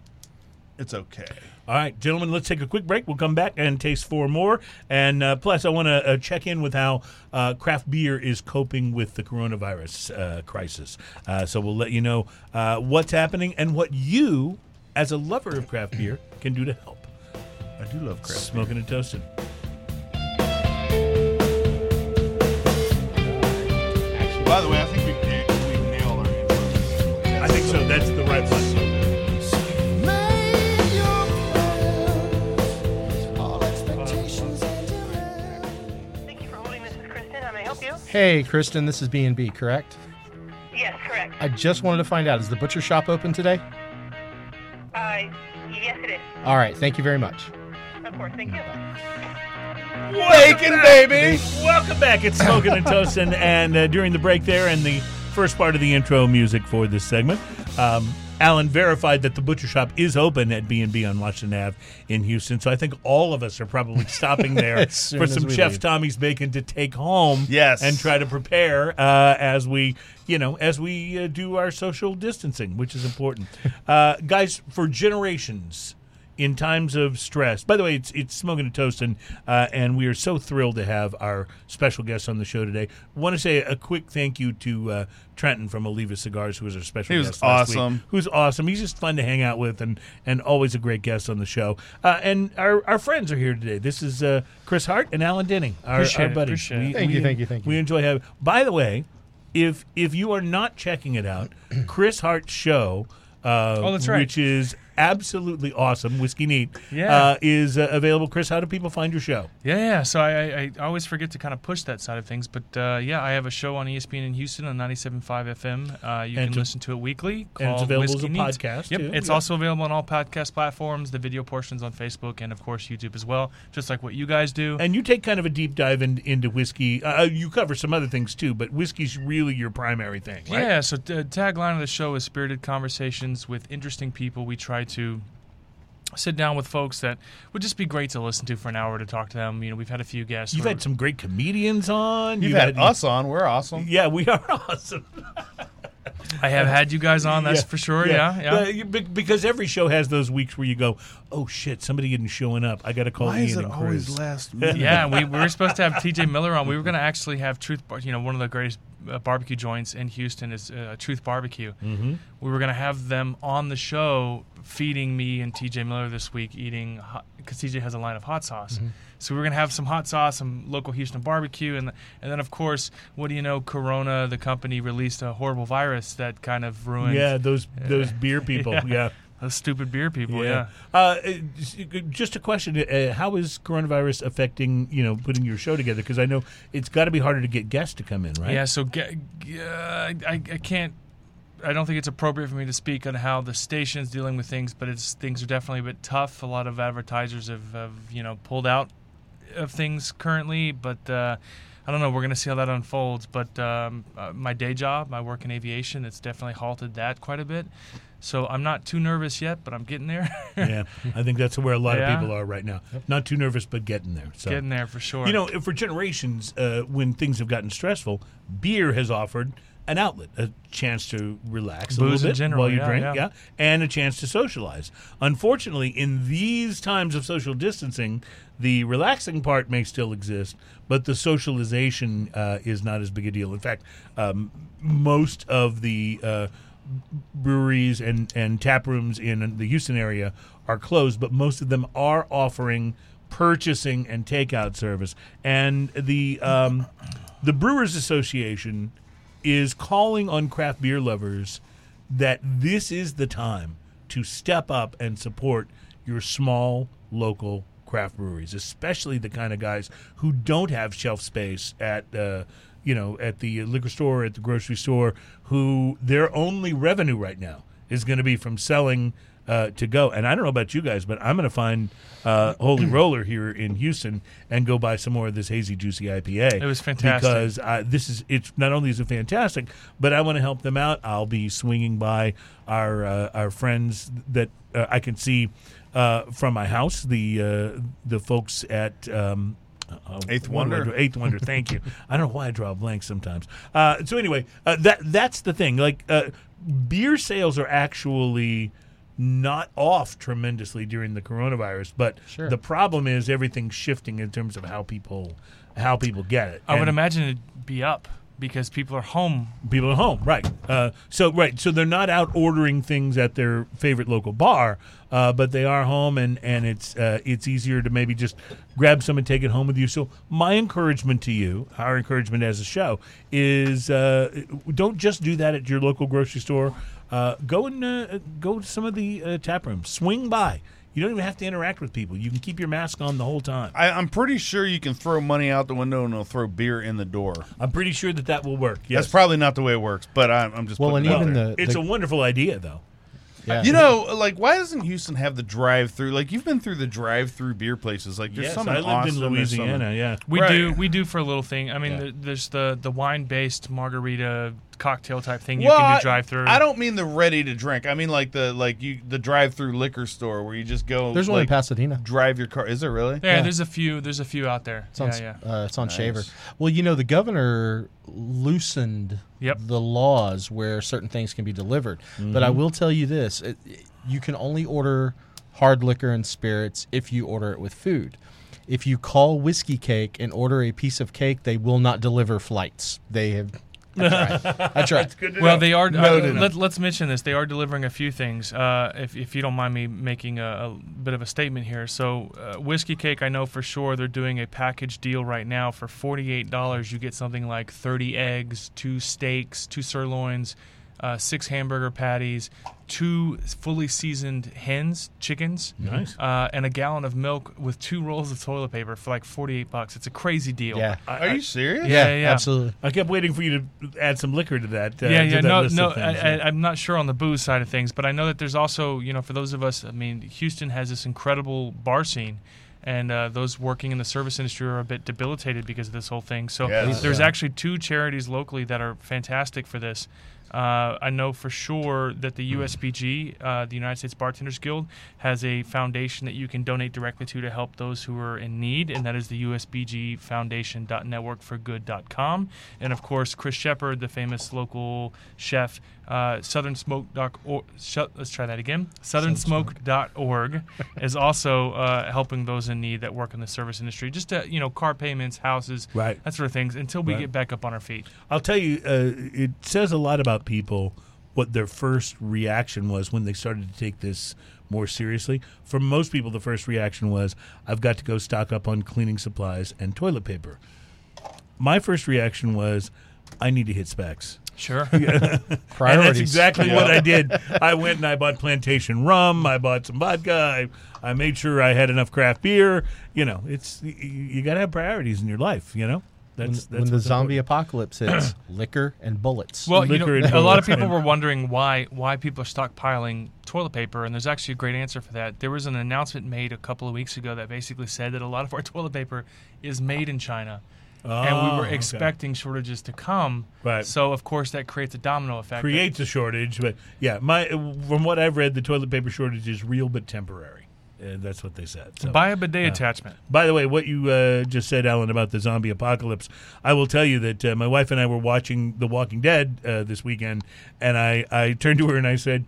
Speaker 2: it's okay.
Speaker 3: All right, gentlemen, let's take a quick break. We'll come back and taste four more. And uh, plus, I want to uh, check in with how uh, craft beer is coping with the coronavirus uh, crisis. Uh, so we'll let you know uh, what's happening and what you, as a lover of craft beer, can do to help.
Speaker 2: I do love crisp.
Speaker 3: Smoking and toasting.
Speaker 2: By the way, I think we can, we can nail our intro.
Speaker 3: I think so. That's the right one.
Speaker 6: Thank you for holding. This is Kristen. How may I help you?
Speaker 4: Hey, Kristen, this is B&B, correct?
Speaker 6: Yes, correct.
Speaker 4: I just wanted to find out, is the butcher shop open today?
Speaker 6: Uh, yes, it is.
Speaker 4: All right, thank you very much.
Speaker 6: Of course. Thank you.
Speaker 2: Waking, baby.
Speaker 3: Welcome back. It's Smoking and Toasting. And uh, during the break there and the first part of the intro music for this segment, um, Alan verified that the butcher shop is open at B&B on Washington Ave in Houston. So I think all of us are probably
Speaker 4: [laughs]
Speaker 3: stopping there
Speaker 4: As soon
Speaker 3: for
Speaker 4: as
Speaker 3: some
Speaker 4: we
Speaker 3: Chef
Speaker 4: leave.
Speaker 3: Tommy's bacon to take home
Speaker 2: Yes.
Speaker 3: and try to prepare uh, as we, you know, as we uh, do our social distancing, which
Speaker 2: [laughs]
Speaker 3: is important. uh, guys, for generations, in times of stress. By the way, it's it's smoking and toasting, uh, and we are so thrilled to have our special guest on the show today. Want to say a quick thank you to uh, Trenton from Oliva Cigars, who was our special.
Speaker 2: He was
Speaker 3: guest last week,
Speaker 2: awesome.
Speaker 3: who's awesome. He's just fun to hang out with, and and always a great guest on the show. Uh, and our our friends are here today. This is uh, Chris Hart and Alan Denning, our,
Speaker 5: Appreciate
Speaker 3: our
Speaker 5: it,
Speaker 3: buddies.
Speaker 5: appreciate it.
Speaker 4: Thank you, thank you, thank you.
Speaker 3: We enjoy having. By the way, if
Speaker 2: [clears throat]
Speaker 3: if you are not checking it out, Chris Hart's show. Uh,
Speaker 5: Oh, that's right.
Speaker 3: Which is absolutely awesome. Whiskey Neat
Speaker 5: Yeah.
Speaker 3: uh, is uh, available. Chris, how do people find your show?
Speaker 5: Yeah, yeah. So I, I, I always forget to kind of push that side of things, but uh, yeah, I have a show on ESPN in Houston on 97.5 FM. Uh, you
Speaker 3: And
Speaker 5: can
Speaker 3: to-
Speaker 5: listen to it weekly. Called
Speaker 3: and it's available as
Speaker 5: Whiskey
Speaker 3: a
Speaker 5: Needs.
Speaker 3: podcast,
Speaker 5: Yep,
Speaker 3: too.
Speaker 5: it's
Speaker 3: Yeah.
Speaker 5: also available on all podcast platforms. The video portions on Facebook and of course YouTube as well, just like what you guys do.
Speaker 3: And you take kind of a deep dive in, into whiskey. Uh, you cover some other things too, but whiskey's really your primary thing, right?
Speaker 5: Yeah, so the tagline of the show is spirited conversations with interesting people. We try to sit down with folks that would just be great to listen to for an hour to talk to them. You know, we've had a few guests.
Speaker 3: You've
Speaker 5: where-
Speaker 3: had some great comedians on.
Speaker 2: You've had us on. We're awesome.
Speaker 3: Yeah, we are [laughs] awesome.
Speaker 5: I have had you guys on, that's
Speaker 3: Yeah,
Speaker 5: for sure. Yeah, yeah.
Speaker 3: Uh, you- be- because every show has those weeks where you go, "Oh shit, somebody isn't showing up. I got to call
Speaker 2: Why
Speaker 3: Ian
Speaker 2: is it
Speaker 3: and
Speaker 2: always
Speaker 3: Chris."
Speaker 2: last minute?
Speaker 5: yeah, we, we were supposed to have TJ Miller on. We were going to actually have Truth, Bar- you know, one of the greatest uh, barbecue joints in Houston is uh, Truth Barbecue. Mm-hmm. We were going to have them on the show feeding me and TJ Miller this week, eating because TJ has a line of hot sauce. So we were going to have some hot sauce, some local Houston barbecue, and and then of course, what do you know? Corona, the company, released a horrible virus that kind of ruined
Speaker 3: Yeah,
Speaker 5: [laughs]
Speaker 3: those those beer people.
Speaker 5: Yeah.
Speaker 3: yeah.
Speaker 5: those stupid beer people. yeah.
Speaker 3: Uh, it's- just a question: uh, How is coronavirus affecting you know putting your show together? Because I know it's got to be harder to get guests to come in, right?
Speaker 5: Yeah, so ge- ge- uh, I, I can't. I don't think it's appropriate for me to speak on how the station's dealing with things, but it's things are definitely a bit tough. A lot of advertisers have, have you know pulled out of things currently, but uh, I don't know. We're gonna see how that unfolds. But um, uh, my day job, my work in aviation, it's definitely halted that quite a bit. So I'm not too nervous yet, but I'm getting there, [laughs]
Speaker 3: yeah. I think that's where a lot
Speaker 5: Yeah.
Speaker 3: of people are right now. Not too nervous, but getting there. So.
Speaker 5: getting there for sure.
Speaker 3: You know, for generations, uh, when things have gotten stressful, beer has offered an outlet, a chance to relax a
Speaker 5: Booze
Speaker 3: little
Speaker 5: in
Speaker 3: bit
Speaker 5: general,
Speaker 3: while you
Speaker 5: yeah,
Speaker 3: drink,
Speaker 5: yeah.
Speaker 3: and a chance to socialize. Unfortunately, in these times of social distancing, the relaxing part may still exist, but the socialization uh, is not as big a deal. In fact, um, most of the uh, breweries and, and tap rooms in the Houston area are closed, but most of them are offering purchasing and takeout service. And the um, the Brewers Association is calling on craft beer lovers that this is the time to step up and support your small local craft breweries, especially the kind of guys who don't have shelf space at uh, you know at the liquor store, at the grocery store, who their only revenue right now is going to be from selling. Uh, to go, and I don't know about you guys, but I'm going to find uh, Holy Roller here in Houston and go buy some more of this hazy, juicy IPA.
Speaker 5: It was fantastic.
Speaker 3: because because I, this is it's not only is it fantastic, but I want to help them out. I'll be swinging by our uh, our friends that uh, I can see uh, from my house. The uh, the folks at. Um, uh,
Speaker 2: Eighth
Speaker 3: what do I
Speaker 2: Wonder.
Speaker 3: do? Eighth Wonder. Thank you. I don't know why I draw a blank sometimes. Uh, so anyway, uh, that that's the thing. Like uh, beer sales are actually not off tremendously during the coronavirus, but
Speaker 4: Sure.
Speaker 3: the problem is everything's shifting in terms of how people how people get it.
Speaker 5: I would
Speaker 3: And-
Speaker 5: imagine it'd be up because people are home.
Speaker 3: people at home, right? Uh, so right, so they're not out ordering things at their favorite local bar, uh, but they are home, and and it's uh, it's easier to maybe just grab some and take it home with you. So my encouragement to you, our encouragement as a show, is uh, don't just do that at your local grocery store. Uh, go and uh, go to some of the uh, tap rooms. Swing by. You don't even have to interact with people. You can keep your mask on the whole time.
Speaker 2: I, I'm pretty sure you can throw money out the window and they'll throw beer in the door.
Speaker 3: I'm pretty sure that that will work. Yes,
Speaker 2: That's probably not the way it works, but I'm, I'm just
Speaker 4: Well,
Speaker 2: putting it
Speaker 4: and
Speaker 2: out
Speaker 4: even
Speaker 2: there.
Speaker 4: the,
Speaker 3: it's
Speaker 4: the-
Speaker 3: a wonderful idea, though.
Speaker 4: yeah.
Speaker 2: You know, like why doesn't Houston have the drive-through? Like you've been through the drive-through beer places. Like there's
Speaker 3: yes,
Speaker 2: some
Speaker 3: I
Speaker 2: in
Speaker 3: lived
Speaker 2: Austin,
Speaker 3: in
Speaker 2: there's some in-
Speaker 3: Louisiana. Yeah,
Speaker 5: We
Speaker 2: Right.
Speaker 5: do, we do for a little thing. I mean,
Speaker 4: Yeah.
Speaker 5: there- there's the the wine based margarita cocktail type thing you
Speaker 2: Well,
Speaker 5: can
Speaker 2: I-
Speaker 5: do drive through.
Speaker 2: I don't mean the ready to drink. I mean like the like you the drive-through liquor store where you just go.
Speaker 4: there's
Speaker 2: like,
Speaker 4: one in Pasadena.
Speaker 2: Drive your car. Is there really?
Speaker 5: Yeah,
Speaker 4: yeah.
Speaker 5: there's a few. There's a few out there.
Speaker 4: It's on,
Speaker 5: yeah, yeah.
Speaker 4: Uh, it's on Shaver. Well, you know, the governor loosened
Speaker 5: Yep. Mm-hmm.
Speaker 4: the laws where certain things can be delivered. But I will tell you this it, you can only order hard liquor and spirits if you order it with food. If you call whiskey cake and order a piece of cake, they will not deliver flights. They have. I
Speaker 5: [laughs]
Speaker 4: tried. I tried.
Speaker 5: Well, they are. Uh,
Speaker 2: Noted.
Speaker 5: let, let's mention this. They are delivering a few things. Uh, if, if you don't mind me making a, a bit of a statement here, so uh, whiskey cake, I know for sure they're doing a package deal right now for forty eight dollars. You get something like thirty eggs, two steaks, two sirloins. uh, six hamburger patties, two fully seasoned hens, chickens,
Speaker 3: Nice.
Speaker 5: uh, and a gallon of milk with two rolls of toilet paper for like 48 bucks. It's a crazy deal.
Speaker 4: Yeah.
Speaker 2: Are you serious?
Speaker 5: Yeah, yeah, yeah.
Speaker 4: absolutely.
Speaker 3: I kept waiting for you to add some liquor to that. Uh,
Speaker 5: yeah,
Speaker 3: to
Speaker 5: yeah,
Speaker 3: that
Speaker 5: no,
Speaker 3: list of
Speaker 5: no.
Speaker 3: things.
Speaker 5: I, I, I'm not sure on the booze side of things, but I know that there's also, you know, for those of us, I mean, Houston has this incredible bar scene, and uh, those working in the service industry are a bit debilitated because of this whole thing. So
Speaker 2: Yes.
Speaker 5: there's actually two charities locally that are fantastic for this. Uh, I know for sure that the USBG, uh, the United States Bartenders Guild, has a foundation that you can donate directly to to help those who are in need, and that is the USBG Foundation.networkforgood.com. And of course, Chris Shepard, the famous local chef, uh, southernsmoke.org. Sh- let's try that again. Southernsmoke.org [laughs] is also uh, helping those in need that work in the service industry, just to, you know, car payments, houses,
Speaker 3: Right.
Speaker 5: that sort of things, until we
Speaker 3: Right.
Speaker 5: get back up on our feet.
Speaker 3: I'll tell you, uh, it says a lot about people what their first reaction was when they started to take this more seriously. For most people, the first reaction was, I've got to go stock up on cleaning supplies and toilet paper. My first reaction was, I need to hit specs. [laughs]
Speaker 5: Sure.
Speaker 4: Priorities.
Speaker 3: And that's exactly what I did. I went and I bought plantation rum. I bought some vodka. I, I made sure I had enough craft beer. You know, it's you, you got to have priorities in your life. You know,
Speaker 4: When,
Speaker 3: that's
Speaker 4: when
Speaker 3: that's
Speaker 4: the
Speaker 3: what's
Speaker 4: zombie
Speaker 3: important.
Speaker 5: [clears throat]
Speaker 4: apocalypse hits, liquor and bullets.
Speaker 5: Well, you
Speaker 3: liquor and
Speaker 5: know, a lot of
Speaker 3: bullets
Speaker 5: people
Speaker 3: and-
Speaker 5: were wondering why why people are stockpiling toilet paper, and there's actually a great answer for that. There was an announcement made a couple of weeks ago that basically said that a lot of our [laughs] toilet paper is made in China, and
Speaker 3: Oh,
Speaker 5: we were
Speaker 3: okay.
Speaker 5: expecting shortages to come.
Speaker 3: Right.
Speaker 5: So of course that creates a domino effect.
Speaker 3: creates a shortage. But yeah, my from what I've read, the toilet paper shortage is real but temporary. Uh, that's what they said. So.
Speaker 5: Buy a bidet attachment.
Speaker 3: By the way, what you uh, just said, Alan, about the zombie apocalypse, I will tell you that uh, my wife and I were watching The Walking Dead uh, this weekend, and I, I turned to her and I said,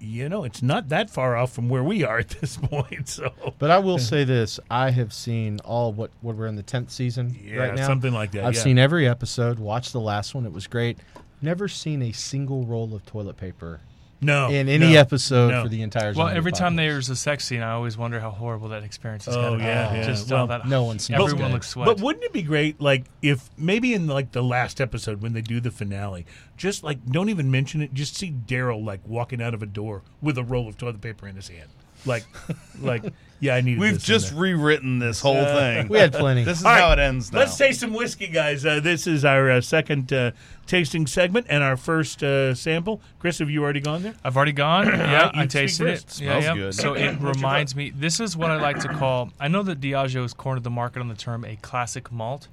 Speaker 3: You know, it's not that far off from where we are at this [laughs] point. So,
Speaker 4: But I will say this: I have seen all what what we're in the tenth season
Speaker 3: yeah,
Speaker 4: right now.
Speaker 3: something like that.
Speaker 4: I've
Speaker 3: yeah.
Speaker 4: seen every episode. Watched the last one; it was great. Never seen a single roll of toilet paper
Speaker 3: no,
Speaker 4: in any
Speaker 3: no.
Speaker 4: episode
Speaker 3: no.
Speaker 4: for the entire.
Speaker 5: Well,
Speaker 4: zombie
Speaker 5: every time
Speaker 4: apocalypse.
Speaker 5: there's a sex scene, I always wonder how horrible that experience is.
Speaker 3: Oh,
Speaker 5: gotta be.
Speaker 3: yeah, yeah.
Speaker 5: Just all
Speaker 3: Well,
Speaker 5: that.
Speaker 4: no one smells
Speaker 5: Everyone
Speaker 4: good.
Speaker 5: looks sweat.
Speaker 3: But wouldn't it be great, like, if maybe in like the last episode when they do the finale, just like don't even mention it, just see Daryl like walking out of a door with a roll of toilet paper in his hand, like, [laughs] like, yeah, I need.
Speaker 2: We've just rewritten this whole thing.
Speaker 4: we had plenty.
Speaker 2: This is
Speaker 3: All right,
Speaker 2: how it ends now.
Speaker 3: Let's taste some whiskey, guys. Uh, this is our uh, second uh, tasting segment and our first uh, sample. Chris, have you already gone there?
Speaker 5: [coughs] I've already gone. yeah,
Speaker 3: you
Speaker 5: I
Speaker 3: speak
Speaker 5: tasted it.
Speaker 3: first.
Speaker 5: Yeah,
Speaker 2: Smells
Speaker 5: yeah.
Speaker 2: good.
Speaker 5: So it reminds me. This is what I like to call. I know that Diageo has cornered the market on the term a classic malt,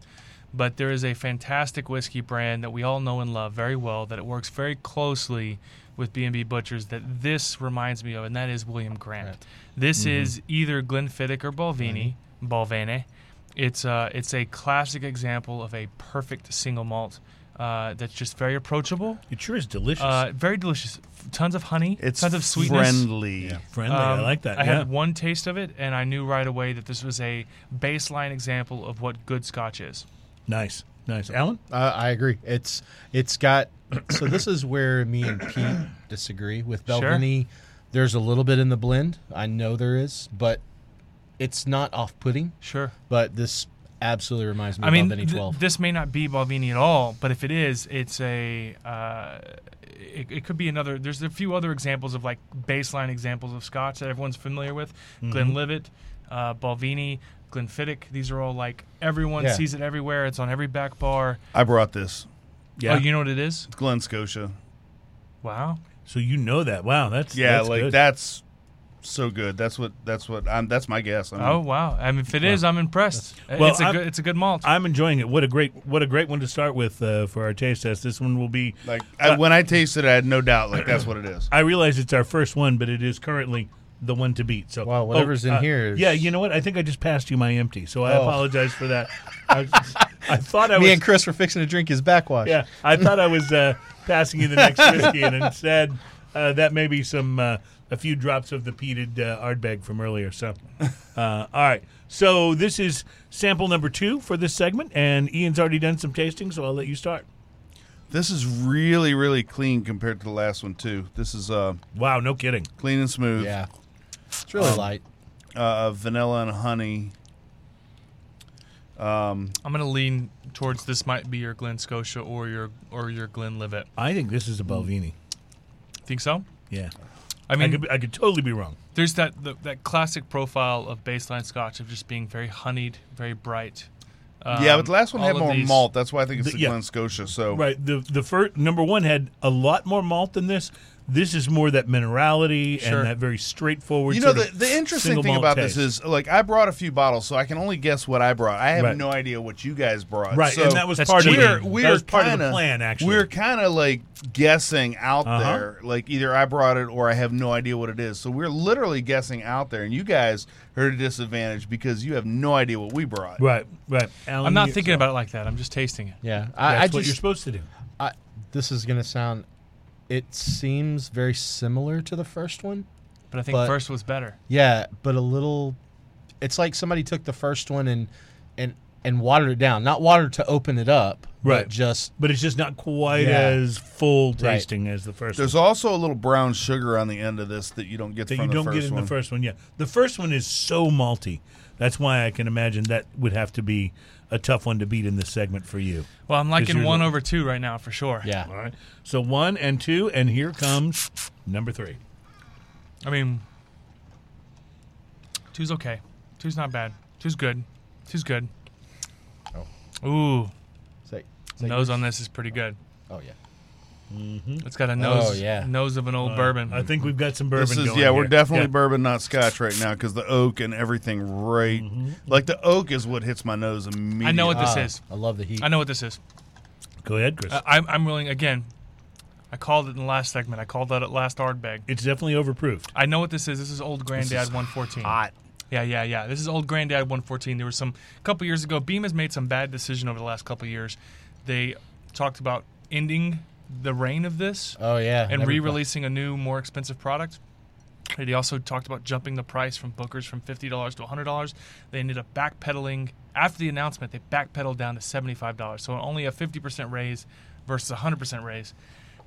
Speaker 5: but there is a fantastic whiskey brand that we all know and love very well that it works very closely with B&B Butchers that this reminds me of, and that is William Grant. This is either Glenfiddich or Balvenie.
Speaker 2: Mm-hmm.
Speaker 5: Balvenie. It's uh, it's a classic example of a perfect single malt uh, that's just very approachable.
Speaker 3: It sure is delicious.
Speaker 5: Uh, very delicious. F- Tons of honey.
Speaker 2: it's
Speaker 5: tons of sweetness.
Speaker 2: friendly.
Speaker 3: Friendly, I
Speaker 5: Um,
Speaker 3: like that.
Speaker 5: I
Speaker 3: yeah.
Speaker 5: had one taste of it, and I knew right away that this was a baseline example of what good Scotch is.
Speaker 3: nice, nice. Alan,
Speaker 4: Uh, I agree. It's it's got [coughs] so this is where me and Pete [coughs] disagree with
Speaker 5: Sure.
Speaker 4: Belvini. There's a little bit in the blend. I know there is, but it's not off-putting.
Speaker 5: Sure.
Speaker 4: But this absolutely reminds me
Speaker 5: I mean,
Speaker 4: of Belvini
Speaker 5: th-
Speaker 4: 12.
Speaker 5: this may not be Balvini at all, but if it is, it's a. Uh, it, it could be another. There's a few other examples of like baseline examples of Scotch that everyone's familiar with.
Speaker 3: Mm-hmm.
Speaker 5: Glenlivet, uh, Balvini, Glenfiddich. These are all like everyone
Speaker 4: Yeah.
Speaker 5: sees it everywhere. It's on every back bar.
Speaker 2: I brought this.
Speaker 3: yeah.
Speaker 5: Oh, you know what it is?
Speaker 2: It's Glen Scotia.
Speaker 5: Wow.
Speaker 3: so you know that? Wow, that's
Speaker 2: Yeah,
Speaker 3: that's
Speaker 2: like
Speaker 3: good.
Speaker 2: that's so good. That's what that's what I'm that's my guess. I mean,
Speaker 5: Oh wow! I mean, if it is, I'm impressed.
Speaker 3: Well,
Speaker 5: it's a
Speaker 3: I'm-
Speaker 5: good, it's a good malt.
Speaker 3: I'm enjoying it. What a great what a great one to start with uh, for our taste test. This one will be.
Speaker 2: like I, when I tasted it, I had no doubt like that's what it is.
Speaker 3: I realize it's our first one, but it is currently the one to beat. So Oh, uh,
Speaker 4: Wow, whatever's in here is-
Speaker 3: Yeah, you know what? I think I just passed you my empty, so I
Speaker 4: Oh.
Speaker 3: apologize for that. I, I thought I was.
Speaker 4: [laughs] me and Chris were fixing to drink his backwash.
Speaker 3: Yeah, I thought I was uh, passing you the next whiskey, and instead uh, that may be some uh, a few drops of the peated uh, Ardbeg from earlier. So, uh, all right. So this is sample number two for this segment, and Ian's already done some tasting, so I'll let you start.
Speaker 2: This is really really clean compared to the last one too. This is uh
Speaker 3: Wow, no kidding.
Speaker 2: clean and smooth.
Speaker 4: Yeah. Um, It's really light.
Speaker 2: Uh, vanilla and honey.
Speaker 5: I'm gonna lean towards this might be your Glen Scotia or your or your Glenlivet.
Speaker 3: I think this is a Balvini.
Speaker 5: Think so?
Speaker 3: Yeah.
Speaker 5: I
Speaker 3: I
Speaker 5: mean,
Speaker 3: could, be- I could totally be wrong.
Speaker 5: there's that the, that classic profile of baseline Scotch of just being very honeyed, very bright. Um,
Speaker 2: yeah, but the last one
Speaker 5: all
Speaker 2: had
Speaker 5: of
Speaker 2: more
Speaker 5: these-
Speaker 2: malt. That's why I think it's
Speaker 3: The-
Speaker 2: the,
Speaker 3: yeah.
Speaker 2: Glen Scotia. So
Speaker 3: Right. The the first number one had a lot more malt than this. This is more that minerality
Speaker 5: Sure.
Speaker 3: and that very straightforward.
Speaker 2: you know
Speaker 3: sort
Speaker 2: the,
Speaker 3: of
Speaker 2: the interesting
Speaker 3: single
Speaker 2: thing
Speaker 3: malt
Speaker 2: about
Speaker 3: taste.
Speaker 2: this is like I brought a few bottles, so I can only guess what I brought. I have
Speaker 3: Right.
Speaker 2: no idea what you guys brought.
Speaker 3: right,
Speaker 2: so
Speaker 3: and that was
Speaker 5: That's
Speaker 3: part of
Speaker 5: cheating.
Speaker 3: the,
Speaker 2: we're
Speaker 5: That
Speaker 2: we're
Speaker 3: that was part
Speaker 2: kinda,
Speaker 3: of the plan. Actually,
Speaker 2: we're kind of like guessing out
Speaker 3: Uh-huh.
Speaker 2: there. Like either I brought it or I have no idea what it is. So we're literally guessing out there, and you guys are at a disadvantage because you have no idea what we brought.
Speaker 3: right, right. Alan,
Speaker 5: I'm not
Speaker 3: you-
Speaker 5: thinking about it like that. I'm just tasting it.
Speaker 4: Yeah,
Speaker 3: That's
Speaker 4: I, I
Speaker 3: what you're
Speaker 4: just
Speaker 3: supposed to do.
Speaker 4: I, this is gonna sound. It seems very similar to the first one.
Speaker 5: But I think
Speaker 4: But-
Speaker 5: first was better.
Speaker 4: Yeah, but a little. It's like somebody took the first one and and and watered it down. Not water to open it up,
Speaker 3: Right.
Speaker 4: But just
Speaker 3: But it's just not quite
Speaker 4: Yeah.
Speaker 3: as full
Speaker 4: Right.
Speaker 3: tasting as the first.
Speaker 2: There's
Speaker 3: one.
Speaker 2: also a little brown sugar on the end of this that you don't get
Speaker 3: that
Speaker 2: from
Speaker 3: you
Speaker 2: the
Speaker 3: don't
Speaker 2: first
Speaker 3: get in
Speaker 2: one.
Speaker 3: the first one. Yeah, the first one is so malty. That's why I can imagine that would have to be a tough one to beat in this segment for you.
Speaker 5: Well, I'm liking
Speaker 3: you're
Speaker 5: one
Speaker 3: the-
Speaker 5: over two right now for sure.
Speaker 4: yeah.
Speaker 3: All right. So one and two, and here comes number three.
Speaker 5: I mean, two's okay. Two's not bad. Two's good. Two's good.
Speaker 3: Oh.
Speaker 5: Ooh,
Speaker 4: It's like- it's like-
Speaker 5: nose on this is pretty good.
Speaker 4: Oh yeah.
Speaker 5: It's got a nose,
Speaker 4: yeah.
Speaker 5: nose of an old bourbon.
Speaker 3: Uh, I think we've got some bourbon.
Speaker 2: This is
Speaker 3: going
Speaker 2: yeah, we're
Speaker 3: here.
Speaker 2: definitely
Speaker 3: Yeah.
Speaker 2: bourbon, not scotch, right now because the oak and everything. Right, like the oak is what hits my nose immediately.
Speaker 5: Mm-hmm. I know what this
Speaker 4: Ah,
Speaker 5: is.
Speaker 4: I love the heat.
Speaker 5: I know what this is.
Speaker 3: Go ahead, Chris.
Speaker 2: Uh,
Speaker 5: I, I'm, I'm willing again. I called it in the last segment. I called that at last Ardbeg.
Speaker 3: it's definitely overproofed.
Speaker 5: I know what this is. This is old Granddad 114.
Speaker 2: hot.
Speaker 5: Yeah, yeah, yeah. This is old Granddad 114. There was some a couple years ago. Beam has made some bad decision over the last couple years. They talked about ending the reign of this
Speaker 4: Oh yeah.
Speaker 5: and
Speaker 4: never-
Speaker 5: re-releasing a new, more expensive product. And He also talked about jumping the price from Booker's from fifty dollars to hundred dollars. They ended up backpedaling after the announcement. They backpedaled down to seventy-five dollars, so only a fifty percent raise versus a hundred percent raise.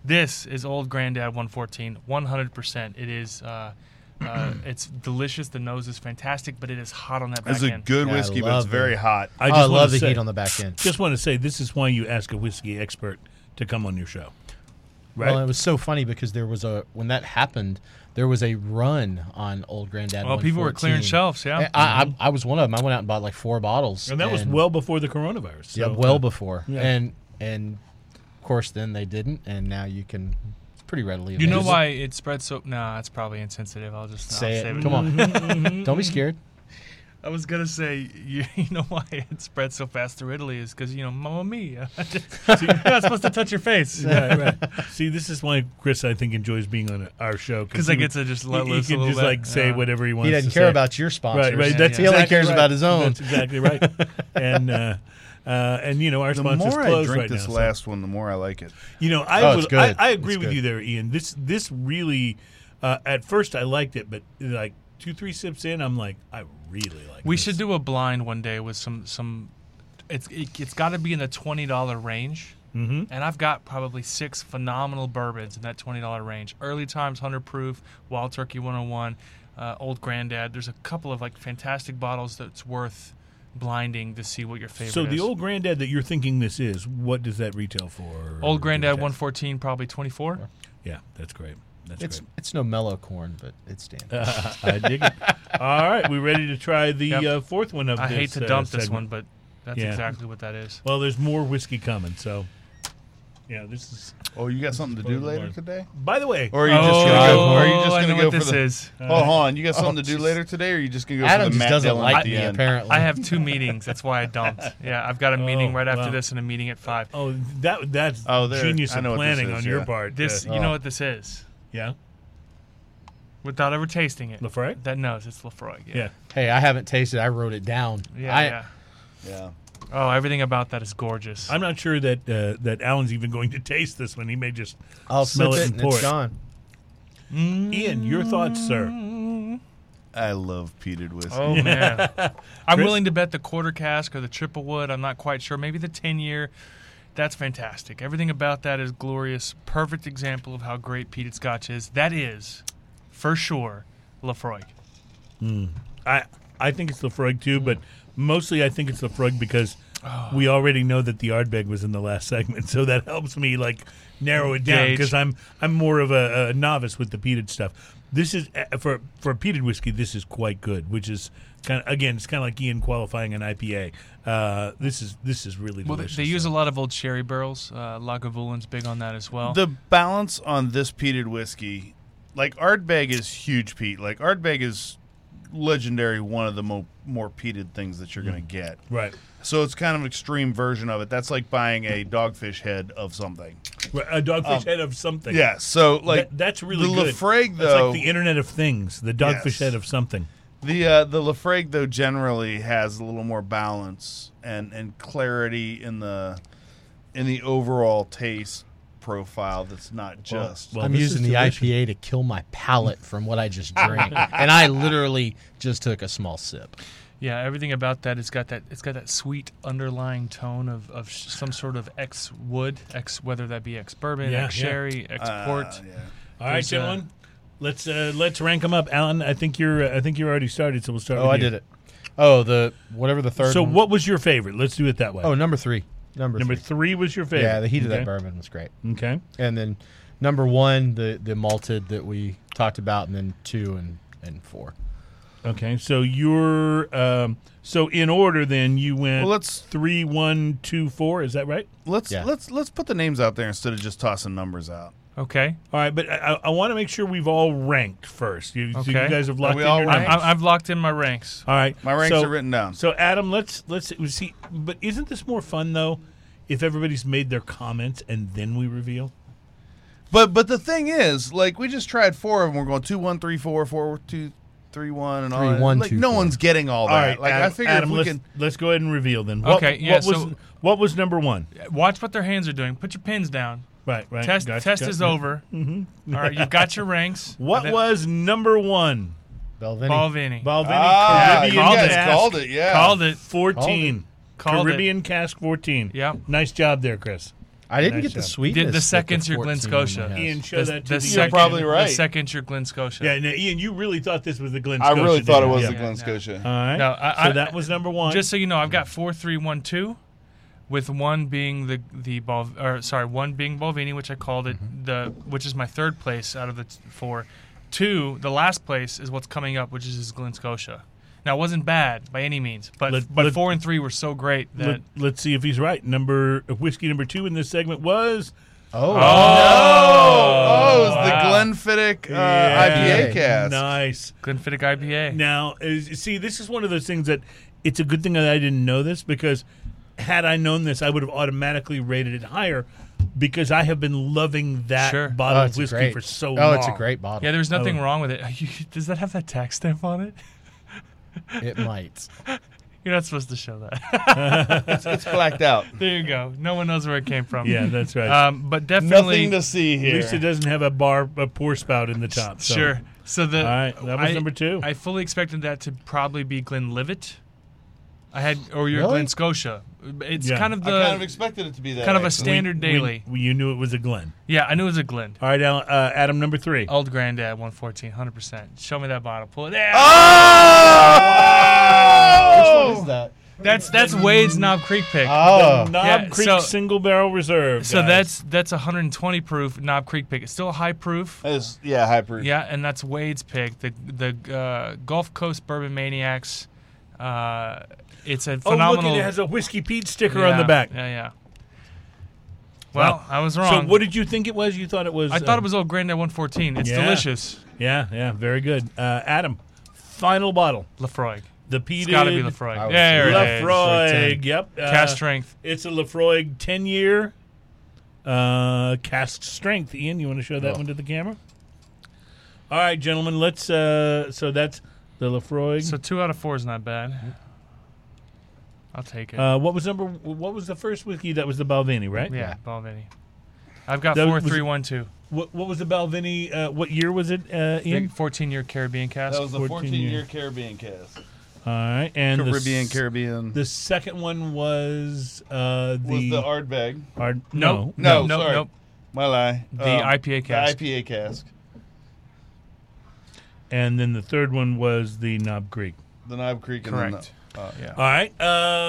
Speaker 5: This is old Granddad 114, 100 percent. It is. Uh,
Speaker 4: [clears throat]
Speaker 5: uh, it's delicious. The nose is fantastic, but it is hot on that back
Speaker 2: It's a
Speaker 5: end.
Speaker 2: good
Speaker 4: Yeah, I
Speaker 2: whiskey, but
Speaker 4: love
Speaker 2: it's very
Speaker 4: it.
Speaker 2: hot.
Speaker 3: I
Speaker 4: Oh,
Speaker 3: just
Speaker 4: I
Speaker 3: wanna
Speaker 4: love the
Speaker 3: say-
Speaker 4: heat on the back end.
Speaker 3: Just want to say this is why you ask a whiskey expert to come on your show, right?
Speaker 4: Well, it was so funny because there was a when that happened, there was a run on Old Granddad.
Speaker 5: Well, people were clearing
Speaker 4: 114.
Speaker 5: shelves, yeah.
Speaker 4: Eh, I, I, I was one of them. I went out and bought like four bottles,
Speaker 3: and that was well before the coronavirus.
Speaker 4: yeah,
Speaker 3: so, [laughs]
Speaker 4: well
Speaker 3: uh,
Speaker 4: before,
Speaker 3: yeah.
Speaker 4: and and of course then they didn't, and now you can it's pretty readily.
Speaker 5: you know
Speaker 4: available.
Speaker 5: why it spread so? Nah, it's probably insensitive. I'll just I'll
Speaker 4: Say
Speaker 5: save
Speaker 4: it. Mm-hmm, Come on, [laughs] don't be scared.
Speaker 5: I was gonna say, you, [laughs] you know why it spread so fast through Italy is because you know, Mamma Mia. [laughs] so you're not supposed to touch
Speaker 3: [laughs]
Speaker 5: your face.
Speaker 4: [laughs]
Speaker 3: right, right. See, this is why Chris, I think, enjoys being on our show
Speaker 5: 'Cause I
Speaker 3: he-
Speaker 5: get to just let
Speaker 3: he,
Speaker 5: loose a
Speaker 3: He can
Speaker 5: little
Speaker 3: just
Speaker 5: bit,
Speaker 3: like say
Speaker 5: yeah.
Speaker 3: whatever he wants.
Speaker 4: He
Speaker 3: to
Speaker 4: doesn't care
Speaker 3: say.
Speaker 4: about your sponsors.
Speaker 3: Right, right.
Speaker 5: Yeah,
Speaker 3: That's
Speaker 5: yeah.
Speaker 4: He only
Speaker 3: exactly
Speaker 4: cares
Speaker 3: right.
Speaker 4: about his own.
Speaker 3: That's exactly right.
Speaker 4: [laughs]
Speaker 3: and uh, uh, and you know our
Speaker 2: The
Speaker 3: sponsor's
Speaker 2: more I
Speaker 3: closed
Speaker 2: drink
Speaker 3: right
Speaker 2: this
Speaker 3: now. so-
Speaker 2: last one, the more I like it.
Speaker 3: You know, I
Speaker 4: Oh, it's
Speaker 3: would,
Speaker 4: good.
Speaker 3: I, I agree
Speaker 4: It's
Speaker 3: with
Speaker 4: good.
Speaker 3: you there, Ian. This this really, uh, at first I liked it, but like two three sips in, I'm like, I really like.
Speaker 5: We
Speaker 3: this.
Speaker 5: should do a blind one day with some some. It's it, it's got to be in the twenty dollar range, mm-hmm. and I've got probably six phenomenal bourbons in that twenty dollar range. Early times, hundred proof, Wild Turkey one hundred one, uh, Old Grandad. There's a couple of like fantastic bottles that's worth blinding to see what your favorite.
Speaker 3: So the
Speaker 5: is.
Speaker 3: old granddad that you're thinking this is, what does that retail for?
Speaker 5: old Grandad one fourteen, probably twenty four.
Speaker 3: Yeah, that's great. That's
Speaker 4: It's
Speaker 3: great.
Speaker 4: it's no mellow corn, but it's damn.
Speaker 3: [laughs] I dig it. All right, we ready to try the
Speaker 5: Yep.
Speaker 3: uh, fourth one of
Speaker 5: I
Speaker 3: this?
Speaker 5: hate to
Speaker 3: uh,
Speaker 5: dump this
Speaker 3: segment.
Speaker 5: one, but that's
Speaker 3: Yeah.
Speaker 5: exactly what that is.
Speaker 3: Well, there's more whiskey coming, so yeah, this is.
Speaker 2: Oh, you got something to do
Speaker 3: probably
Speaker 2: later
Speaker 3: one.
Speaker 2: today?
Speaker 3: By the way,
Speaker 2: Or are you
Speaker 5: Oh,
Speaker 2: just gonna go? Or are you just
Speaker 5: I
Speaker 2: gonna
Speaker 5: know
Speaker 2: go
Speaker 5: what
Speaker 2: for
Speaker 5: this
Speaker 2: the?
Speaker 5: is.
Speaker 2: Oh, hold on. You got something to
Speaker 4: jeez.
Speaker 2: do later today, or are you just gonna go for
Speaker 4: Adam
Speaker 2: the
Speaker 4: just
Speaker 2: Matt
Speaker 4: doesn't
Speaker 2: Dillon at
Speaker 4: like
Speaker 2: the
Speaker 4: me
Speaker 2: end?
Speaker 5: [laughs]
Speaker 4: apparently.
Speaker 5: I have two meetings. That's why I [laughs] dumped. Yeah, I've got a meeting
Speaker 3: Oh,
Speaker 5: right after
Speaker 3: wow.
Speaker 5: this and a meeting at five.
Speaker 3: oh that that's
Speaker 2: Oh, there.
Speaker 3: genius
Speaker 2: I
Speaker 3: of
Speaker 2: know what this
Speaker 3: planning
Speaker 2: is,
Speaker 3: on your
Speaker 2: yeah.
Speaker 3: part.
Speaker 5: This,
Speaker 3: uh,
Speaker 5: you know what this is,
Speaker 3: yeah,
Speaker 5: without ever tasting it.
Speaker 3: Lafroy.
Speaker 5: That knows it's Lafroy. Yeah.
Speaker 3: Yeah.
Speaker 4: hey, I haven't tasted. it. I wrote it down.
Speaker 5: Yeah,
Speaker 4: I,
Speaker 5: yeah.
Speaker 2: Yeah.
Speaker 5: Oh, everything about that is gorgeous.
Speaker 3: I'm not sure that uh, that Alan's even going to taste this one. He may just
Speaker 4: I'll
Speaker 3: smell
Speaker 4: sip
Speaker 3: it
Speaker 4: it
Speaker 3: and
Speaker 4: and
Speaker 3: pour
Speaker 4: it's
Speaker 3: it.
Speaker 4: gone.
Speaker 3: Ian, your thoughts, sir?
Speaker 2: I love peated
Speaker 3: [laughs]
Speaker 2: whiskey.
Speaker 5: oh man, I'm
Speaker 3: Chris?
Speaker 5: willing to bet the quarter cask or the triple wood. I'm not quite sure. Maybe the ten year. That's fantastic. Everything about that is glorious. Perfect example of how great peated scotch is. That is, for sure, Lafroy.
Speaker 3: I I think it's Lafroig too, but mostly I think it's Lafroig because
Speaker 5: Oh.
Speaker 3: we already know that the Ardbeg was in the last [laughs] segment, so that helps me like narrow it down
Speaker 5: Gauge.
Speaker 3: because I'm I'm more of a, a novice with the peated stuff. This is uh, for for peated whiskey. This is quite good, which is kind of again, it's kind of like Ian qualifying an IPA. Uh, this is this is really
Speaker 5: Well, they,
Speaker 3: delicious.
Speaker 5: they use a lot of old sherry barrels. Uh, Lagavulin's big on that as
Speaker 3: Oh.
Speaker 5: well.
Speaker 2: The balance on this peated whiskey, like Ardbeg is huge peat. Like Ardbeg is legendary, one of the mo- more peated things that you're going
Speaker 3: Mm.
Speaker 2: to get.
Speaker 3: right.
Speaker 2: So it's kind of an extreme version of it. That's like buying a dogfish head of something.
Speaker 3: Right, A dogfish head of something.
Speaker 2: Um, Yeah. So like
Speaker 3: That- that's really
Speaker 2: the
Speaker 3: good.
Speaker 2: Lafrague
Speaker 3: That's
Speaker 2: though.
Speaker 3: like the Internet of Things, the dogfish
Speaker 2: Yes.
Speaker 3: head of something.
Speaker 2: The uh, the Lafrague though generally has a little more balance and and clarity in the in the overall taste profile. That's not just
Speaker 3: well,
Speaker 4: I'm
Speaker 3: this is
Speaker 4: using the
Speaker 3: delicious.
Speaker 4: IPA to kill my palate from what I
Speaker 3: [laughs]
Speaker 4: just drank, and I literally just took a small sip.
Speaker 5: yeah, everything about that it's got that it's got that sweet underlying tone of, of sh- some sort of ex wood, ex whether that be ex bourbon,
Speaker 3: Yeah,
Speaker 5: ex
Speaker 3: yeah.
Speaker 5: sherry, ex
Speaker 2: uh,
Speaker 5: port.
Speaker 2: yeah.
Speaker 3: All right,
Speaker 5: There's, uh,
Speaker 3: gentlemen. let's uh, let's rank them up. Alan, I think you're uh, I think you already started, so we'll start.
Speaker 4: Oh,
Speaker 3: with
Speaker 4: I
Speaker 3: you.
Speaker 4: did it. Oh, the whatever the third.
Speaker 3: So
Speaker 4: one-
Speaker 3: what was your favorite? Let's do it that way.
Speaker 4: Oh, number three. Number,
Speaker 3: number
Speaker 4: three.
Speaker 3: three was your favorite.
Speaker 4: Yeah, the heat of
Speaker 3: Okay.
Speaker 4: that bourbon was great.
Speaker 3: Okay.
Speaker 4: And then number one, the the malted that we talked about, and then two and and four.
Speaker 3: Okay. So you're um, so in order. Then you went.
Speaker 2: Well, let's-
Speaker 3: three, one, two, four. Is that right?
Speaker 2: Let's
Speaker 4: Yeah.
Speaker 2: let's let's put the names out there instead of just tossing numbers out.
Speaker 5: Okay,
Speaker 3: All right, but I, I want to make sure we've all ranked first. You, so you
Speaker 5: Okay.
Speaker 3: guys have locked
Speaker 2: we
Speaker 3: in
Speaker 2: all
Speaker 3: your
Speaker 2: ranked?
Speaker 5: I'm,
Speaker 3: names?
Speaker 5: I'm, I've locked in my ranks.
Speaker 3: All right.
Speaker 2: My ranks
Speaker 3: so-
Speaker 2: are written down.
Speaker 3: So Adam, let's let's see. But isn't this more fun though? If everybody's made their comments and then we reveal.
Speaker 2: But but the thing is, like we just tried four of them. We're going two one three four four two three one and all
Speaker 4: Three,
Speaker 2: that.
Speaker 4: one,
Speaker 2: like
Speaker 4: two,
Speaker 2: no
Speaker 4: four.
Speaker 2: one's getting all that.
Speaker 3: All right.
Speaker 2: like
Speaker 3: Adam,
Speaker 2: I figure
Speaker 3: Adam,
Speaker 2: if we
Speaker 3: let's,
Speaker 2: can.
Speaker 3: let's go ahead and reveal then.
Speaker 5: Okay,
Speaker 3: What,
Speaker 5: yeah,
Speaker 3: What
Speaker 5: so-
Speaker 3: was what was number one?
Speaker 5: Watch what their hands are doing. Put your pins down.
Speaker 3: Right. Right.
Speaker 5: Test
Speaker 3: gotcha,
Speaker 5: test
Speaker 3: gotcha. Mm-hmm.
Speaker 5: is over. All right, you've got your ranks.
Speaker 3: [laughs] What
Speaker 5: And then-
Speaker 3: was number one?
Speaker 4: Belvini.
Speaker 5: Balvenie?
Speaker 3: Balvenie
Speaker 2: Ah, you
Speaker 3: Caribbean
Speaker 2: guys
Speaker 3: Cask
Speaker 2: called it. Yeah,
Speaker 5: Called it.
Speaker 3: 14.
Speaker 5: Called it.
Speaker 3: Caribbean Cask 14.
Speaker 5: Yep.
Speaker 3: Nice job there, Chris.
Speaker 4: I didn't
Speaker 3: Nice
Speaker 4: get the
Speaker 3: job.
Speaker 4: sweetness.
Speaker 5: Did
Speaker 4: that
Speaker 5: the second's your Glen
Speaker 4: 14
Speaker 5: Scotia.
Speaker 4: has.
Speaker 3: Ian, show that to the
Speaker 5: second-
Speaker 2: probably right.
Speaker 5: The second you're Glen Scotia.
Speaker 3: Yeah, now, Ian, you really thought this was the Glen
Speaker 2: I
Speaker 3: Scotia.
Speaker 2: really thought it
Speaker 3: didn't
Speaker 2: was
Speaker 3: you?
Speaker 2: the
Speaker 5: Yeah,
Speaker 2: Glen
Speaker 5: no.
Speaker 2: Scotia.
Speaker 3: All right.
Speaker 5: No, I-
Speaker 3: so
Speaker 5: I-
Speaker 3: that was number one.
Speaker 5: Just so you know, I've got four, three, one, two, with one being the the Bal, or sorry, one being Balvini, which I called it
Speaker 3: Mm-hmm.
Speaker 5: the, which is my third place out of the t- four. Two, the last place is what's coming up, which is Glen Scotia. Now, it wasn't bad by any means, but
Speaker 3: Let-
Speaker 5: but
Speaker 3: let-
Speaker 5: four and three were so great that
Speaker 3: Let, let's see if he's right. Number whiskey number two in this segment was
Speaker 4: Oh,
Speaker 2: Oh, it was
Speaker 5: wow.
Speaker 2: the Glenfiddich uh,
Speaker 3: Yeah.
Speaker 2: IPA cast.
Speaker 3: Nice.
Speaker 5: Glenfiddich IPA.
Speaker 3: Now, is, see, this is one of those things that it's a good thing that I didn't know this because had I known this, I would have automatically rated it higher because I have been loving that
Speaker 5: Sure.
Speaker 3: bottle
Speaker 4: Oh,
Speaker 3: of
Speaker 4: it's
Speaker 3: whiskey
Speaker 4: great.
Speaker 3: for so
Speaker 4: oh,
Speaker 3: long.
Speaker 4: it's a great bottle.
Speaker 5: yeah, there's nothing
Speaker 3: Oh.
Speaker 5: wrong with it. [laughs] Does that have that tax stamp on it? [laughs]
Speaker 3: [laughs]
Speaker 4: it might.
Speaker 5: You're not supposed to show that. [laughs]
Speaker 2: It's blacked out.
Speaker 5: there you go. No one knows where it came from.
Speaker 3: Yeah, that's right.
Speaker 5: [laughs] Um, but definitely
Speaker 2: Nothing to see
Speaker 3: At
Speaker 2: here.
Speaker 3: least it doesn't have a bar, a pour spout in the top. [laughs] So.
Speaker 5: Sure. So the
Speaker 3: All right, that was
Speaker 5: I-
Speaker 3: number two.
Speaker 5: I fully expected that to probably be Glenlivet. I had or your
Speaker 4: Really?
Speaker 5: Glen Scotia. It's
Speaker 3: Yeah.
Speaker 5: kind of
Speaker 2: I
Speaker 5: the
Speaker 2: kind uh,
Speaker 5: kind
Speaker 2: of
Speaker 5: of,
Speaker 2: expected it to be that.
Speaker 5: a
Speaker 2: actually.
Speaker 5: standard
Speaker 3: We-
Speaker 5: daily.
Speaker 3: we- you knew it was a Glen.
Speaker 5: yeah, I knew it was a Glen.
Speaker 3: All right, Al, uh, Adam, number three.
Speaker 4: Oh.
Speaker 5: Old Granddad 114, 100%. Show me that bottle. Pull it. Yeah.
Speaker 2: Oh!
Speaker 4: What is that?
Speaker 5: That's that's Wade's Knob Creek pick.
Speaker 4: Oh,
Speaker 3: The Knob
Speaker 5: Yeah,
Speaker 3: Creek
Speaker 5: so-
Speaker 3: Single Barrel Reserve.
Speaker 5: so
Speaker 3: guys.
Speaker 5: that's that's 120 proof Knob Creek pick. It's still a high proof.
Speaker 2: It's- yeah, hyper.
Speaker 5: Yeah, and that's Wade's pick, the the uh, Gulf Coast Bourbon Maniacs. Uh, it's a
Speaker 3: oh, look,
Speaker 5: phenomenal.
Speaker 3: it has a Whiskey Pete sticker on
Speaker 5: Yeah,
Speaker 3: the back.
Speaker 5: Yeah, yeah. Well,
Speaker 3: Wow.
Speaker 5: I was wrong.
Speaker 3: So what did you think it was? You thought it was?
Speaker 5: I thought
Speaker 3: uh,
Speaker 5: it was old Granddad 114. It's
Speaker 3: Yeah.
Speaker 5: delicious.
Speaker 3: Yeah, yeah, very good. Uh, Adam, final bottle.
Speaker 5: Lafroig.
Speaker 3: The peated.
Speaker 5: It's got to be Lafroig.
Speaker 4: I
Speaker 5: Yeah,
Speaker 4: was-
Speaker 5: there it is.
Speaker 3: Lafroig. Yep. Uh,
Speaker 5: Cast strength.
Speaker 3: It's a Lafroig ten year. Uh, cast strength. Ian, you want to show that
Speaker 4: Oh.
Speaker 3: one to the camera? All right, gentlemen. Let's. Uh, so that's the Lafroig.
Speaker 5: So two out of four is not bad. I'll take it.
Speaker 3: uh, what was number? What was the first whiskey that was the Balvenie, right?
Speaker 5: yeah, Balvenie. I've got
Speaker 3: That
Speaker 5: four,
Speaker 3: was-
Speaker 5: three, one, two.
Speaker 3: What, what was the Balvenie? Uh, what year was it, uh,
Speaker 5: The
Speaker 3: Ian?
Speaker 5: 14 year Caribbean cask.
Speaker 2: That was a
Speaker 3: 14
Speaker 2: 14-year
Speaker 3: year.
Speaker 2: Caribbean cast.
Speaker 3: All right, and the
Speaker 2: Caribbean,
Speaker 3: s-
Speaker 2: Caribbean.
Speaker 3: The second one was uh,
Speaker 2: was
Speaker 3: the,
Speaker 2: the Ardbeg.
Speaker 3: Ard-
Speaker 5: Nope.
Speaker 3: no.
Speaker 2: No,
Speaker 5: nope,
Speaker 2: sorry.
Speaker 5: nope.
Speaker 2: My lie. Um,
Speaker 5: The IPA cask.
Speaker 2: The IPA cask.
Speaker 3: and then the third one was the Knob Creek.
Speaker 2: the Knob Creek. and then
Speaker 5: Correct.
Speaker 2: the- uh,
Speaker 5: Yeah.
Speaker 3: All right.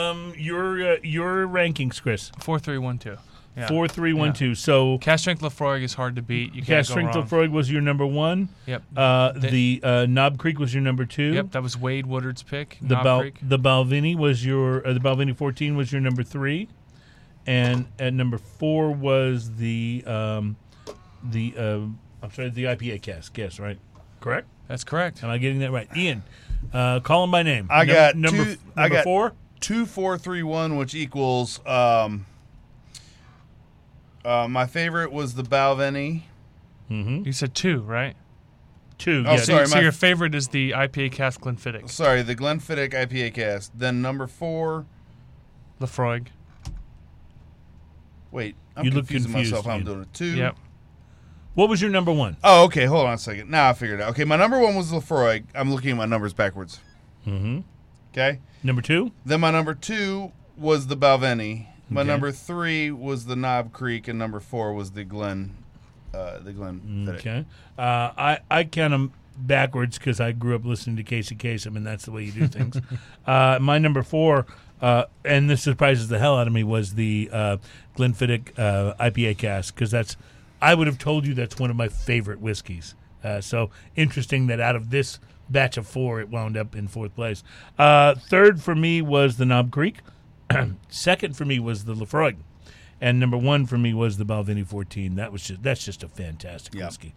Speaker 3: Um, your uh, your rankings, Chris.
Speaker 5: Four three one two. Yeah.
Speaker 3: Four, three, one, two. So
Speaker 5: Castrink Lafroig is hard to beat. You can't go
Speaker 3: Castring
Speaker 5: wrong.
Speaker 3: Freud was your number one.
Speaker 5: Yep.
Speaker 3: Uh, the uh, Knob Creek was your number two.
Speaker 5: Yep, that was Wade Woodard's pick.
Speaker 3: The
Speaker 5: Knob
Speaker 3: Bal-
Speaker 5: Creek.
Speaker 3: the Balvini was your uh, the Balvini 14 was your number three, and at number four was the um, the uh, I'm sorry the IPA cask. Yes, right. Correct.
Speaker 5: That's correct.
Speaker 3: Am I getting that right? Ian, uh, call him by name.
Speaker 2: I
Speaker 3: Num-
Speaker 2: got
Speaker 3: number
Speaker 2: two-
Speaker 3: f-
Speaker 2: I
Speaker 3: number
Speaker 2: got-
Speaker 3: four.
Speaker 2: two four three one, which equals um, uh, my favorite was the Balvenie.
Speaker 5: You said two, right?
Speaker 3: Two.
Speaker 2: Oh,
Speaker 3: yes.
Speaker 2: sorry.
Speaker 5: so
Speaker 2: my-
Speaker 5: your favorite is the IPA Cask Glenfiddich.
Speaker 2: Sorry, the Glenfiddich IPA cast. Then number four.
Speaker 5: Lafroig.
Speaker 2: Wait, I'm
Speaker 3: You look
Speaker 2: confusing
Speaker 3: confused,
Speaker 2: myself. how I'm
Speaker 3: you-
Speaker 2: doing it. Two.
Speaker 5: Yep.
Speaker 3: What was your number one?
Speaker 2: Oh, okay. Hold on a second. Now I figured it out. Okay, my number one was Lefroy. I'm looking at my numbers backwards.
Speaker 3: Mm-hmm.
Speaker 2: Okay.
Speaker 3: Number two.
Speaker 2: Then my number two was the Balvenie. My
Speaker 3: Okay.
Speaker 2: number three was the Knob Creek, and number four was the Glen, uh, the Glen.
Speaker 3: Okay. Uh, I I count them backwards because I grew up listening to Casey Kasem, and that's the way you do things. uh, my number four, uh, and this surprises the hell out of me, was the uh, Glenfiddich uh, IPA cask because that's I would have told you that's one of my favorite whiskeys. Uh, so interesting that out of this batch of four, it wound up in fourth place. Uh, third for me was the Knob Creek. Second for me was the Lefroy. And number one for me was the Balvenie 14. That was just that's just a fantastic
Speaker 2: Yeah.
Speaker 3: whiskey.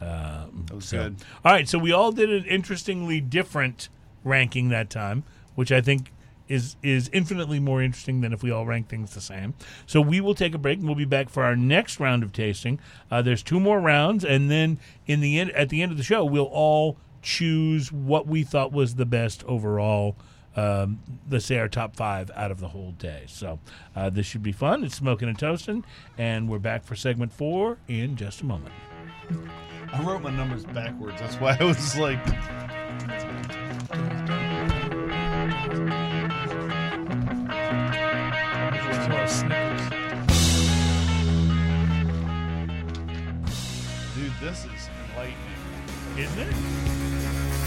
Speaker 2: That was
Speaker 3: So-
Speaker 2: good.
Speaker 3: All right, so we all did an interestingly different ranking that time, which I think is is infinitely more interesting than if we all rank things the same. So we will take a break and we'll be back for our next round of tasting. Uh, there's two more rounds, and then in the end, at the end of the show, we'll all choose what we thought was the best overall. Um, let's say our top five out of the whole day. So uh, this should be fun. It's smoking and toasting, and we're back for segment four in just a moment.
Speaker 2: I wrote my numbers backwards. That's why I was like, dude, this is enlightening.
Speaker 3: Isn't it?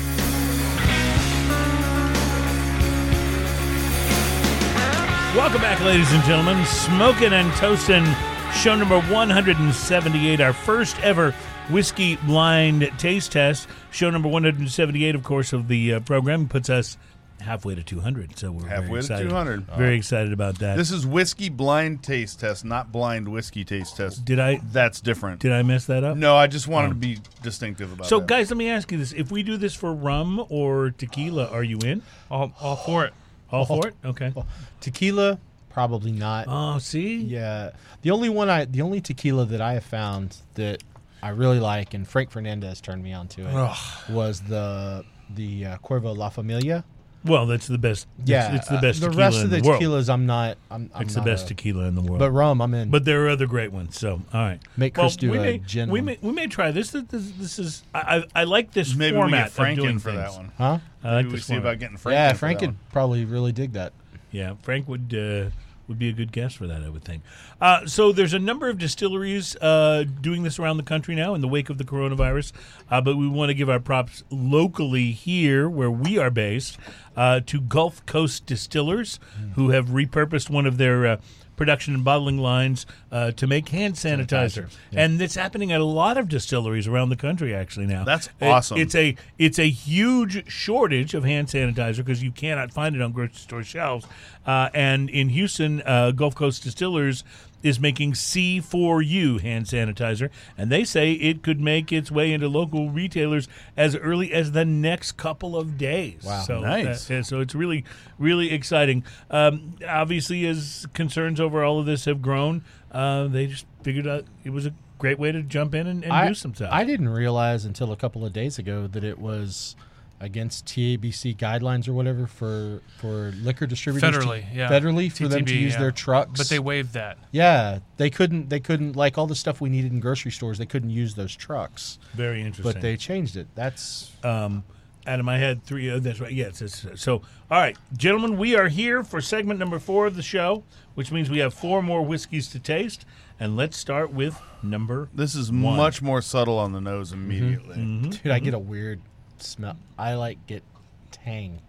Speaker 3: Welcome back, ladies and gentlemen. Smoking and Toasting, show number 178, our first ever whiskey blind taste test. Show number 178, of course, of the uh, program puts us halfway to 200. So we're very
Speaker 2: Halfway to
Speaker 3: excited.
Speaker 2: 200.
Speaker 3: Very excited about that.
Speaker 2: This is whiskey blind taste test, not blind whiskey taste test.
Speaker 3: did I
Speaker 2: That's different.
Speaker 3: did I mess that up?
Speaker 2: no, I just wanted to be distinctive about
Speaker 3: Oh. So,
Speaker 2: that.
Speaker 3: guys, let me ask you this: If we do this for rum or tequila, are you in?
Speaker 5: All, all for it.
Speaker 3: All for it? Okay.
Speaker 4: Tequila, probably not.
Speaker 3: Oh, see?
Speaker 4: Yeah, the only one I, the only tequila that I have found that I really like, and Frank Fernandez turned me on to it, was the the uh, Cuervo La Familia.
Speaker 3: Well, that's the best.
Speaker 4: Yeah,
Speaker 3: It's, it's the best
Speaker 4: uh, the
Speaker 3: tequila
Speaker 4: rest
Speaker 3: in
Speaker 4: of the,
Speaker 3: world.
Speaker 4: tequilas, I'm not. I'm, I'm
Speaker 3: it's the
Speaker 4: not
Speaker 3: best
Speaker 4: a-
Speaker 3: tequila in the world.
Speaker 4: but
Speaker 3: But,
Speaker 4: rum, I'm in.
Speaker 3: there are other great ones. So, all right.
Speaker 4: Make
Speaker 3: well,
Speaker 4: Chris do
Speaker 3: we
Speaker 4: a
Speaker 3: may,
Speaker 4: gin
Speaker 3: We
Speaker 4: one.
Speaker 3: may, we may try this. This, this, this is I, I, I like this
Speaker 2: maybe we
Speaker 3: format
Speaker 2: get Frank
Speaker 3: of doing
Speaker 2: in for that
Speaker 3: things.
Speaker 2: one.
Speaker 4: huh?
Speaker 3: I like
Speaker 2: Maybe we
Speaker 3: this
Speaker 2: see
Speaker 3: format.
Speaker 2: about getting Frank.
Speaker 4: yeah,
Speaker 2: in for
Speaker 4: Frank
Speaker 2: that
Speaker 4: would probably really dig that.
Speaker 3: Yeah, Frank would uh, would be a good guest for that, I would think. Uh, so there's a number of distilleries uh, doing this around the country now in the wake of the coronavirus, uh, but we want to give our props locally here where we are based uh, to Gulf Coast Distillers,
Speaker 2: Mm.
Speaker 3: who have repurposed one of their. Uh, Production and bottling lines uh, to make hand sanitizer, and it's happening at a lot of distilleries around the country actually now.
Speaker 2: That's
Speaker 3: It-
Speaker 2: awesome.
Speaker 3: it's it's a it's a huge shortage of hand sanitizer because you cannot find it on grocery store shelves. Uh, and in Houston, uh, Gulf Coast Distillers is making C4U hand sanitizer, and they say it could make its way into local retailers as early as the next couple of days. Wow, so
Speaker 2: Nice.
Speaker 3: that- so it's really really exciting. Um, obviously, as concerns over all of this have grown, uh, they just figured out it was a great way to jump in and, and
Speaker 4: I,
Speaker 3: do some stuff.
Speaker 4: I didn't realize until a couple of days ago that it was against TABC guidelines or whatever for for liquor distributors to-
Speaker 5: Federally, yeah.
Speaker 4: federally for them to
Speaker 5: TTB,
Speaker 4: use
Speaker 5: yeah.
Speaker 4: their trucks.
Speaker 5: But they waived that.
Speaker 4: yeah, they couldn't they couldn't like all the stuff we needed in grocery stores. They couldn't use those trucks,
Speaker 3: Very interesting.
Speaker 4: but they changed it. That's
Speaker 3: um, out of my head, three. Oh, that's right. Yes. It's, so, all right, gentlemen, we are here for segment number four of the show, which means we have four more whiskeys to taste, and let's start with number.
Speaker 2: This is
Speaker 3: One. Mm-hmm.
Speaker 2: much more subtle on the nose immediately.
Speaker 4: dude. I get a weird smell. I like get tang.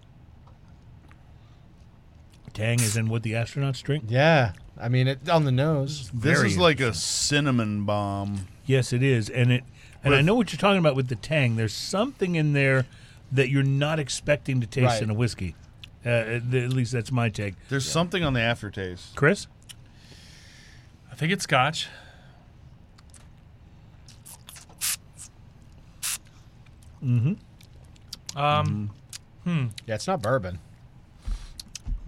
Speaker 3: tang is in what the astronauts drink?
Speaker 4: Yeah, I mean it on the nose.
Speaker 2: This
Speaker 3: Very
Speaker 2: is like a cinnamon bomb.
Speaker 3: Yes, it is, and it and I
Speaker 2: With-
Speaker 3: know what you're talking about with the tang. There's something in there that you're not expecting to taste
Speaker 4: Right.
Speaker 3: in a whiskey. Uh, at the- at least that's my take.
Speaker 2: There's something on the aftertaste.
Speaker 3: Chris,
Speaker 5: I think it's Scotch. Mm-hmm. Um,
Speaker 4: Yeah, it's not bourbon.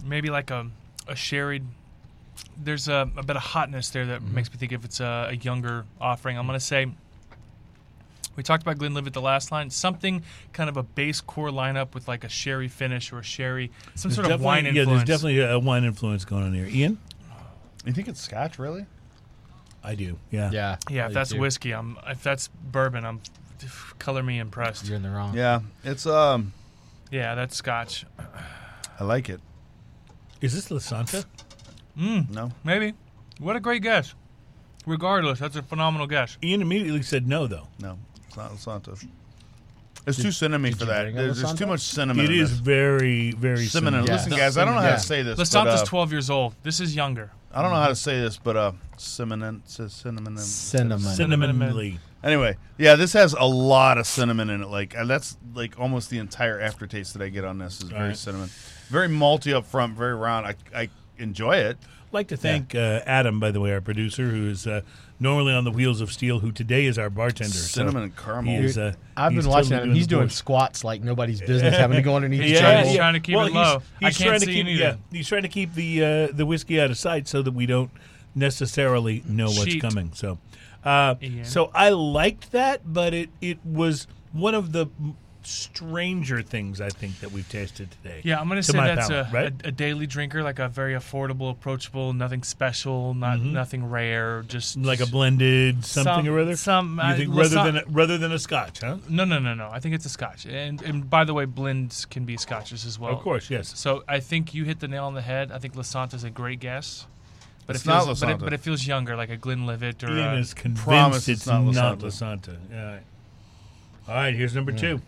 Speaker 5: maybe like a a sherry. There's a, a bit of hotness there
Speaker 3: Mm-hmm.
Speaker 5: that makes me think if it's a, a younger offering. I'm gonna say. We talked about Glenlivet the last line. Something kind of a base core lineup with like a sherry finish or a sherry, some sort of
Speaker 3: Definitely-
Speaker 5: wine
Speaker 3: Yeah, there's
Speaker 5: influence.
Speaker 3: definitely a wine influence going on here. Ian,
Speaker 2: You think it's scotch, really?
Speaker 3: I do. Yeah.
Speaker 4: Yeah,
Speaker 5: Yeah, if
Speaker 4: I
Speaker 5: that's
Speaker 4: do.
Speaker 5: whiskey, I'm. If that's bourbon, I'm. [sighs] Color me impressed.
Speaker 4: you're
Speaker 5: Yeah,
Speaker 4: in the wrong.
Speaker 2: Yeah. It's um
Speaker 5: that's Scotch.
Speaker 2: I like it.
Speaker 3: Is this Lasanta?
Speaker 2: No.
Speaker 5: Maybe. What a great guess. Regardless, that's a phenomenal guess.
Speaker 3: Ian immediately said no, though.
Speaker 2: No. It's not it's not toast. It's too cinnamony for
Speaker 4: you
Speaker 2: that.
Speaker 4: bring up
Speaker 2: There's, there's too
Speaker 4: Lasanta?
Speaker 2: much cinnamon.
Speaker 3: It
Speaker 2: in
Speaker 3: is
Speaker 2: this.
Speaker 3: very, very
Speaker 2: cinnamon.
Speaker 3: similar.
Speaker 4: Yeah.
Speaker 2: Listen, guys, I don't know how
Speaker 4: Yeah.
Speaker 2: to say this. but,
Speaker 5: Lasanta's
Speaker 2: uh,
Speaker 5: 12 years old. This is younger.
Speaker 2: I don't know how to say this, but uh, cinnamon, c- cinnamon,
Speaker 4: Cinnamon.
Speaker 3: Cinnamonly.
Speaker 2: Anyway, yeah, this has a lot of cinnamon in it. Like uh, that's like almost the entire aftertaste that I get on this is very
Speaker 3: right.
Speaker 2: cinnamon, very malty up front, very round. I, I enjoy it.
Speaker 3: I'd like to thank uh, Adam, by the way, our producer, who is uh, normally on the wheels of steel, who today is our bartender. So
Speaker 2: cinnamon and caramel.
Speaker 3: he is, uh,
Speaker 4: I've
Speaker 3: he's
Speaker 4: been watching
Speaker 3: totally
Speaker 4: him. He's
Speaker 3: the
Speaker 4: doing
Speaker 3: push.
Speaker 4: squats like nobody's business, having to go
Speaker 3: [laughs]
Speaker 4: underneath
Speaker 5: Yeah, yeah.
Speaker 4: the table.
Speaker 5: He's trying to keep it low. I can't
Speaker 3: trying to
Speaker 5: see
Speaker 3: keep,
Speaker 5: him either.
Speaker 3: yeah, he's trying to keep the uh, the whiskey out of sight so that we don't necessarily know what's
Speaker 5: Cheat.
Speaker 3: coming. So, uh,
Speaker 5: Ian.
Speaker 3: so I liked that, but it it was one of the m- stranger things I think that we've tasted today.
Speaker 5: Yeah, I'm gonna
Speaker 3: to
Speaker 5: say
Speaker 3: my
Speaker 5: that's
Speaker 3: palate,
Speaker 5: a,
Speaker 3: right?
Speaker 5: a, a daily drinker, like a very affordable, approachable, nothing special, not nothing rare, just
Speaker 3: Mm-hmm. like a blended something
Speaker 5: Some-
Speaker 3: or other.
Speaker 5: some,
Speaker 3: you
Speaker 5: uh,
Speaker 3: think
Speaker 5: let's
Speaker 3: rather
Speaker 5: not-
Speaker 3: than a, rather than a scotch, huh?
Speaker 5: No, no, no, no. I think it's a Scotch, and and by the way, blends can be Scotches as well.
Speaker 3: Of course, yes.
Speaker 5: So I think you hit the nail on the head. I think Lasanta's a great guess, but
Speaker 2: It's
Speaker 5: it feels,
Speaker 2: not
Speaker 5: but it,
Speaker 2: Lasanta.
Speaker 5: but it feels younger, like a Glenlivet or
Speaker 3: Ian
Speaker 5: a,
Speaker 3: is convinced
Speaker 2: uh, promise
Speaker 3: it's
Speaker 2: it's
Speaker 3: not
Speaker 2: not
Speaker 3: Lasanta. All right. All right, here's number two.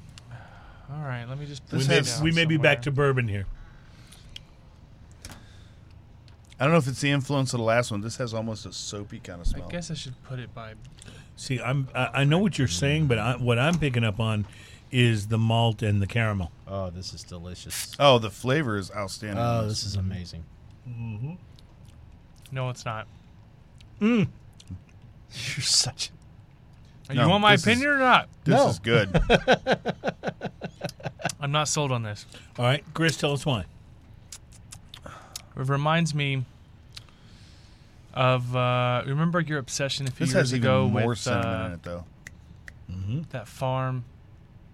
Speaker 5: All right, let me just.
Speaker 3: We
Speaker 2: This
Speaker 3: may,
Speaker 2: has-
Speaker 3: we may be back to bourbon here.
Speaker 2: I don't know if it's the influence of the last one. This has almost a soapy kind of
Speaker 5: I
Speaker 2: smell.
Speaker 5: guess I should put it by.
Speaker 3: See, I'm I, I know what you're saying, but I, what I'm picking up on is the malt and the caramel.
Speaker 4: Oh, this is delicious.
Speaker 2: Oh, the flavor is outstanding.
Speaker 4: Oh, this is amazing. [laughs]
Speaker 5: No, it's not.
Speaker 4: You're such.
Speaker 5: you
Speaker 2: No,
Speaker 5: want my
Speaker 2: this is-
Speaker 5: opinion or not?
Speaker 2: this
Speaker 4: No.
Speaker 2: is
Speaker 4: [laughs]
Speaker 2: good.
Speaker 5: I'm not sold on this.
Speaker 3: All right, Chris, tell us why.
Speaker 5: It reminds me of uh, remember your obsession a few
Speaker 2: this
Speaker 5: years
Speaker 2: has
Speaker 5: ago
Speaker 2: even more
Speaker 5: with
Speaker 2: cinnamon
Speaker 5: uh,
Speaker 2: in it, though.
Speaker 5: that farm,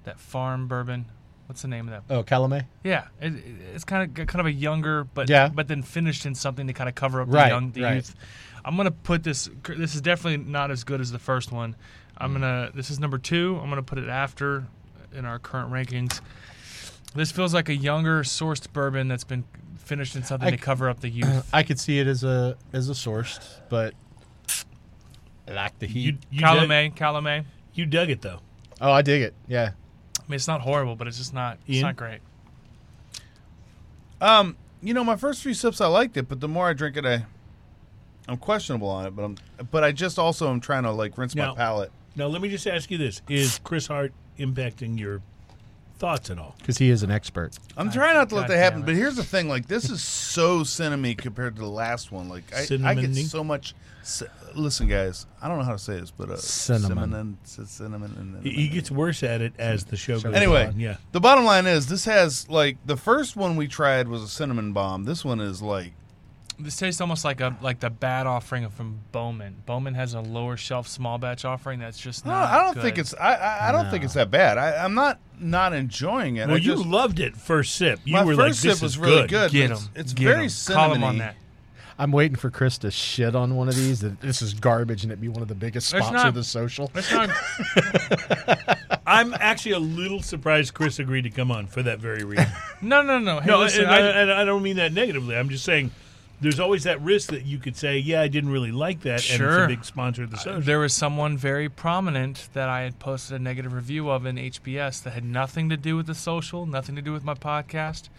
Speaker 5: that farm bourbon. What's the name of that?
Speaker 4: Oh, Calumet.
Speaker 5: Yeah, it, it- it's kind of kind of a younger, but
Speaker 4: Yeah.
Speaker 5: but then finished in something to kind of cover up the
Speaker 4: Right,
Speaker 5: young, the
Speaker 4: right.
Speaker 5: youth. I'm gonna put this. This is definitely not as good as the first one. I'm gonna. This is number two. I'm gonna put it after in our current rankings. This feels like a younger sourced bourbon that's been finished in something
Speaker 4: I
Speaker 5: to
Speaker 4: c-
Speaker 5: cover up the youth.
Speaker 4: I could see it as a as a sourced, but I like the heat.
Speaker 3: You you dug,
Speaker 5: Calumet, Calumet.
Speaker 3: you dug it though.
Speaker 4: oh, I dig it. Yeah.
Speaker 5: I mean, it's not horrible, but it's just not. It's
Speaker 3: Ian?
Speaker 5: not great.
Speaker 2: Um, you know, my first few sips I liked it, but the more I drink it, I, I'm questionable on it. But I'm, but I just also am trying to like rinse
Speaker 3: Now-
Speaker 2: my palate.
Speaker 3: Now let me just ask you this: Is Chris Hart impacting your thoughts at all?
Speaker 4: Because he is an expert.
Speaker 2: I'm trying not to
Speaker 5: God
Speaker 2: let that
Speaker 5: damn
Speaker 2: happen,
Speaker 5: it.
Speaker 2: but here's the thing: like this is so cinnamony compared to the last one. Like I, I get
Speaker 3: Cinnamony?
Speaker 2: so much. ci- Listen, guys, I don't know how to say this, but uh,
Speaker 4: Cinnamon.
Speaker 2: cinnamon, c- cinnamon, and then
Speaker 3: He- He gets worse at it as the show goes
Speaker 2: Anyway,
Speaker 3: on. Yeah,
Speaker 2: The bottom line is this has like the first one we tried was a cinnamon bomb. This one is like
Speaker 5: This tastes almost like a like the bad offering from Bowman. Bowman has a lower shelf small batch offering that's just
Speaker 2: I
Speaker 5: not.
Speaker 2: don't, I don't
Speaker 5: good.
Speaker 2: think it's I I, I don't think it's that bad. I, I'm not not enjoying it.
Speaker 3: well,
Speaker 2: I
Speaker 3: you
Speaker 2: just-
Speaker 3: loved it first sip. You
Speaker 2: my
Speaker 3: were
Speaker 2: first
Speaker 3: like,
Speaker 2: sip
Speaker 3: "This
Speaker 2: was
Speaker 3: is
Speaker 2: really
Speaker 3: good."
Speaker 2: good. but
Speaker 5: Get him.
Speaker 2: it's, it's very
Speaker 5: Call
Speaker 2: cinnamony.
Speaker 5: him on that.
Speaker 4: I'm waiting for Chris to shit on one of these. That this is garbage, and it be one of the biggest
Speaker 5: It's
Speaker 4: spots
Speaker 5: not-
Speaker 4: of the social. [laughs]
Speaker 5: It's
Speaker 2: [laughs]
Speaker 5: not.
Speaker 3: I'm actually a little surprised Chris agreed to come on for that
Speaker 2: [laughs]
Speaker 3: very reason.
Speaker 5: no, no, no. Hey,
Speaker 3: No,
Speaker 5: listen,
Speaker 3: and,
Speaker 5: I,
Speaker 3: I, and I don't mean that negatively. I'm just saying there's always that risk that you could say, yeah, I didn't really like that, and it's a
Speaker 5: Sure.
Speaker 3: big sponsor
Speaker 2: Uh,
Speaker 3: of the show.
Speaker 5: there was someone very prominent that I had posted a negative review of in HBS that had nothing to do with the social, nothing to do with my podcast.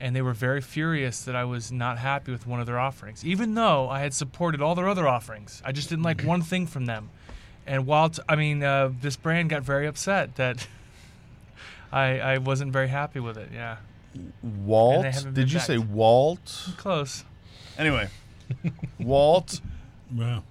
Speaker 5: and they were very furious that I was not happy with one of their offerings, even though I had supported all their other offerings. I just didn't like one thing from them. And while t- I mean, uh, this brand got very upset that [laughs] I I wasn't very happy with it. Yeah,
Speaker 2: Walt?
Speaker 5: haven't been
Speaker 2: Did you
Speaker 5: back.
Speaker 2: say Walt?
Speaker 5: close.
Speaker 3: [laughs]
Speaker 2: Anyway, Walt
Speaker 3: Wow.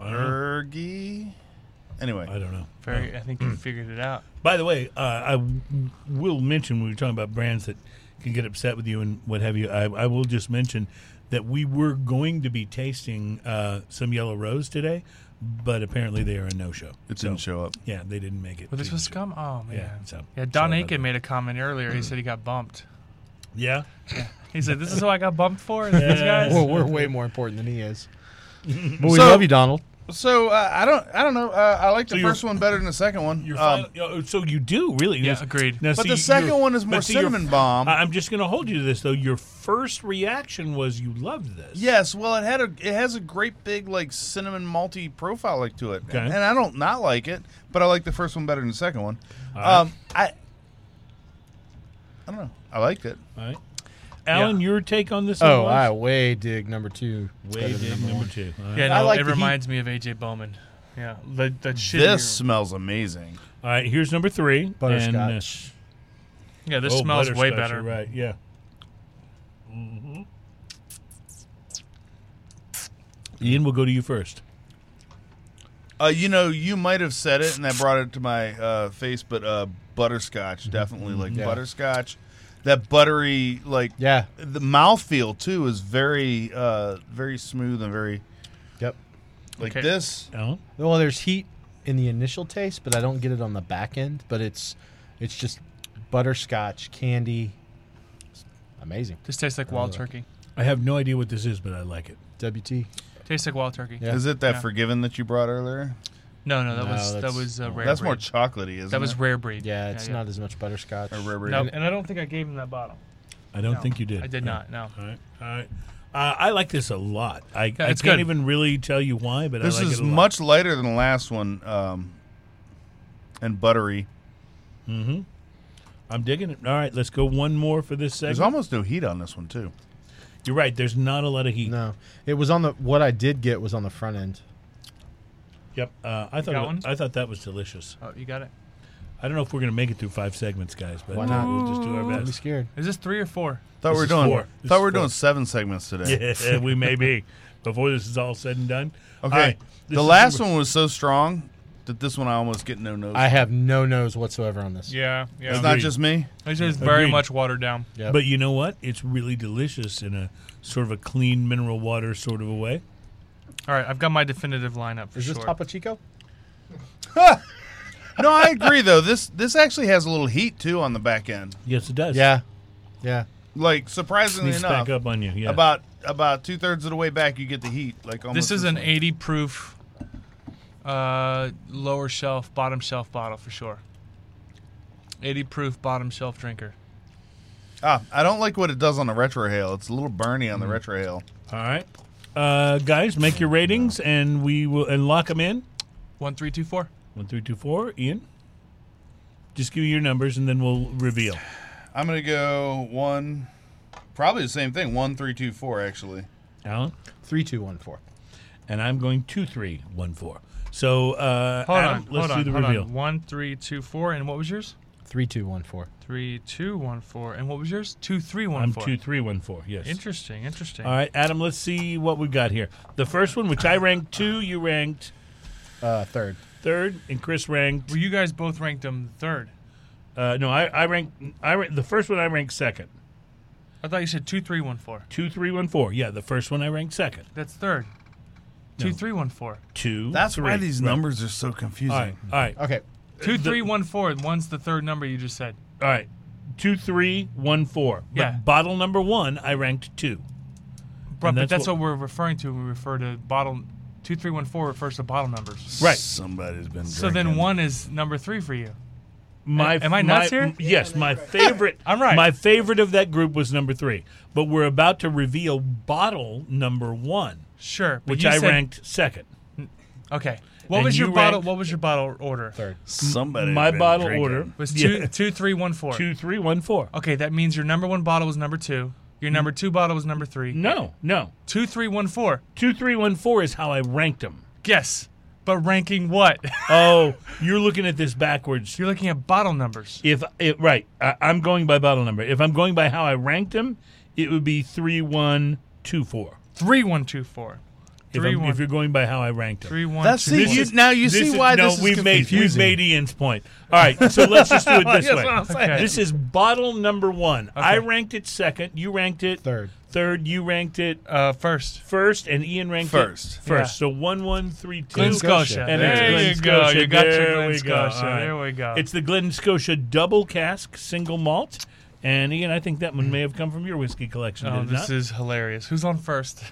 Speaker 3: I don't know.
Speaker 2: Ergy.
Speaker 3: Uh-huh. I
Speaker 2: Anyway,
Speaker 3: don't know.
Speaker 5: Very, I think you figured it out.
Speaker 3: By the way, uh, I w- will mention we were talking about brands that can get upset with you and what have you. I, I will just mention that we were going to be tasting uh, some Yellow Rose today, but apparently they are a no-show.
Speaker 2: it didn't show up.
Speaker 3: Yeah, they didn't make it.
Speaker 5: Well, this
Speaker 3: to
Speaker 5: was
Speaker 3: the show.
Speaker 5: scum. Oh man. Yeah.
Speaker 3: Yeah, so-
Speaker 5: Don
Speaker 3: sorry about that.
Speaker 5: Aiken made a comment earlier. He said he got bumped.
Speaker 3: Yeah,
Speaker 5: He said, "This is who I got bumped for." Is these guys?
Speaker 4: Well, we're way more important than he is. But we
Speaker 2: So-
Speaker 4: love you, Donald.
Speaker 2: So uh, I don't. I don't know. Uh, I like the
Speaker 3: you're-
Speaker 2: first one better than the second one.
Speaker 3: Your
Speaker 2: Um,
Speaker 3: final- oh, so you do really.
Speaker 5: Yeah,
Speaker 3: Now,
Speaker 5: agreed.
Speaker 3: now,
Speaker 2: But
Speaker 3: see,
Speaker 2: the second
Speaker 3: your-
Speaker 2: one is
Speaker 3: but
Speaker 2: more
Speaker 3: see, your-
Speaker 2: cinnamon bomb.
Speaker 3: I- I'm just going to hold you to this though. Your first reaction was you loved this.
Speaker 2: Yes, well, it had a it has a great big like cinnamon malty profile like to it,
Speaker 3: Okay.
Speaker 2: and I don't not like it, but I like the first one better than the second one.
Speaker 3: All
Speaker 2: Um, I I don't know, I liked it.
Speaker 3: All right. Alan,
Speaker 5: Yeah.
Speaker 3: your take on this?
Speaker 4: Oh,
Speaker 3: one
Speaker 4: I
Speaker 3: was?
Speaker 4: way dig number two.
Speaker 3: way
Speaker 4: better than
Speaker 3: did
Speaker 4: number
Speaker 3: number,
Speaker 4: one.
Speaker 3: two. All right.
Speaker 5: Yeah, no,
Speaker 2: I like
Speaker 5: it
Speaker 2: that he-
Speaker 5: reminds me of AJ Bowman. Yeah, the, that shit.
Speaker 2: This smells amazing.
Speaker 3: All right, here's number three. and, uh,
Speaker 4: Butterscotch.
Speaker 5: yeah, this
Speaker 3: oh,
Speaker 5: smells way
Speaker 3: butterscotch, you're
Speaker 5: better.
Speaker 3: Right? Yeah. Mm-hmm. Ian, we'll go to you first.
Speaker 2: Uh, you know, you might have said it, and that brought it to my uh, face, but uh, butterscotch definitely like
Speaker 4: Yeah.
Speaker 2: butterscotch. That buttery like
Speaker 4: yeah.
Speaker 2: the mouthfeel too is very uh, very smooth and very
Speaker 4: Yep.
Speaker 2: like
Speaker 5: Okay.
Speaker 2: this.
Speaker 3: Alan.
Speaker 4: Well, there's heat in the initial taste, but I don't get it on the back end. But it's it's just butterscotch candy. Amazing.
Speaker 5: This tastes like wild turkey.
Speaker 3: I have no idea what this is, but I like it.
Speaker 4: WT.
Speaker 5: Tastes like wild turkey.
Speaker 4: Yeah.
Speaker 2: Is it that
Speaker 5: Yeah.
Speaker 2: forgiven that you brought earlier?
Speaker 5: No, no, that
Speaker 4: No,
Speaker 5: was that
Speaker 4: that's-
Speaker 5: was uh,
Speaker 4: no.
Speaker 5: rare.
Speaker 2: That's
Speaker 5: breed.
Speaker 2: more chocolatey, isn't
Speaker 5: That was
Speaker 2: it?
Speaker 5: rare breed.
Speaker 4: Yeah, it's not as much butterscotch.
Speaker 2: Or rare breed.
Speaker 5: No, and I don't think I gave him that bottle.
Speaker 3: I don't
Speaker 5: No,
Speaker 3: think you did.
Speaker 5: I did
Speaker 3: No.
Speaker 5: not. No.
Speaker 3: All right. All right. Uh, I like this a lot. I, I can't
Speaker 5: it's good.
Speaker 3: even really tell you why, but
Speaker 2: This
Speaker 3: I like
Speaker 2: is
Speaker 3: it a lot.
Speaker 2: much lighter than the last one, um, and buttery.
Speaker 3: I'm digging it. All right, let's go one more for this
Speaker 2: There's
Speaker 3: segment.
Speaker 2: almost no heat on this one too.
Speaker 3: You're right. There's not a lot of heat.
Speaker 4: No, it was on the. What I did get was on the front end.
Speaker 3: Yep. Uh, I thought
Speaker 5: got
Speaker 3: it-
Speaker 5: one?
Speaker 3: I thought that was delicious.
Speaker 5: Oh, you got it.
Speaker 3: I don't know if we're gonna make it through five segments, guys, but
Speaker 4: Why not?
Speaker 3: we'll just do our
Speaker 4: Don't be
Speaker 3: best.
Speaker 4: scared.
Speaker 5: Is this three or four?
Speaker 2: Thought we were
Speaker 3: is
Speaker 2: doing.
Speaker 3: four. This
Speaker 2: Thought
Speaker 3: is
Speaker 2: we were
Speaker 3: four.
Speaker 2: doing seven segments today.
Speaker 3: [laughs] Yeah, we may be before this is all said and done.
Speaker 2: Okay.
Speaker 3: All right, this
Speaker 2: the
Speaker 3: is
Speaker 2: last
Speaker 3: number-
Speaker 2: one was so strong that this one I almost get no nose.
Speaker 4: I have no nose whatsoever on this.
Speaker 5: Yeah, yeah.
Speaker 2: it's not just me.
Speaker 5: It's just very
Speaker 3: Agreed.
Speaker 5: much watered down.
Speaker 4: Yep.
Speaker 3: But you know what? It's really delicious in a sort of a clean mineral water sort of a way.
Speaker 5: All right, I've got my definitive lineup for
Speaker 4: is
Speaker 5: sure.
Speaker 4: this Topo Chico?
Speaker 2: No, I agree though. This this actually has a little heat too on the back end.
Speaker 3: Yes, it does.
Speaker 4: Yeah, yeah.
Speaker 2: Like surprisingly
Speaker 3: sneaks
Speaker 2: enough,
Speaker 3: back up on you. Yeah,
Speaker 2: about about two thirds of the way back, you get the heat. Like almost
Speaker 5: this is an
Speaker 2: one.
Speaker 5: 80 proof, uh, lower shelf, bottom shelf bottle for sure. 80 proof bottom shelf drinker.
Speaker 2: Ah, I don't like what it does on the retrohale. It's a little burny on the
Speaker 3: Mm.
Speaker 2: retrohale.
Speaker 3: all right, uh, guys, make your ratings, and we will and lock them in.
Speaker 5: One, three, two, four.
Speaker 3: One, three, two, four. Ian, just give me your numbers, and then we'll reveal.
Speaker 2: I'm gonna go one, probably the same thing. One, three, two, four. Actually,
Speaker 3: Alan,
Speaker 4: Three, two, one, four.
Speaker 3: and I'm going two, three, one, four. So uh,
Speaker 5: Hold
Speaker 3: Alan,
Speaker 5: on,
Speaker 3: let's
Speaker 5: hold on,
Speaker 3: do the
Speaker 5: hold
Speaker 3: reveal.
Speaker 5: on. One, three, two, four. And what was yours?
Speaker 4: Three, two, one, four.
Speaker 5: Three, two, one, four. And what was yours? Two, three, one,
Speaker 3: I'm
Speaker 5: four.
Speaker 3: two, three, one, four. Yes.
Speaker 5: Interesting, interesting.
Speaker 3: All right, Adam. Let's see what we got here. The first one, which I ranked two, you ranked
Speaker 4: Uh, third.
Speaker 3: third, and Chris ranked.
Speaker 5: Well, you guys both ranked them third.
Speaker 3: Uh, no, I, I ranked. I ranked, the first one I ranked second.
Speaker 5: I thought you said two, three, one, four.
Speaker 3: Two, three, one, four. Yeah, the first one I ranked second.
Speaker 5: That's third. Two, three, one, four.
Speaker 3: Two.
Speaker 2: that's why
Speaker 3: three.
Speaker 2: these
Speaker 3: Right.
Speaker 2: numbers are so confusing.
Speaker 3: All right, all right,
Speaker 4: Okay.
Speaker 5: Two, three, one, four. And one's the third number you just said.
Speaker 3: all right. Two, three, one, four. But
Speaker 5: Yeah.
Speaker 3: Bottle number one, I ranked two.
Speaker 5: Bro,
Speaker 3: And
Speaker 5: but
Speaker 3: that's
Speaker 5: that's what,
Speaker 3: what-
Speaker 5: we're referring to when we refer to bottle. Two, three, one, four refers to bottle numbers.
Speaker 3: Right.
Speaker 2: Somebody's been.
Speaker 5: So then
Speaker 2: drinking.
Speaker 5: one is number three for you.
Speaker 3: My
Speaker 5: Am I nuts
Speaker 3: my-
Speaker 5: here?
Speaker 3: m- Yes, my favorite.
Speaker 5: [laughs] I'm right.
Speaker 3: My favorite of that group was number three. But we're about to reveal bottle number one,
Speaker 5: Sure. But
Speaker 3: which
Speaker 5: you
Speaker 3: I
Speaker 5: said-
Speaker 3: ranked second.
Speaker 5: Okay. What
Speaker 3: And
Speaker 5: was your
Speaker 3: you
Speaker 5: bottle?
Speaker 3: ranked-
Speaker 5: What was your bottle order? Third.
Speaker 2: Somebody.
Speaker 3: My
Speaker 2: been
Speaker 3: bottle
Speaker 2: drinking.
Speaker 3: order
Speaker 5: Was
Speaker 3: Yeah.
Speaker 5: two two three one four.
Speaker 3: two, three, one, four.
Speaker 5: Okay, that means your number one bottle was number two. Your number two bottle was number three.
Speaker 3: No, no.
Speaker 5: Two three one four.
Speaker 3: Two, three, one, four is how I ranked them.
Speaker 5: Yes, but ranking what? [laughs]
Speaker 3: Oh, you're looking at this backwards.
Speaker 5: You're looking at bottle numbers.
Speaker 3: If it, right, I, I'm going by bottle number. If I'm going by how I ranked them, it would be three, one, two, four.
Speaker 5: Three one two four.
Speaker 3: If,
Speaker 5: Three
Speaker 3: I'm-
Speaker 5: one
Speaker 3: if you're going by how I ranked them.
Speaker 5: three one
Speaker 2: That's
Speaker 5: two,
Speaker 2: see,
Speaker 5: one.
Speaker 2: you, now you see why
Speaker 3: no,
Speaker 2: this is
Speaker 3: we've made, we've
Speaker 2: confusing.
Speaker 3: made Ian's point. All right, so let's just do
Speaker 5: [laughs]
Speaker 3: it this
Speaker 2: That's
Speaker 3: way.
Speaker 2: what I'm saying.
Speaker 5: Okay.
Speaker 3: This is bottle number one. I
Speaker 5: Okay.
Speaker 3: ranked it second. You ranked it
Speaker 4: Third.
Speaker 3: Third. You ranked it
Speaker 5: Uh, first.
Speaker 3: first, and Ian ranked
Speaker 2: First.
Speaker 3: it first. So
Speaker 5: Yeah.
Speaker 3: one, one, three, two.
Speaker 5: Glen
Speaker 4: Scotia.
Speaker 5: Scotia.
Speaker 3: And
Speaker 5: there
Speaker 3: it's Glen
Speaker 5: you go.
Speaker 3: Scotia.
Speaker 5: You got
Speaker 3: There
Speaker 5: your Glen
Speaker 3: we go. All
Speaker 5: Scotia.
Speaker 3: right.
Speaker 5: There we go.
Speaker 3: It's the Glen Scotia double cask single malt. And Ian, I think that one may have come from your whiskey collection.
Speaker 5: oh,
Speaker 3: did it
Speaker 5: this
Speaker 3: not?
Speaker 5: is hilarious. Who's on first?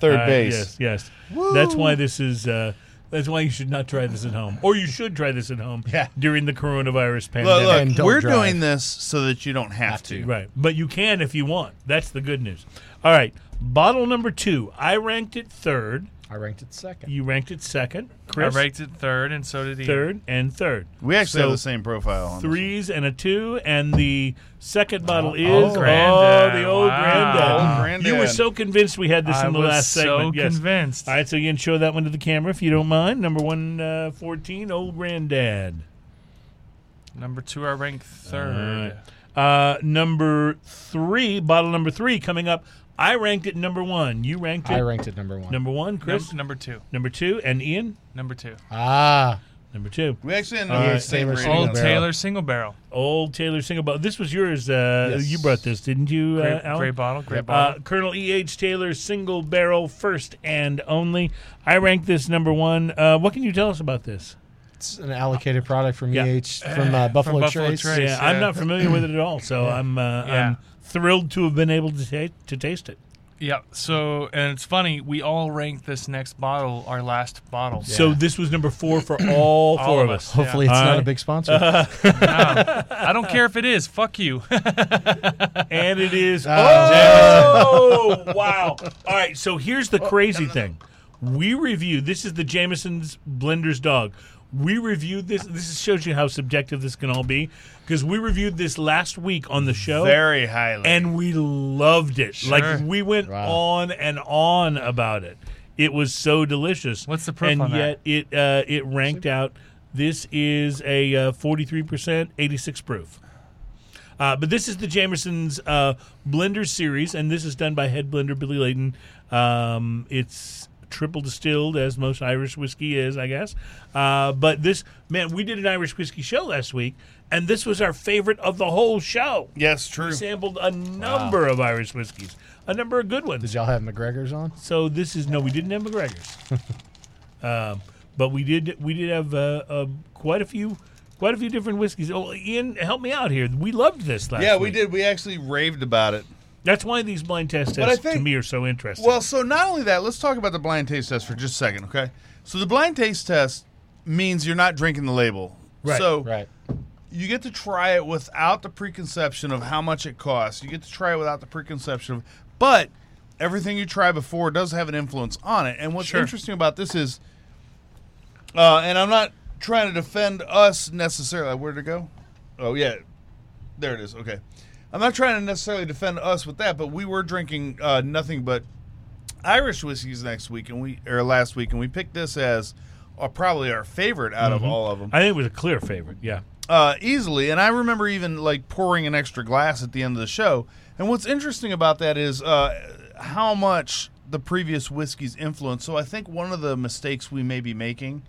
Speaker 2: Third
Speaker 3: Uh,
Speaker 2: base.
Speaker 3: Yes, yes. That's why this is. Uh, that's why you should not try this at home, or you should try this at home
Speaker 4: Yeah.
Speaker 3: during the coronavirus pandemic.
Speaker 2: Look,
Speaker 4: And
Speaker 2: look
Speaker 4: don't
Speaker 2: we're
Speaker 4: drive.
Speaker 2: doing this so that you don't have, to.
Speaker 3: Right, but you can if you want. That's the good news. All right, bottle number two. I ranked it third.
Speaker 4: I ranked it second.
Speaker 3: You ranked it second. Chris
Speaker 5: I ranked it third, and so did Ian.
Speaker 3: third and third.
Speaker 2: We actually
Speaker 3: So
Speaker 2: have the same profile. On This.
Speaker 3: Threes and a two, and the second bottle is oh,
Speaker 5: Granddad.
Speaker 3: the old
Speaker 5: Wow.
Speaker 3: granddad.
Speaker 2: Old granddad.
Speaker 3: You were so convinced we had this
Speaker 5: I
Speaker 3: in the
Speaker 5: was
Speaker 3: last segment.
Speaker 5: so
Speaker 3: yes.
Speaker 5: convinced.
Speaker 3: All right, so you can show that one to the camera if you don't mind. Number one, uh, 14, old granddad.
Speaker 5: Number two, I ranked
Speaker 3: All
Speaker 5: third.
Speaker 3: right. Uh, number three, bottle number three coming up. I ranked it number one. You ranked it
Speaker 4: I ranked it number one.
Speaker 3: number one,
Speaker 5: Num-
Speaker 3: Chris.
Speaker 5: number two.
Speaker 3: number two, and Ian.
Speaker 5: Number two.
Speaker 4: ah,
Speaker 3: Number two,
Speaker 2: We actually ended up with
Speaker 4: right.
Speaker 2: the same
Speaker 4: Same
Speaker 2: rating.
Speaker 4: Single
Speaker 5: Old
Speaker 2: on
Speaker 4: barrel.
Speaker 5: Taylor single barrel.
Speaker 3: old Taylor single bottle. This was yours. Uh,
Speaker 4: Yes.
Speaker 3: You brought this, didn't you,
Speaker 5: Great,
Speaker 3: uh, Alan?
Speaker 5: great bottle. Great
Speaker 3: Uh,
Speaker 5: bottle.
Speaker 3: Colonel E. H. Taylor single barrel, first and only. I ranked this number one. Uh, what can you tell us about this?
Speaker 4: it's an allocated product from
Speaker 3: Yeah.
Speaker 4: EH from uh, Buffalo,
Speaker 5: Buffalo
Speaker 4: Trace.
Speaker 5: Trace. Nice,
Speaker 3: yeah, I'm
Speaker 5: yeah.
Speaker 3: not familiar with it at all, so I'm uh,
Speaker 5: Yeah.
Speaker 3: I'm thrilled to have been able to ta- to taste it.
Speaker 5: yeah. So, and it's funny. We all ranked this next bottle our last bottle.
Speaker 3: So this was number four for all,
Speaker 5: All
Speaker 3: four
Speaker 5: of
Speaker 3: of
Speaker 5: us.
Speaker 3: us.
Speaker 4: [laughs] Hopefully, it's
Speaker 3: All
Speaker 4: not
Speaker 3: right.
Speaker 4: a big sponsor.
Speaker 5: Wow. I don't care if it is. Fuck you. [laughs]
Speaker 3: and it is. Oh, wow! All right, so here's the crazy thing: we reviewed. This is the Jameson's Blender's Dog. We reviewed this. This shows you how subjective this can all be, because we reviewed this last week on the show,
Speaker 2: Very highly.
Speaker 3: and we loved it.
Speaker 5: Sure.
Speaker 3: Like we went
Speaker 4: Wow.
Speaker 3: on and on about it. It was so delicious.
Speaker 5: What's the proof
Speaker 3: And
Speaker 5: on that?
Speaker 3: yet it uh, it ranked out. This is a forty three percent, eighty six proof. Uh, but this is the Jamerson's uh, Blender series, and this is done by head blender Billy Layton. Um, it's triple distilled, as most Irish whiskey is, I guess. Uh, but this, man, we did an Irish whiskey show last week, and this was our favorite of the whole show.
Speaker 2: yes, true.
Speaker 3: We sampled a number of Irish whiskeys, a number of good ones.
Speaker 4: Did [laughs] y'all have McGregor's on?
Speaker 3: So this is no, we didn't have McGregor's, um, but we did we did have uh, uh, quite a few quite a few different whiskeys. Oh, Ian, help me out here. We loved this last.
Speaker 2: Yeah, we
Speaker 3: week.
Speaker 2: did. We actually raved about it.
Speaker 3: That's why these blind test
Speaker 2: But I
Speaker 3: tests to
Speaker 2: think-
Speaker 3: me are so interesting.
Speaker 2: Well, so not only that, let's talk about the blind taste test for just a second, okay? So the blind taste test means you're not drinking the label.
Speaker 3: Right,
Speaker 2: So
Speaker 4: Right.
Speaker 2: you get to try it without the preconception of how much it costs. You get to try it without the preconception of, but everything you try before does have an influence on it. And what's
Speaker 5: Sure.
Speaker 2: interesting about this is, uh, and I'm not trying to defend us necessarily. Where'd it go? Oh yeah, there it is. Okay, I'm not trying to necessarily defend us with that, but we were drinking uh, nothing but Irish whiskeys next week, and we or last week, and we picked this as. uh probably our favorite out of all of them
Speaker 3: I think it was a clear favorite. Yeah,
Speaker 2: uh, easily. And I remember even like pouring an extra glass at the end of the show. And what's interesting about that is uh, how much the previous whiskeys influence. So I think one of the mistakes we may be making,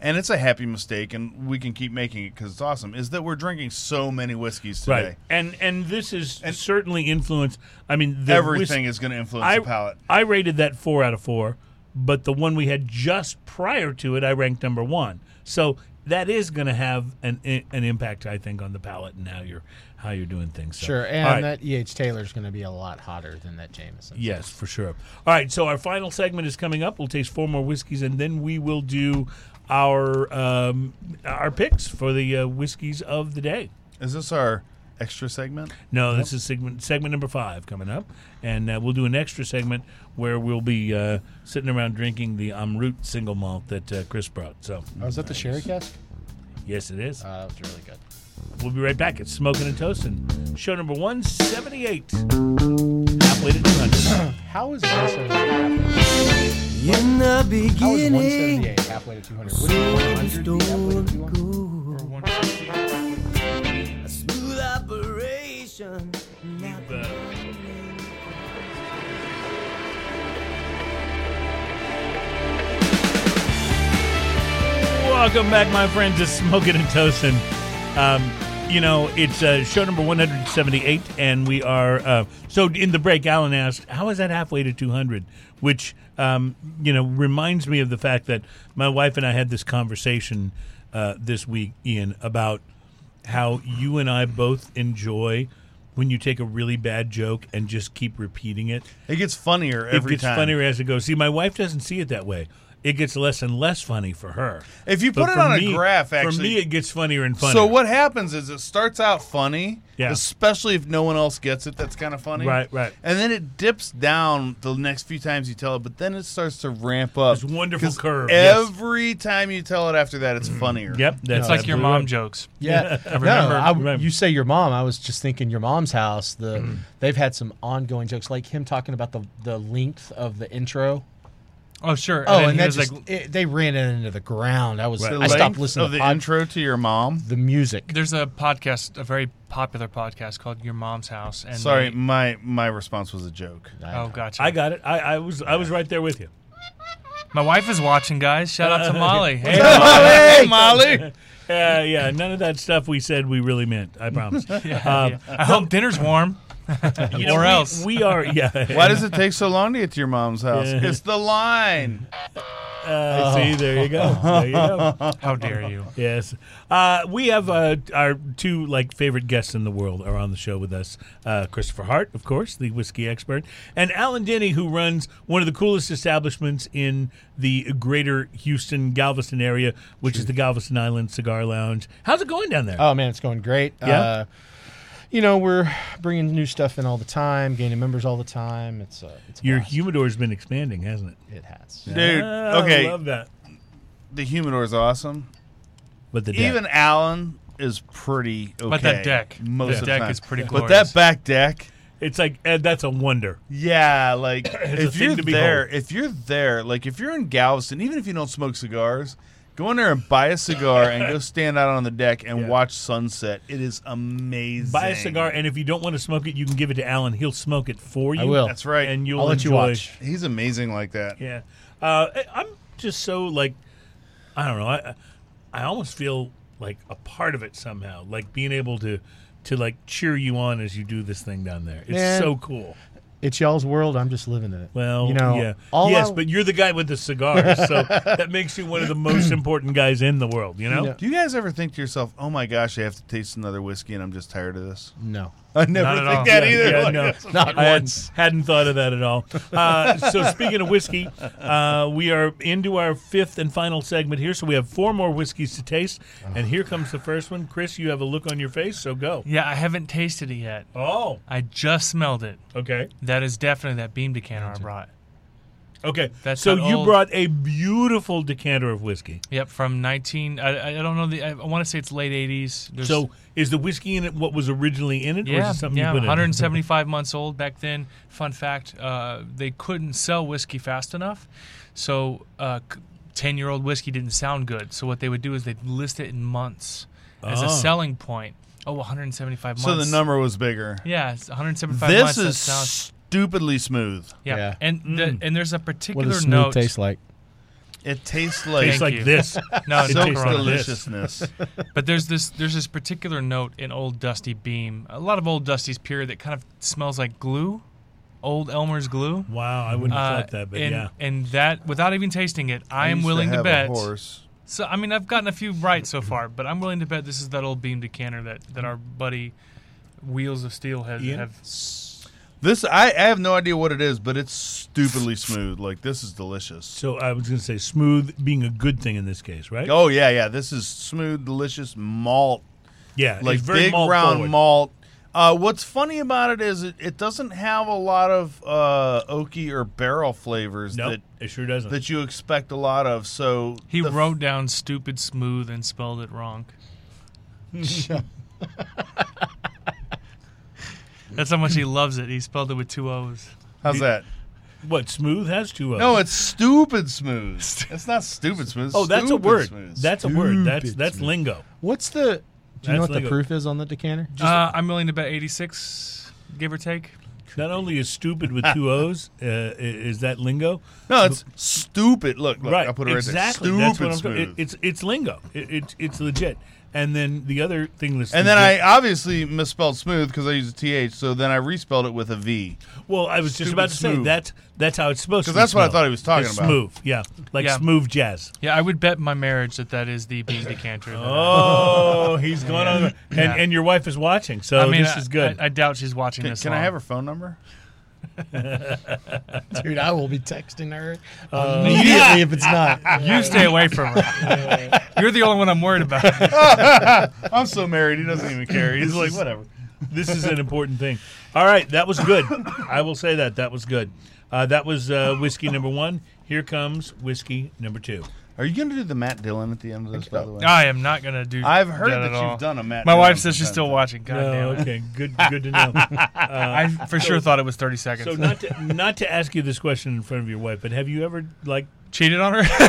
Speaker 2: and it's a happy mistake, and we can keep making it because it's awesome, is that we're drinking so many whiskeys today.
Speaker 3: right. And and this is certainly influenced. I mean, the
Speaker 2: Everything
Speaker 3: whis-
Speaker 2: is going to influence
Speaker 3: I,
Speaker 2: the palate.
Speaker 3: I rated that four out of four, but the one we had just prior to it, I ranked number one. So that is going to have an an impact, I think, on the palate and how you're how you're doing things. So,
Speaker 4: Sure.
Speaker 3: all
Speaker 4: And
Speaker 3: right.
Speaker 4: that EH Taylor's going to be a lot hotter than that Jameson.
Speaker 3: Yes, for sure. All right, so our final segment is coming up. We'll taste four more whiskeys, and then we will do our um, our picks for the uh, whiskeys of the day.
Speaker 2: Is this our extra segment.
Speaker 3: No, this is segment segment number five coming up, and uh, we'll do an extra segment where we'll be uh, sitting around drinking the Amrut single malt that uh, Chris brought. So,
Speaker 4: Oh, is that the sherry cask?
Speaker 3: yes, it is.
Speaker 4: Uh, that was really good.
Speaker 3: We'll be right back. It's Smoking and Toasting, show number one seventy eight. Halfway to two hundred.
Speaker 4: How is 178
Speaker 7: In the
Speaker 4: How is
Speaker 7: beginning,
Speaker 4: 178 halfway to 200? Wouldn't 100 be halfway to 200?
Speaker 5: Or one-
Speaker 7: a smooth operation. Now
Speaker 3: Uh, Welcome back, my friends, to Smoking and Toasting. Um, you know, it's uh, show number 178, and we are. Uh, so, in the break, Alan asked, How is that halfway to 200? Which, um, you know, reminds me of the fact that my wife and I had this conversation uh, this week, Ian, about how you and I both enjoy when you take a really bad joke and just keep repeating it
Speaker 2: It gets funnier every
Speaker 3: it gets
Speaker 2: time.
Speaker 3: funnier as it goes. See, my wife doesn't see it that way. It gets less and less funny for her.
Speaker 2: If you put
Speaker 3: But
Speaker 2: it
Speaker 3: for
Speaker 2: on a
Speaker 3: me-
Speaker 2: graph,
Speaker 3: for
Speaker 2: actually-
Speaker 3: me, it gets funnier and funnier.
Speaker 2: So what happens is it starts out funny,
Speaker 3: Yeah.
Speaker 2: especially if no one else gets it. That's kind of funny,
Speaker 3: Right, right.
Speaker 2: And then it dips down the next few times you tell it, but then it starts to ramp up.
Speaker 3: This wonderful
Speaker 2: 'Cause
Speaker 3: curve, yes. Mm-hmm.
Speaker 2: Every time you tell it after that, it's funnier.
Speaker 3: Yep, that's
Speaker 5: It's like your
Speaker 3: absolutely
Speaker 5: mom
Speaker 3: right.
Speaker 5: jokes.
Speaker 4: Yeah,
Speaker 5: I remember.
Speaker 4: No, I,
Speaker 3: Remember.
Speaker 4: you say your mom. I was just thinking your mom's house. The they've had some ongoing jokes, like him talking about the the length of the intro.
Speaker 5: Oh sure.
Speaker 4: Oh,
Speaker 5: then
Speaker 4: and
Speaker 5: he
Speaker 4: that's
Speaker 5: was
Speaker 4: just, it, they ran it into the ground. I was
Speaker 2: The
Speaker 4: I
Speaker 2: length
Speaker 4: stopped listening
Speaker 2: of
Speaker 4: to
Speaker 2: the
Speaker 4: the, pod,
Speaker 2: intro to your mom.
Speaker 4: the music.
Speaker 5: There's a podcast, a very popular podcast called Your Mom's House. And
Speaker 2: Sorry,
Speaker 5: they-
Speaker 2: my my response was a
Speaker 4: [laughs]
Speaker 2: joke.
Speaker 5: oh, gotcha.
Speaker 3: I got it. I, I was I was right there with you.
Speaker 5: My wife is watching, guys. Shout
Speaker 3: [laughs]
Speaker 5: out to Molly. Hey,
Speaker 2: Hey, Molly.
Speaker 3: Uh, yeah, none of that stuff we said we really meant. I
Speaker 5: [laughs]
Speaker 3: promise. Um,
Speaker 5: Molly. I hope dinner's warm,
Speaker 3: You know,
Speaker 5: or
Speaker 3: we-
Speaker 5: else.
Speaker 3: we are. Yeah. [laughs]
Speaker 2: Why does it take so long to get to your mom's house?
Speaker 3: Yeah.
Speaker 2: It's the line.
Speaker 3: Uh, See, there you go. There you go.
Speaker 5: How dare you?
Speaker 3: Yes. Uh, we have uh, our two like favorite guests in the world are on the show with us. Uh, Christopher Hart, of course, the whiskey expert, and Alan Denny, who runs one of the coolest establishments in the greater Houston, Galveston area, which is the Galveston Island Cigar Lounge. How's it going down there?
Speaker 4: Oh man, it's going great.
Speaker 3: Yeah?
Speaker 4: Uh, you know we're bringing new stuff in all the time, gaining members all the time. It's uh, it's a
Speaker 3: Your
Speaker 4: blast.
Speaker 3: humidor's been expanding, hasn't it?
Speaker 4: it has.
Speaker 2: Dude,
Speaker 3: Ah,
Speaker 2: okay.
Speaker 3: I love that.
Speaker 2: The humidor is awesome.
Speaker 3: But the
Speaker 2: Even Allen is pretty okay.
Speaker 5: But that deck,
Speaker 2: most
Speaker 5: that
Speaker 2: of the
Speaker 5: deck
Speaker 2: time.
Speaker 5: is pretty
Speaker 2: But
Speaker 5: glorious.
Speaker 2: that back deck,
Speaker 3: it's like eh, that's a wonder.
Speaker 2: yeah,
Speaker 5: [clears throat]
Speaker 2: like
Speaker 3: a
Speaker 2: if
Speaker 3: thing
Speaker 2: you're
Speaker 3: to behold.
Speaker 2: there, if you're there, like if you're in Galveston, even if you don't smoke cigars, go in there and buy a cigar and go stand out on the deck and
Speaker 3: Yeah.
Speaker 2: watch sunset. It is amazing.
Speaker 3: Buy a cigar, and if you don't want to smoke it, you can give it to Alan. He'll smoke it for you.
Speaker 4: I will.
Speaker 2: That's right.
Speaker 3: And you'll
Speaker 4: I'll let you
Speaker 3: enjoy.
Speaker 4: watch.
Speaker 2: He's amazing like that.
Speaker 3: Yeah, uh, I- I'm just so like, I don't know. I I almost feel like a part of it somehow. Like being able to to like cheer you on as you do this thing down there. It's
Speaker 4: Man.
Speaker 3: so cool.
Speaker 4: It's y'all's world. I'm just living in it.
Speaker 3: Well,
Speaker 4: you know,
Speaker 3: yeah,
Speaker 4: all
Speaker 3: yes,
Speaker 4: I-
Speaker 3: but you're the guy with the cigars, so that makes you one of the
Speaker 4: [clears throat]
Speaker 3: most important guys in the world. You know,
Speaker 4: Yeah.
Speaker 2: Do you guys ever think to yourself, "Oh my gosh, I have to taste another whiskey, and I'm just tired of this"?
Speaker 4: no,
Speaker 2: I never
Speaker 5: Not at
Speaker 2: think
Speaker 5: all.
Speaker 2: that
Speaker 3: Yeah,
Speaker 2: either.
Speaker 3: yeah,
Speaker 2: [laughs] Like,
Speaker 3: no.
Speaker 4: not
Speaker 3: I hadn't-
Speaker 4: once.
Speaker 3: hadn't thought of that at all. Uh, so speaking of whiskey, uh, we are into our fifth and final segment here. So we have four more whiskeys to taste, and here comes the first one. Chris, you have a look on your face, so go.
Speaker 5: Yeah, I haven't tasted it yet.
Speaker 3: Oh,
Speaker 5: I just smelled it.
Speaker 3: okay,
Speaker 5: That is definitely that beam decanter I brought.
Speaker 3: okay.
Speaker 5: That's
Speaker 3: so
Speaker 5: an
Speaker 3: you
Speaker 5: old-
Speaker 3: brought a beautiful decanter of whiskey.
Speaker 5: Yep, from 19. I, I don't know the. I, want to say it's late 80s. There's-
Speaker 3: So is the whiskey in it what was originally in it, or
Speaker 5: Yeah,
Speaker 3: is it something
Speaker 5: yeah,
Speaker 3: you put in?
Speaker 5: 175 months old back then. Fun fact: uh, they couldn't sell whiskey fast enough, so uh, c- 10-year-old whiskey didn't sound good. So what they would do is they'd list it in months as
Speaker 3: Ah.
Speaker 5: a selling point. Oh, 175
Speaker 2: So
Speaker 5: months.
Speaker 2: the number was bigger.
Speaker 5: yeah, it's 175 months.
Speaker 2: This
Speaker 5: that
Speaker 2: is
Speaker 5: sounds,
Speaker 2: stupidly smooth.
Speaker 5: yeah.
Speaker 4: Yeah.
Speaker 5: and
Speaker 3: Mm.
Speaker 5: the, and there's a
Speaker 4: what
Speaker 5: particular
Speaker 4: does smooth
Speaker 5: note.
Speaker 4: taste like?
Speaker 2: It tastes like
Speaker 3: Tastes like
Speaker 5: you. [laughs]
Speaker 3: this.
Speaker 5: No,
Speaker 3: It
Speaker 5: no,
Speaker 2: silk
Speaker 3: tastes like
Speaker 5: Corona.
Speaker 3: this.
Speaker 2: [laughs] deliciousness.
Speaker 5: But there's this there's this particular note in Old Dusty Beam, a lot of Old Dusty's period that kind of smells like glue, old Elmer's glue.
Speaker 3: Wow, I wouldn't have
Speaker 5: Uh,
Speaker 3: thought that, but
Speaker 5: and,
Speaker 3: yeah.
Speaker 5: and that without even tasting it, I, am
Speaker 2: used
Speaker 5: willing to,
Speaker 2: have a
Speaker 5: bet.
Speaker 2: horse.
Speaker 5: So I mean, I've gotten a few right so far, but I'm willing to bet this is that old beam decanter that that our buddy Wheels of Steel has.
Speaker 3: Ian?
Speaker 5: Have,
Speaker 2: This I, I have no idea what it is, but it's stupidly smooth. Like this is delicious.
Speaker 3: So I was going to say smooth being a good thing in this case, right?
Speaker 2: Oh yeah, yeah. This is smooth, delicious malt,
Speaker 3: yeah,
Speaker 2: like
Speaker 3: it's very
Speaker 2: big
Speaker 3: malt
Speaker 2: round
Speaker 3: forward.
Speaker 2: malt. Uh, what's funny about it is it, it doesn't have a lot of uh, oaky or barrel flavors
Speaker 3: No,
Speaker 2: that
Speaker 3: it sure doesn't.
Speaker 2: that you expect a lot of. So
Speaker 5: He
Speaker 2: the f-
Speaker 5: wrote down stupid smooth and spelled
Speaker 2: [laughs]
Speaker 5: it wrong. That's how much he loves it. He spelled it with two O's.
Speaker 2: how's that?
Speaker 3: what smooth has two O's?
Speaker 2: No, it's stupid smooth. It's not stupid smooth. it's
Speaker 3: oh, that's a
Speaker 2: stupid
Speaker 3: word.
Speaker 2: smooth.
Speaker 3: That's a word. That's that's lingo.
Speaker 4: What's the? Do you know
Speaker 3: That's
Speaker 4: what the
Speaker 3: legal.
Speaker 4: proof is on the decanter?
Speaker 5: Uh, I'm willing to bet 86, give or take.
Speaker 3: Not only is
Speaker 2: [laughs]
Speaker 3: stupid with two O's, uh, i- is that lingo?
Speaker 2: no, it's stupid. Look, look,
Speaker 3: right.
Speaker 2: I put it right
Speaker 3: exactly.
Speaker 2: there.
Speaker 3: That's
Speaker 2: Stupid
Speaker 3: what I'm
Speaker 2: smooth.
Speaker 3: talking- it- It's it's lingo. It, it's it's legit. And then the other thing that's
Speaker 2: and then I
Speaker 3: legit-
Speaker 2: obviously misspelled smooth because I used a th. So then I respelled it with a v.
Speaker 3: well, I was just
Speaker 2: Stupid
Speaker 3: about to say
Speaker 2: smooth.
Speaker 3: that's that's how it's supposed to.
Speaker 2: 'Cause
Speaker 3: be
Speaker 2: that's what I
Speaker 3: spelled.
Speaker 2: thought he was talking
Speaker 3: It's
Speaker 2: about.
Speaker 3: Smooth, yeah, like
Speaker 5: Yeah.
Speaker 2: [laughs]
Speaker 3: smooth jazz.
Speaker 5: Yeah, I would bet my marriage that that is the bean decanter. that I-
Speaker 3: Oh, he's going on, and
Speaker 5: Yeah.
Speaker 3: and your wife is watching, so
Speaker 5: I mean,
Speaker 3: this
Speaker 5: I-
Speaker 3: is good.
Speaker 5: I, I doubt she's watching
Speaker 2: Can,
Speaker 5: this.
Speaker 2: can I
Speaker 5: long.
Speaker 2: have her phone number?
Speaker 4: Dude, I will be texting [laughs] her
Speaker 3: immediately yeah.
Speaker 4: if it's not.
Speaker 5: You stay away
Speaker 2: [laughs]
Speaker 5: from her. You're the only one I'm worried about.
Speaker 2: I'm so married. He doesn't even care. He's like whatever.
Speaker 3: this is an important thing. All right, that was good. I will say that that was good. Uh, that was uh, whiskey number one. Here comes whiskey number two.
Speaker 2: Are you going to do the Matt Dillon at the end of this? By the way,
Speaker 5: I am not gonna do.
Speaker 2: Uh, I've heard
Speaker 5: at
Speaker 2: that,
Speaker 5: all.
Speaker 2: you've done a Matt.
Speaker 5: My
Speaker 2: Dillon
Speaker 5: wife says she's
Speaker 2: from
Speaker 5: still
Speaker 2: time to
Speaker 5: watching. God damn
Speaker 3: Oh,
Speaker 5: it.
Speaker 3: okay, good, good to know.
Speaker 5: I for
Speaker 2: [laughs]
Speaker 5: sure thought it was 30 seconds.
Speaker 3: So not to, not to ask you this question in front of your wife, but have you ever like
Speaker 5: Cheated on her? [laughs]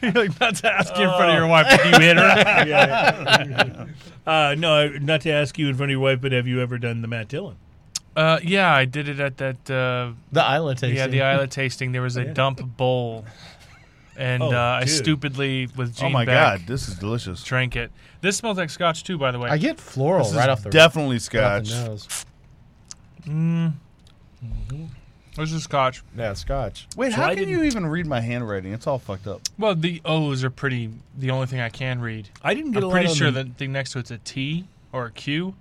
Speaker 5: You're like, not to ask you in front of
Speaker 3: Oh.
Speaker 5: your wife if you hit her.
Speaker 3: [laughs] uh, no, not to ask you in front of your wife, but have you ever done the Matt Dillon?
Speaker 5: Uh, yeah, I did it at that. Uh,
Speaker 4: The island tasting.
Speaker 5: yeah, the islet tasting. There was a dump bowl, and
Speaker 3: Oh,
Speaker 5: uh, I
Speaker 3: dude.
Speaker 5: stupidly with
Speaker 2: time. Oh
Speaker 5: Gene
Speaker 2: my
Speaker 5: Beck
Speaker 2: god, this is delicious.
Speaker 5: drank it. This smells like scotch too, by the way.
Speaker 4: I get floral
Speaker 2: This
Speaker 4: right
Speaker 2: is
Speaker 4: off the
Speaker 2: definitely
Speaker 4: right off
Speaker 2: scotch.
Speaker 4: the nose.
Speaker 5: This is scotch.
Speaker 4: Yeah, scotch.
Speaker 2: Wait,
Speaker 3: So
Speaker 2: how
Speaker 3: I
Speaker 2: can you even read my handwriting? It's all fucked up.
Speaker 5: Well, the O's are pretty. The only thing I can read.
Speaker 3: I didn't get
Speaker 5: I'm
Speaker 3: a lot
Speaker 5: pretty
Speaker 3: on
Speaker 5: sure
Speaker 3: the,
Speaker 5: the thing next to it's a T or a Q.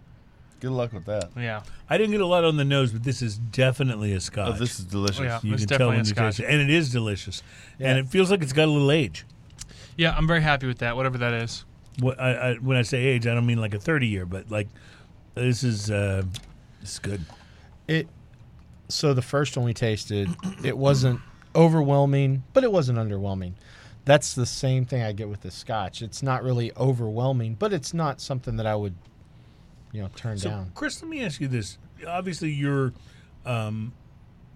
Speaker 2: Good luck with that.
Speaker 5: Yeah.
Speaker 3: I didn't get a lot on the nose, but this is definitely a scotch.
Speaker 2: Oh, this is delicious.
Speaker 5: Yeah.
Speaker 3: you
Speaker 5: it's
Speaker 3: can
Speaker 5: definitely
Speaker 3: tell
Speaker 5: a
Speaker 3: when you
Speaker 5: scotch.
Speaker 3: taste it, and it is delicious, and it feels like it's got a little age.
Speaker 5: Yeah, I'm very happy with that, whatever that is.
Speaker 3: What I, I, when I say age, I don't mean like a thirty year, but like this is uh, this is good.
Speaker 4: It. So the first one we tasted, it wasn't overwhelming, but it wasn't underwhelming. That's the same thing I get with the scotch. It's not really overwhelming, but it's not something that I would, you know, turn
Speaker 3: So,
Speaker 4: down.
Speaker 3: Chris, let me ask you this. Obviously, you're um,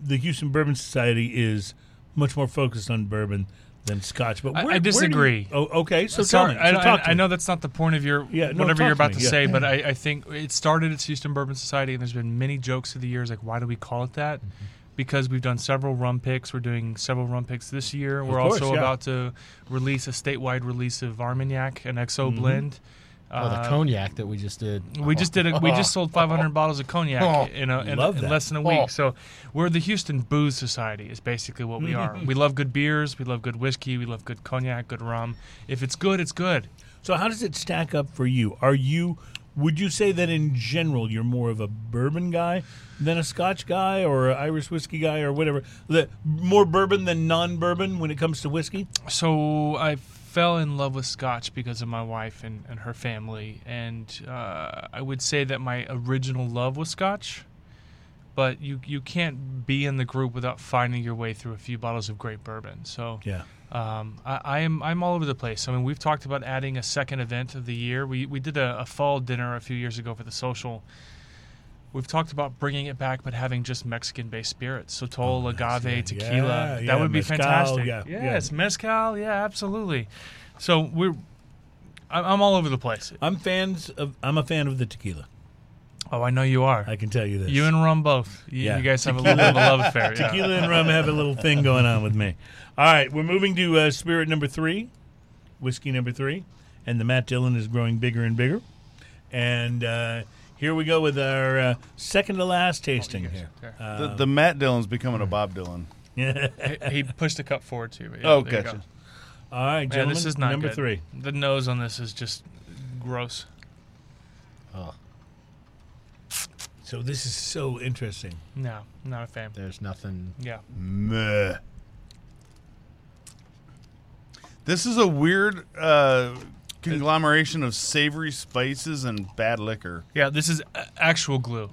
Speaker 3: the Houston Bourbon Society is much more focused on bourbon than Scotch, but where,
Speaker 5: I- I
Speaker 3: where do you-
Speaker 5: disagree.
Speaker 3: oh, okay, so tell
Speaker 5: Sorry,
Speaker 3: me.
Speaker 5: I,
Speaker 3: So
Speaker 5: I-
Speaker 3: talk to
Speaker 5: I
Speaker 3: me.
Speaker 5: know that's not the point of your
Speaker 3: Yeah, no,
Speaker 5: whatever you're
Speaker 3: talk to
Speaker 5: about to,
Speaker 3: me, yeah.
Speaker 5: say, but I, I think it started at Houston Bourbon Society, and there's been many jokes through the years like, why do we call it that?
Speaker 3: Mm-hmm.
Speaker 5: Because we've done several rum picks. We're doing several rum picks this year. We're
Speaker 3: course,
Speaker 5: also
Speaker 3: yeah.
Speaker 5: about to release a statewide release of Armagnac, an XO
Speaker 3: Mm-hmm.
Speaker 5: blend.
Speaker 4: Oh,
Speaker 5: Uh,
Speaker 4: the cognac that we just did.
Speaker 5: We just did. A, we
Speaker 3: [laughs]
Speaker 5: just sold 500 bottles of cognac in, a, in,
Speaker 3: Oh, Love
Speaker 5: in
Speaker 3: that.
Speaker 5: less than a
Speaker 3: Oh.
Speaker 5: week. So we're the Houston Booze Society. Is basically what we are.
Speaker 3: Mm-hmm.
Speaker 5: we love good beers. We love good whiskey. We love good cognac, good rum. If it's good, it's good.
Speaker 3: So how does it stack up for you? Are you would you say that in general you're more of a bourbon guy than a Scotch guy or an Irish whiskey guy or whatever? The, more bourbon than non-bourbon when it comes to whiskey?
Speaker 5: So I fell in love with Scotch because of my wife and, and her family, and uh, I would say that my original love was Scotch. But you you can't be in the group without finding your way through a few bottles of great bourbon. So
Speaker 3: Yeah.
Speaker 5: Um, I, I am I'm all over the place. I mean, we've talked about adding a second event of the year. We we did a, a fall dinner a few years ago for the social. We've talked about bringing it back, but having just Mexican-based spirits, sotol, agave, tequila.
Speaker 3: Oh, Yeah,
Speaker 5: that
Speaker 3: yeah,
Speaker 5: would be
Speaker 3: mezcal,
Speaker 5: fantastic.
Speaker 3: yeah, yeah.
Speaker 5: yes, mezcal. Yeah, absolutely. So we're I'm, I'm all over the place.
Speaker 3: I'm fans of I'm a fan of the tequila.
Speaker 5: Oh, I know you are.
Speaker 3: I can tell you this.
Speaker 5: You and Rum both. You,
Speaker 3: Yeah.
Speaker 5: you guys have a little bit of a love affair. yeah.
Speaker 3: tequila and rum have a little thing going on with me. All right, we're moving to uh, spirit number three, whiskey number three, and the Matt Dillon is growing bigger and bigger. And uh, here we go with our uh, second to last
Speaker 5: Oh,
Speaker 3: tasting here.
Speaker 2: The, the Matt Dillon's becoming a Bob Dylan.
Speaker 5: He- He pushed the cup forward too. but yeah,
Speaker 2: Oh,
Speaker 5: there you go.
Speaker 2: gotcha.
Speaker 3: All right,
Speaker 5: Yeah,
Speaker 3: gentlemen,
Speaker 5: this is not
Speaker 3: number
Speaker 5: good.
Speaker 3: three.
Speaker 5: The nose on this is just gross.
Speaker 3: So this is so interesting.
Speaker 5: No, not a fan.
Speaker 4: There's nothing.
Speaker 5: Yeah.
Speaker 2: Meh. This is a weird uh, conglomeration of savory spices and bad liquor.
Speaker 5: Yeah, this is a-
Speaker 3: [clears throat]
Speaker 5: actual glue.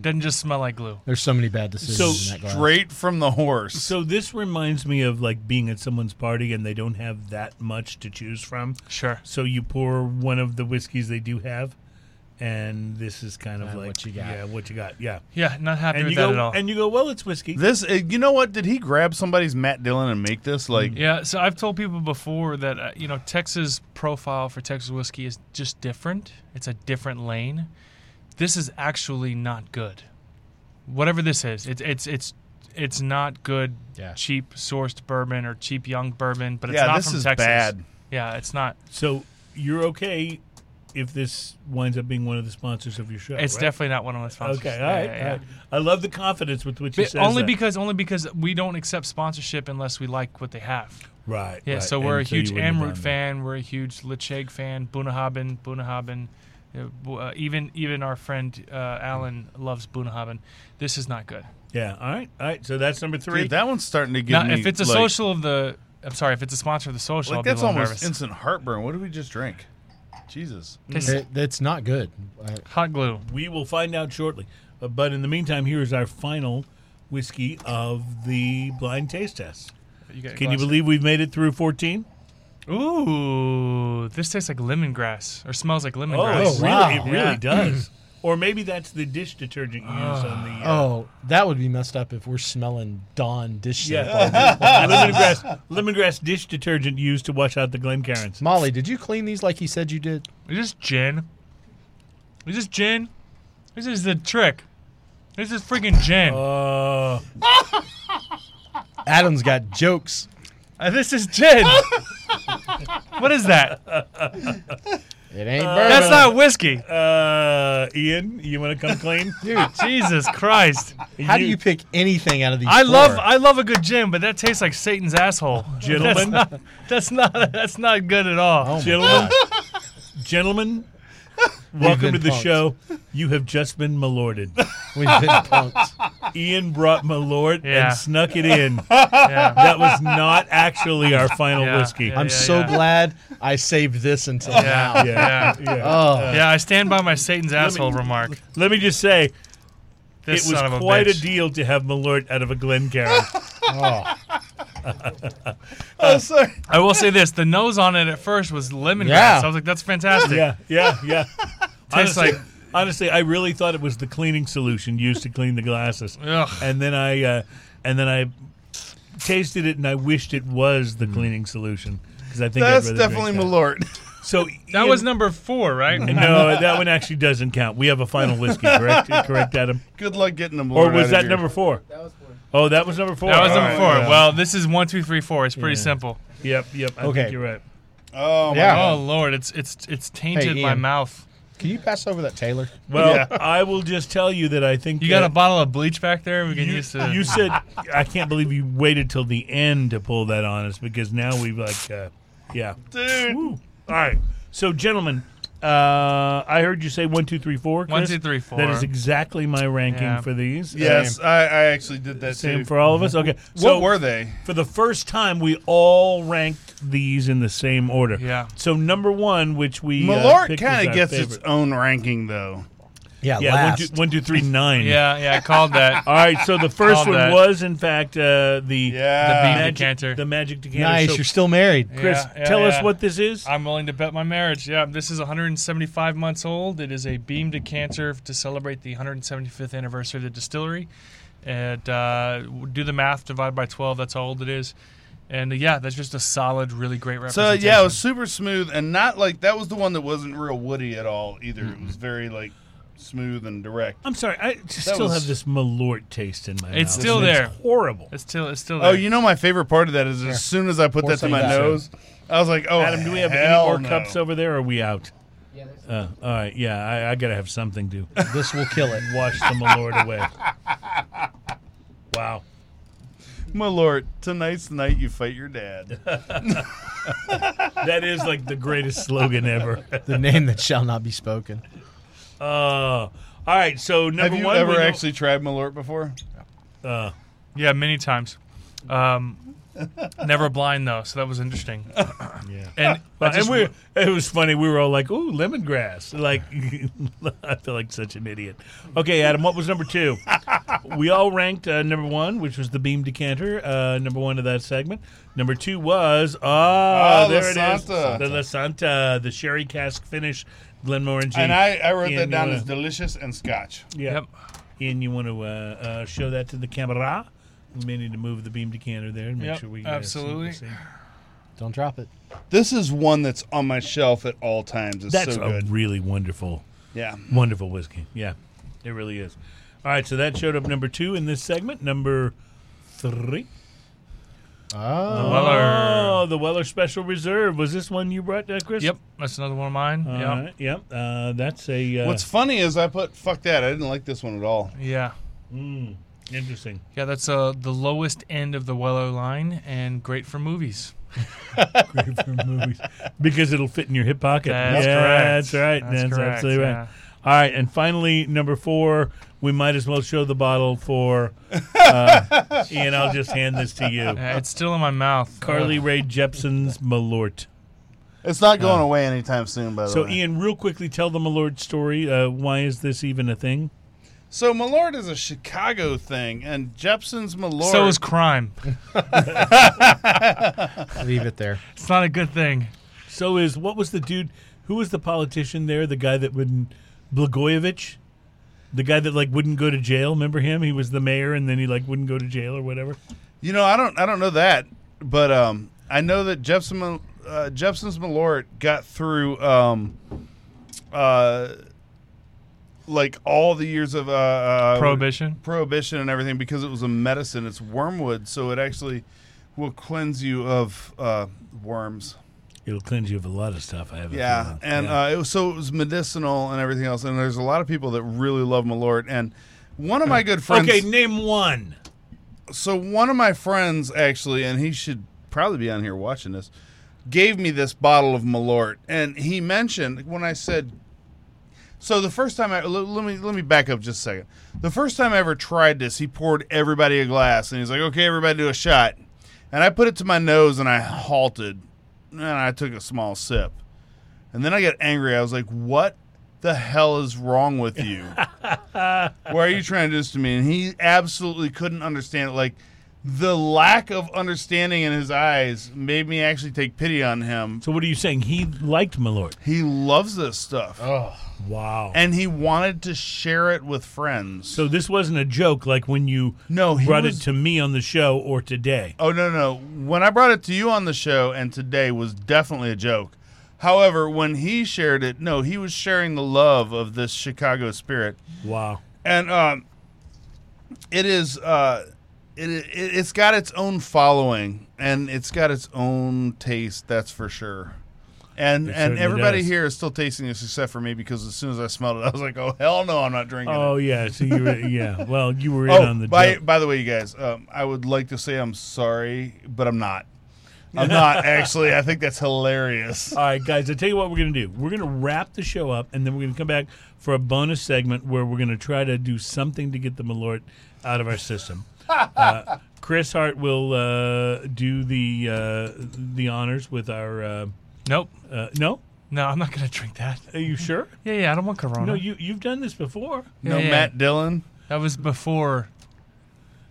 Speaker 5: Doesn't just smell like glue.
Speaker 4: There's so many bad decisions.
Speaker 3: So
Speaker 4: in that glass.
Speaker 2: Straight from the horse.
Speaker 3: So this reminds me of like being at someone's party and they don't have that much to choose from.
Speaker 5: Sure.
Speaker 3: So you pour one of the whiskeys they do have, and this is kind of
Speaker 4: And
Speaker 3: like
Speaker 4: what you got.
Speaker 3: Yeah, what you got. Yeah,
Speaker 5: Yeah, not happy
Speaker 3: and
Speaker 5: with
Speaker 3: you
Speaker 5: that
Speaker 3: go
Speaker 5: at all.
Speaker 3: and you go. Well, it's whiskey.
Speaker 2: this, uh, you know what? Did he grab somebody's Matt Dillon and make this? Like,
Speaker 5: yeah, so I've told people before that uh, you know Texas profile for Texas whiskey is just different. It's a different lane. This is actually not good. Whatever this is, it's it's it's it's not good.
Speaker 4: Yeah.
Speaker 5: Cheap sourced bourbon or cheap young bourbon, but it's
Speaker 2: Yeah,
Speaker 5: not
Speaker 2: this
Speaker 5: from
Speaker 2: is
Speaker 5: Texas.
Speaker 2: bad.
Speaker 5: Yeah, it's not.
Speaker 3: So you're okay if this winds up being one of the sponsors of your show.
Speaker 5: It's
Speaker 3: right?
Speaker 5: definitely not one of my sponsors.
Speaker 3: okay.
Speaker 5: Yeah,
Speaker 3: All right,
Speaker 5: yeah, yeah.
Speaker 3: all right. I love the confidence with which you
Speaker 5: But
Speaker 3: says
Speaker 5: only
Speaker 3: that.
Speaker 5: because only because we don't accept sponsorship unless we like what they have.
Speaker 3: right.
Speaker 5: Yeah,
Speaker 3: right.
Speaker 5: so we're
Speaker 3: And
Speaker 5: a huge
Speaker 3: you wouldn't have
Speaker 5: Amroot
Speaker 3: done
Speaker 5: fan. We're a huge Lecheg fan. Bunahaben, Bunahaben. uh, bu- Uh, even even our friend uh, Alan loves Bunahaben. This is not good.
Speaker 3: that. Yeah. All right. All right. So that's number three.
Speaker 2: dude, that one's starting to get
Speaker 5: Now,
Speaker 2: me.
Speaker 5: if it's a
Speaker 2: like-
Speaker 5: social of the, I'm sorry, if it's a sponsor of the social, I'll
Speaker 2: like
Speaker 5: be a
Speaker 2: that's
Speaker 5: little
Speaker 2: almost
Speaker 5: nervous.
Speaker 2: instant heartburn. What did we just drink? Jesus.
Speaker 5: Tastes
Speaker 4: It- that's not good. Uh,
Speaker 5: hot glue.
Speaker 3: we will find out shortly. Uh, but in the meantime, here is our final whiskey of the blind taste test.
Speaker 5: You got a
Speaker 3: Can you
Speaker 5: glass-
Speaker 3: believe we've made it through 14?
Speaker 5: Ooh, this tastes like lemongrass or smells like lemongrass.
Speaker 3: it Oh, really,
Speaker 4: wow.
Speaker 3: it really
Speaker 5: Yeah.
Speaker 3: does. [clears throat] or maybe that's the dish detergent you use on the. Uh,
Speaker 4: Oh, that would be messed up if we're smelling Dawn dish soap.
Speaker 3: Yeah. [laughs]
Speaker 5: [laughs]
Speaker 3: lemongrass, lemongrass dish detergent used to wash out the Glencairns.
Speaker 4: Molly, did you clean these like he said you did?
Speaker 5: Is this gin? Is this gin? This is the trick. This is freaking gin.
Speaker 3: Uh,
Speaker 4: Adam's got jokes.
Speaker 5: Uh, this is gin. [laughs] what is that?
Speaker 4: It ain't
Speaker 5: Uh, That's not whiskey.
Speaker 3: uh, Ian, you want to come
Speaker 5: [laughs]
Speaker 3: clean?
Speaker 5: Jesus Christ.
Speaker 4: How do you pick anything out of these?
Speaker 5: I love
Speaker 4: four?
Speaker 5: I love a good gin, but that tastes like Satan's asshole.
Speaker 3: Gentlemen.
Speaker 5: That's not that's not, that's not good at all.
Speaker 3: [laughs]
Speaker 4: my
Speaker 3: Gentlemen, gentlemen, welcome
Speaker 4: been
Speaker 3: to the
Speaker 4: punked.
Speaker 3: show. You have just been malorded.
Speaker 4: [laughs] We've been punked.
Speaker 3: Ian brought malord
Speaker 5: Yeah.
Speaker 3: and snuck it in.
Speaker 5: Yeah.
Speaker 3: That was not actually our final
Speaker 5: Yeah,
Speaker 3: whiskey.
Speaker 5: yeah.
Speaker 4: I'm so
Speaker 5: yeah.
Speaker 4: glad I saved this until
Speaker 5: Yeah.
Speaker 4: now.
Speaker 5: Yeah.
Speaker 3: yeah.
Speaker 4: Oh,
Speaker 5: Yeah, I stand by my Satan's asshole remark.
Speaker 3: Let me just say,
Speaker 5: This
Speaker 3: it was
Speaker 5: son of a
Speaker 3: quite a
Speaker 5: bitch.
Speaker 3: deal to have Malort out of a Glencairn.
Speaker 2: Oh, sorry.
Speaker 5: I will say this: the nose on it at first was lemongrass.
Speaker 4: Yeah.
Speaker 5: I was like, "That's fantastic."
Speaker 3: yeah, yeah, yeah.
Speaker 5: Tastes
Speaker 3: honestly,
Speaker 5: like-
Speaker 3: honestly, I really thought it was the cleaning solution used to clean the glasses,
Speaker 5: Ugh.
Speaker 3: and then I, uh, and then I tasted it, and I wished it was the cleaning solution because I think I'd
Speaker 2: That's
Speaker 3: rather
Speaker 2: definitely
Speaker 3: drink
Speaker 2: Malort. [laughs]
Speaker 3: that. So
Speaker 5: That was number four,
Speaker 3: [laughs]
Speaker 5: right?
Speaker 3: No, that one actually doesn't count. We have a final whiskey, correct? correct, Adam.
Speaker 2: Good luck getting the Malort.
Speaker 3: Or was
Speaker 2: out
Speaker 3: that
Speaker 2: of
Speaker 3: number
Speaker 2: here.
Speaker 3: four? That was four. Oh, that was number four.
Speaker 5: That was
Speaker 3: All
Speaker 5: number
Speaker 3: right.
Speaker 5: four.
Speaker 3: Yeah.
Speaker 5: Well, this is one, two, three, four. It's pretty
Speaker 3: Yeah.
Speaker 5: simple.
Speaker 3: Yep, yep. I
Speaker 4: Okay.
Speaker 3: think you're right.
Speaker 2: Oh, my
Speaker 4: Yeah.
Speaker 2: God.
Speaker 5: Oh Lord, it's it's it's tainted
Speaker 4: Hey,
Speaker 5: my
Speaker 4: Ian.
Speaker 5: mouth.
Speaker 4: can you pass over that Taylor?
Speaker 3: Well,
Speaker 2: Yeah.
Speaker 3: I will just tell you that I think
Speaker 5: You got a
Speaker 3: that
Speaker 5: bottle of bleach back there. We can
Speaker 3: you,
Speaker 5: use to.
Speaker 3: you said I can't believe you waited till the end to pull that on us because now we've like, uh, yeah.
Speaker 2: Dude.
Speaker 3: Woo. All right. So, gentlemen, uh, I heard you say one, two, three, four.
Speaker 5: One,
Speaker 3: Chris?
Speaker 5: two, three, four.
Speaker 3: That is exactly my ranking
Speaker 5: Yeah.
Speaker 3: for these.
Speaker 2: Yes, I, I actually did that
Speaker 3: Same
Speaker 2: too.
Speaker 3: for all of us. Okay.
Speaker 2: what
Speaker 3: so
Speaker 2: were they?
Speaker 3: for the first time, we all ranked these in the same order.
Speaker 5: Yeah.
Speaker 3: So number one, which we
Speaker 2: Malort
Speaker 3: uh,
Speaker 2: kind of gets its own ranking, though.
Speaker 4: Yeah,
Speaker 3: yeah one,
Speaker 4: last.
Speaker 3: two, one, two, three, nine.
Speaker 5: yeah, yeah. I
Speaker 3: [laughs]
Speaker 5: called that.
Speaker 3: All right, so
Speaker 5: [laughs]
Speaker 3: the first
Speaker 5: Called
Speaker 3: one
Speaker 5: that.
Speaker 3: was, in fact, uh, the
Speaker 5: The
Speaker 2: Yeah.
Speaker 5: bean-
Speaker 3: magic
Speaker 5: decanter.
Speaker 3: The magic decanter.
Speaker 4: nice.
Speaker 3: So,
Speaker 4: You're still married.
Speaker 3: Chris,
Speaker 5: Yeah, yeah,
Speaker 3: tell us
Speaker 5: yeah.
Speaker 3: what this is.
Speaker 5: I'm willing to bet my marriage. Yeah, this is 175 months old. It is a beam decanter to celebrate the 175th anniversary of the distillery. And uh, do the math, divide by 12. That's how old it is. And uh, yeah, that's just a solid, really great
Speaker 2: so
Speaker 5: representation.
Speaker 2: yeah, it was super smooth and not like that was the one that wasn't real woody at all either. It was very like smooth and direct.
Speaker 3: I'm sorry, I just still
Speaker 2: was-
Speaker 3: have this Malort taste in my mouth.
Speaker 5: It's still
Speaker 3: and
Speaker 5: there.
Speaker 3: horrible.
Speaker 5: it's still, it's still.
Speaker 2: Oh,
Speaker 5: there.
Speaker 2: you know my favorite part of that is as soon as I put
Speaker 4: Pour
Speaker 2: that to
Speaker 4: some
Speaker 2: my
Speaker 4: back.
Speaker 2: nose, I was like, "Oh,
Speaker 3: Adam, do we have any
Speaker 2: hell
Speaker 3: more
Speaker 2: no.
Speaker 3: cups over there? Or are we out? Yeah, uh, all right, yeah, I, I got to have something to
Speaker 4: This will kill it.
Speaker 3: wash the Malort
Speaker 5: [laughs]
Speaker 3: away. Wow.
Speaker 2: My lord, tonight's the night you fight your
Speaker 3: [laughs]
Speaker 2: dad.
Speaker 3: That is like the greatest slogan
Speaker 5: [laughs]
Speaker 3: ever.
Speaker 4: The name that shall not be spoken.
Speaker 3: Uh, all right, so number
Speaker 2: have you
Speaker 3: one. we
Speaker 2: ever
Speaker 3: know-
Speaker 2: actually tried my lord before?
Speaker 5: Yeah, many times. Um, Never blind though, so that was interesting.
Speaker 3: Oh. Yeah.
Speaker 2: [laughs]
Speaker 5: And, I
Speaker 3: and
Speaker 5: just-
Speaker 3: we, it was funny. We were all like, "Ooh, lemongrass!" Like, [laughs] I feel like such an idiot. Okay, Adam, what was
Speaker 2: [laughs]
Speaker 3: number two? we all ranked uh, number one, which was the beam decanter. Uh, number one of that segment. Number two was ah,
Speaker 2: Ah,
Speaker 3: there
Speaker 2: La
Speaker 3: it is,
Speaker 2: Santa.
Speaker 3: the La Santa, the sherry cask finish, Glenmorangie.
Speaker 2: And I, I wrote
Speaker 3: Ian,
Speaker 2: that
Speaker 3: you
Speaker 2: down
Speaker 3: wanna-
Speaker 2: as delicious and scotch.
Speaker 3: yeah.
Speaker 5: Yep.
Speaker 3: Ian, you want to uh, uh, show that to the camera? We may need to move the beam decanter there and make
Speaker 5: Yep,
Speaker 3: sure we
Speaker 5: absolutely.
Speaker 3: Uh, see- see.
Speaker 4: Don't drop it.
Speaker 2: This is one that's on my shelf at all times. It's
Speaker 3: That's
Speaker 2: so
Speaker 3: a
Speaker 2: good.
Speaker 3: really wonderful.
Speaker 2: yeah.
Speaker 3: Wonderful whiskey. Yeah, it really is. All right, so that showed up number two in this segment. Number three.
Speaker 4: Oh.
Speaker 5: Weller.
Speaker 3: Oh, the Weller Special Reserve. Was this one you brought, uh, Chris?
Speaker 5: uh, Yep, that's another one of mine.
Speaker 3: All
Speaker 5: yep.
Speaker 3: right, yep. Uh, that's a. Uh,
Speaker 2: What's funny is I put fuck that. I didn't like this one at all.
Speaker 5: Yeah.
Speaker 3: mm, interesting? [laughs]
Speaker 5: Yeah, that's uh, the lowest end of the Weller line and great for movies.
Speaker 3: Great for movies because it'll fit in your hip pocket.
Speaker 5: That's
Speaker 3: yeah,
Speaker 5: correct.
Speaker 3: That's right.
Speaker 5: That's
Speaker 3: That's,
Speaker 5: correct,
Speaker 3: absolutely right.
Speaker 5: yeah.
Speaker 3: All right, and finally, number four. We might as well show the bottle for.
Speaker 5: [laughs]
Speaker 3: Uh, Ian, I'll just hand this to you.
Speaker 5: Yeah, Uh, it's still in my mouth.
Speaker 3: Uh, Carly
Speaker 5: Ugh.
Speaker 3: Rae Jepsen's Malort.
Speaker 2: It's not going away anytime soon, by the
Speaker 3: So,
Speaker 2: way.
Speaker 3: Ian, real quickly, tell the Malord story. Uh, why is this even a thing?
Speaker 2: so Malort is a Chicago thing, and Jepson's Malort.
Speaker 5: Uh, So
Speaker 3: [laughs]
Speaker 5: is crime.
Speaker 4: Leave it there.
Speaker 5: It's not a good thing.
Speaker 3: So, is what was the dude? Who was the politician there? The guy that wouldn't Blagojevich, the guy that like wouldn't go to jail. Remember him? He was the mayor, and then he like wouldn't go to jail or whatever.
Speaker 2: You know, I don't I don't know that, but um, I know that Jepson Mal- uh, Jepson's Malort got through um, uh, like all the years of uh, uh,
Speaker 5: Prohibition.
Speaker 2: prohibition and everything because it was a medicine. It's wormwood, so it actually will cleanse you of uh, worms.
Speaker 3: It'll cleanse you of a lot of stuff. I have. a
Speaker 2: Yeah,
Speaker 3: feeling.
Speaker 2: and
Speaker 3: Yeah.
Speaker 2: Uh, it was, so it was medicinal and everything else. And there's a lot of people that really love Malort. And one of my good uh, friends.
Speaker 3: okay, name one.
Speaker 2: so one of my friends actually, and he should probably be on here watching this, gave me this bottle of Malort, and he mentioned when I said. So the first time I l- let me let me back up just a second. The first time I ever tried this, he poured everybody a glass, and he's like, "Okay, everybody do a shot," and I put it to my nose, and I halted, and I took a small sip, and then I got angry. I was like, "What the hell is wrong with you?" why are you trying to do this to me? And he absolutely couldn't understand. Like the lack of understanding in his eyes made me actually take pity on him.
Speaker 3: So, what are you saying? He liked Malort.
Speaker 2: He loves this stuff,
Speaker 3: Wow.
Speaker 2: and he wanted to share it with friends.
Speaker 3: so this wasn't a joke, like when you
Speaker 2: no, he
Speaker 3: brought
Speaker 2: was-
Speaker 3: it to me on the show or today.
Speaker 2: Oh no no! When I brought it to you on the show and today was definitely a joke. However, when he shared it, no, he was sharing the love of this Chicago spirit.
Speaker 3: Wow.
Speaker 2: and um, it is uh, it, it it's got its own following and it's got its own taste. That's for sure. And
Speaker 3: It
Speaker 2: and
Speaker 3: certainly
Speaker 2: everybody
Speaker 3: does.
Speaker 2: here is still tasting this except for me because as soon as I smelled it, I was like, oh hell no, I'm not drinking.
Speaker 3: Oh
Speaker 2: it.
Speaker 3: yeah, so you were yeah. Well, you were in
Speaker 2: Oh,
Speaker 3: on the
Speaker 2: by
Speaker 3: joke.
Speaker 2: by the way, you guys, um, I would like to say I'm sorry, but I'm
Speaker 3: [laughs]
Speaker 2: not. I'm not actually. I think that's hilarious.
Speaker 3: All right, guys, I tell you what we're gonna do. We're gonna wrap the show up, and then we're gonna come back for a bonus segment where we're gonna try to do something to get the Malort out of our system. Uh, Chris Hart will uh, do the uh, the honors with our. Uh,
Speaker 5: Nope.
Speaker 3: uh, no,
Speaker 5: No, I'm not gonna drink that.
Speaker 3: are you sure?
Speaker 5: Yeah, yeah, I don't want Corona.
Speaker 3: No, you you've done this before.
Speaker 2: No,
Speaker 5: Yeah, yeah.
Speaker 2: Matt Dillon.
Speaker 5: That was before.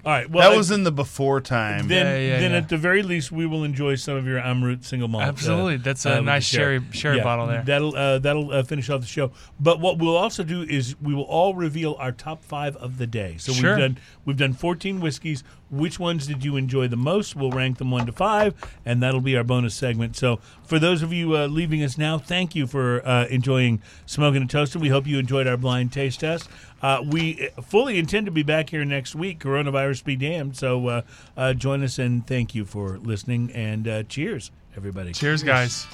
Speaker 3: All right, well
Speaker 2: that was in the before time.
Speaker 3: Then,
Speaker 5: Yeah, yeah,
Speaker 3: then
Speaker 5: yeah.
Speaker 3: at the very least, we will enjoy some of your Amrut single malt. uh,
Speaker 5: Absolutely. That's a
Speaker 3: with
Speaker 5: nice
Speaker 3: the sherry,
Speaker 5: sherry- sherry bottle there.
Speaker 3: That'll uh, that'll uh, finish off the show. But what we'll also do is we will all reveal our top five of the day. So
Speaker 5: Sure.
Speaker 3: we've done we've done fourteen whiskeys. Which ones did you enjoy the most? We'll rank them one to five, and that'll be our bonus segment. So for those of you uh, leaving us now, thank you for uh, enjoying smoking and toasting. We hope you enjoyed our blind taste test. Uh, we uh, fully intend to be back here next week. Coronavirus be damned. So uh, uh, join us and thank you for listening. And uh, cheers, everybody.
Speaker 5: Cheers, guys.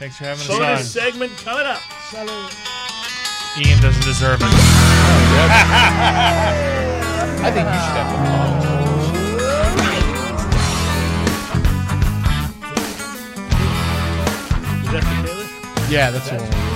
Speaker 5: Thanks for having
Speaker 3: Bonus
Speaker 5: us
Speaker 3: segment coming up.
Speaker 5: on. Ian doesn't deserve it.
Speaker 4: I think you should have a bottle.
Speaker 3: Is that for Taylor?
Speaker 4: Yeah, that's the one.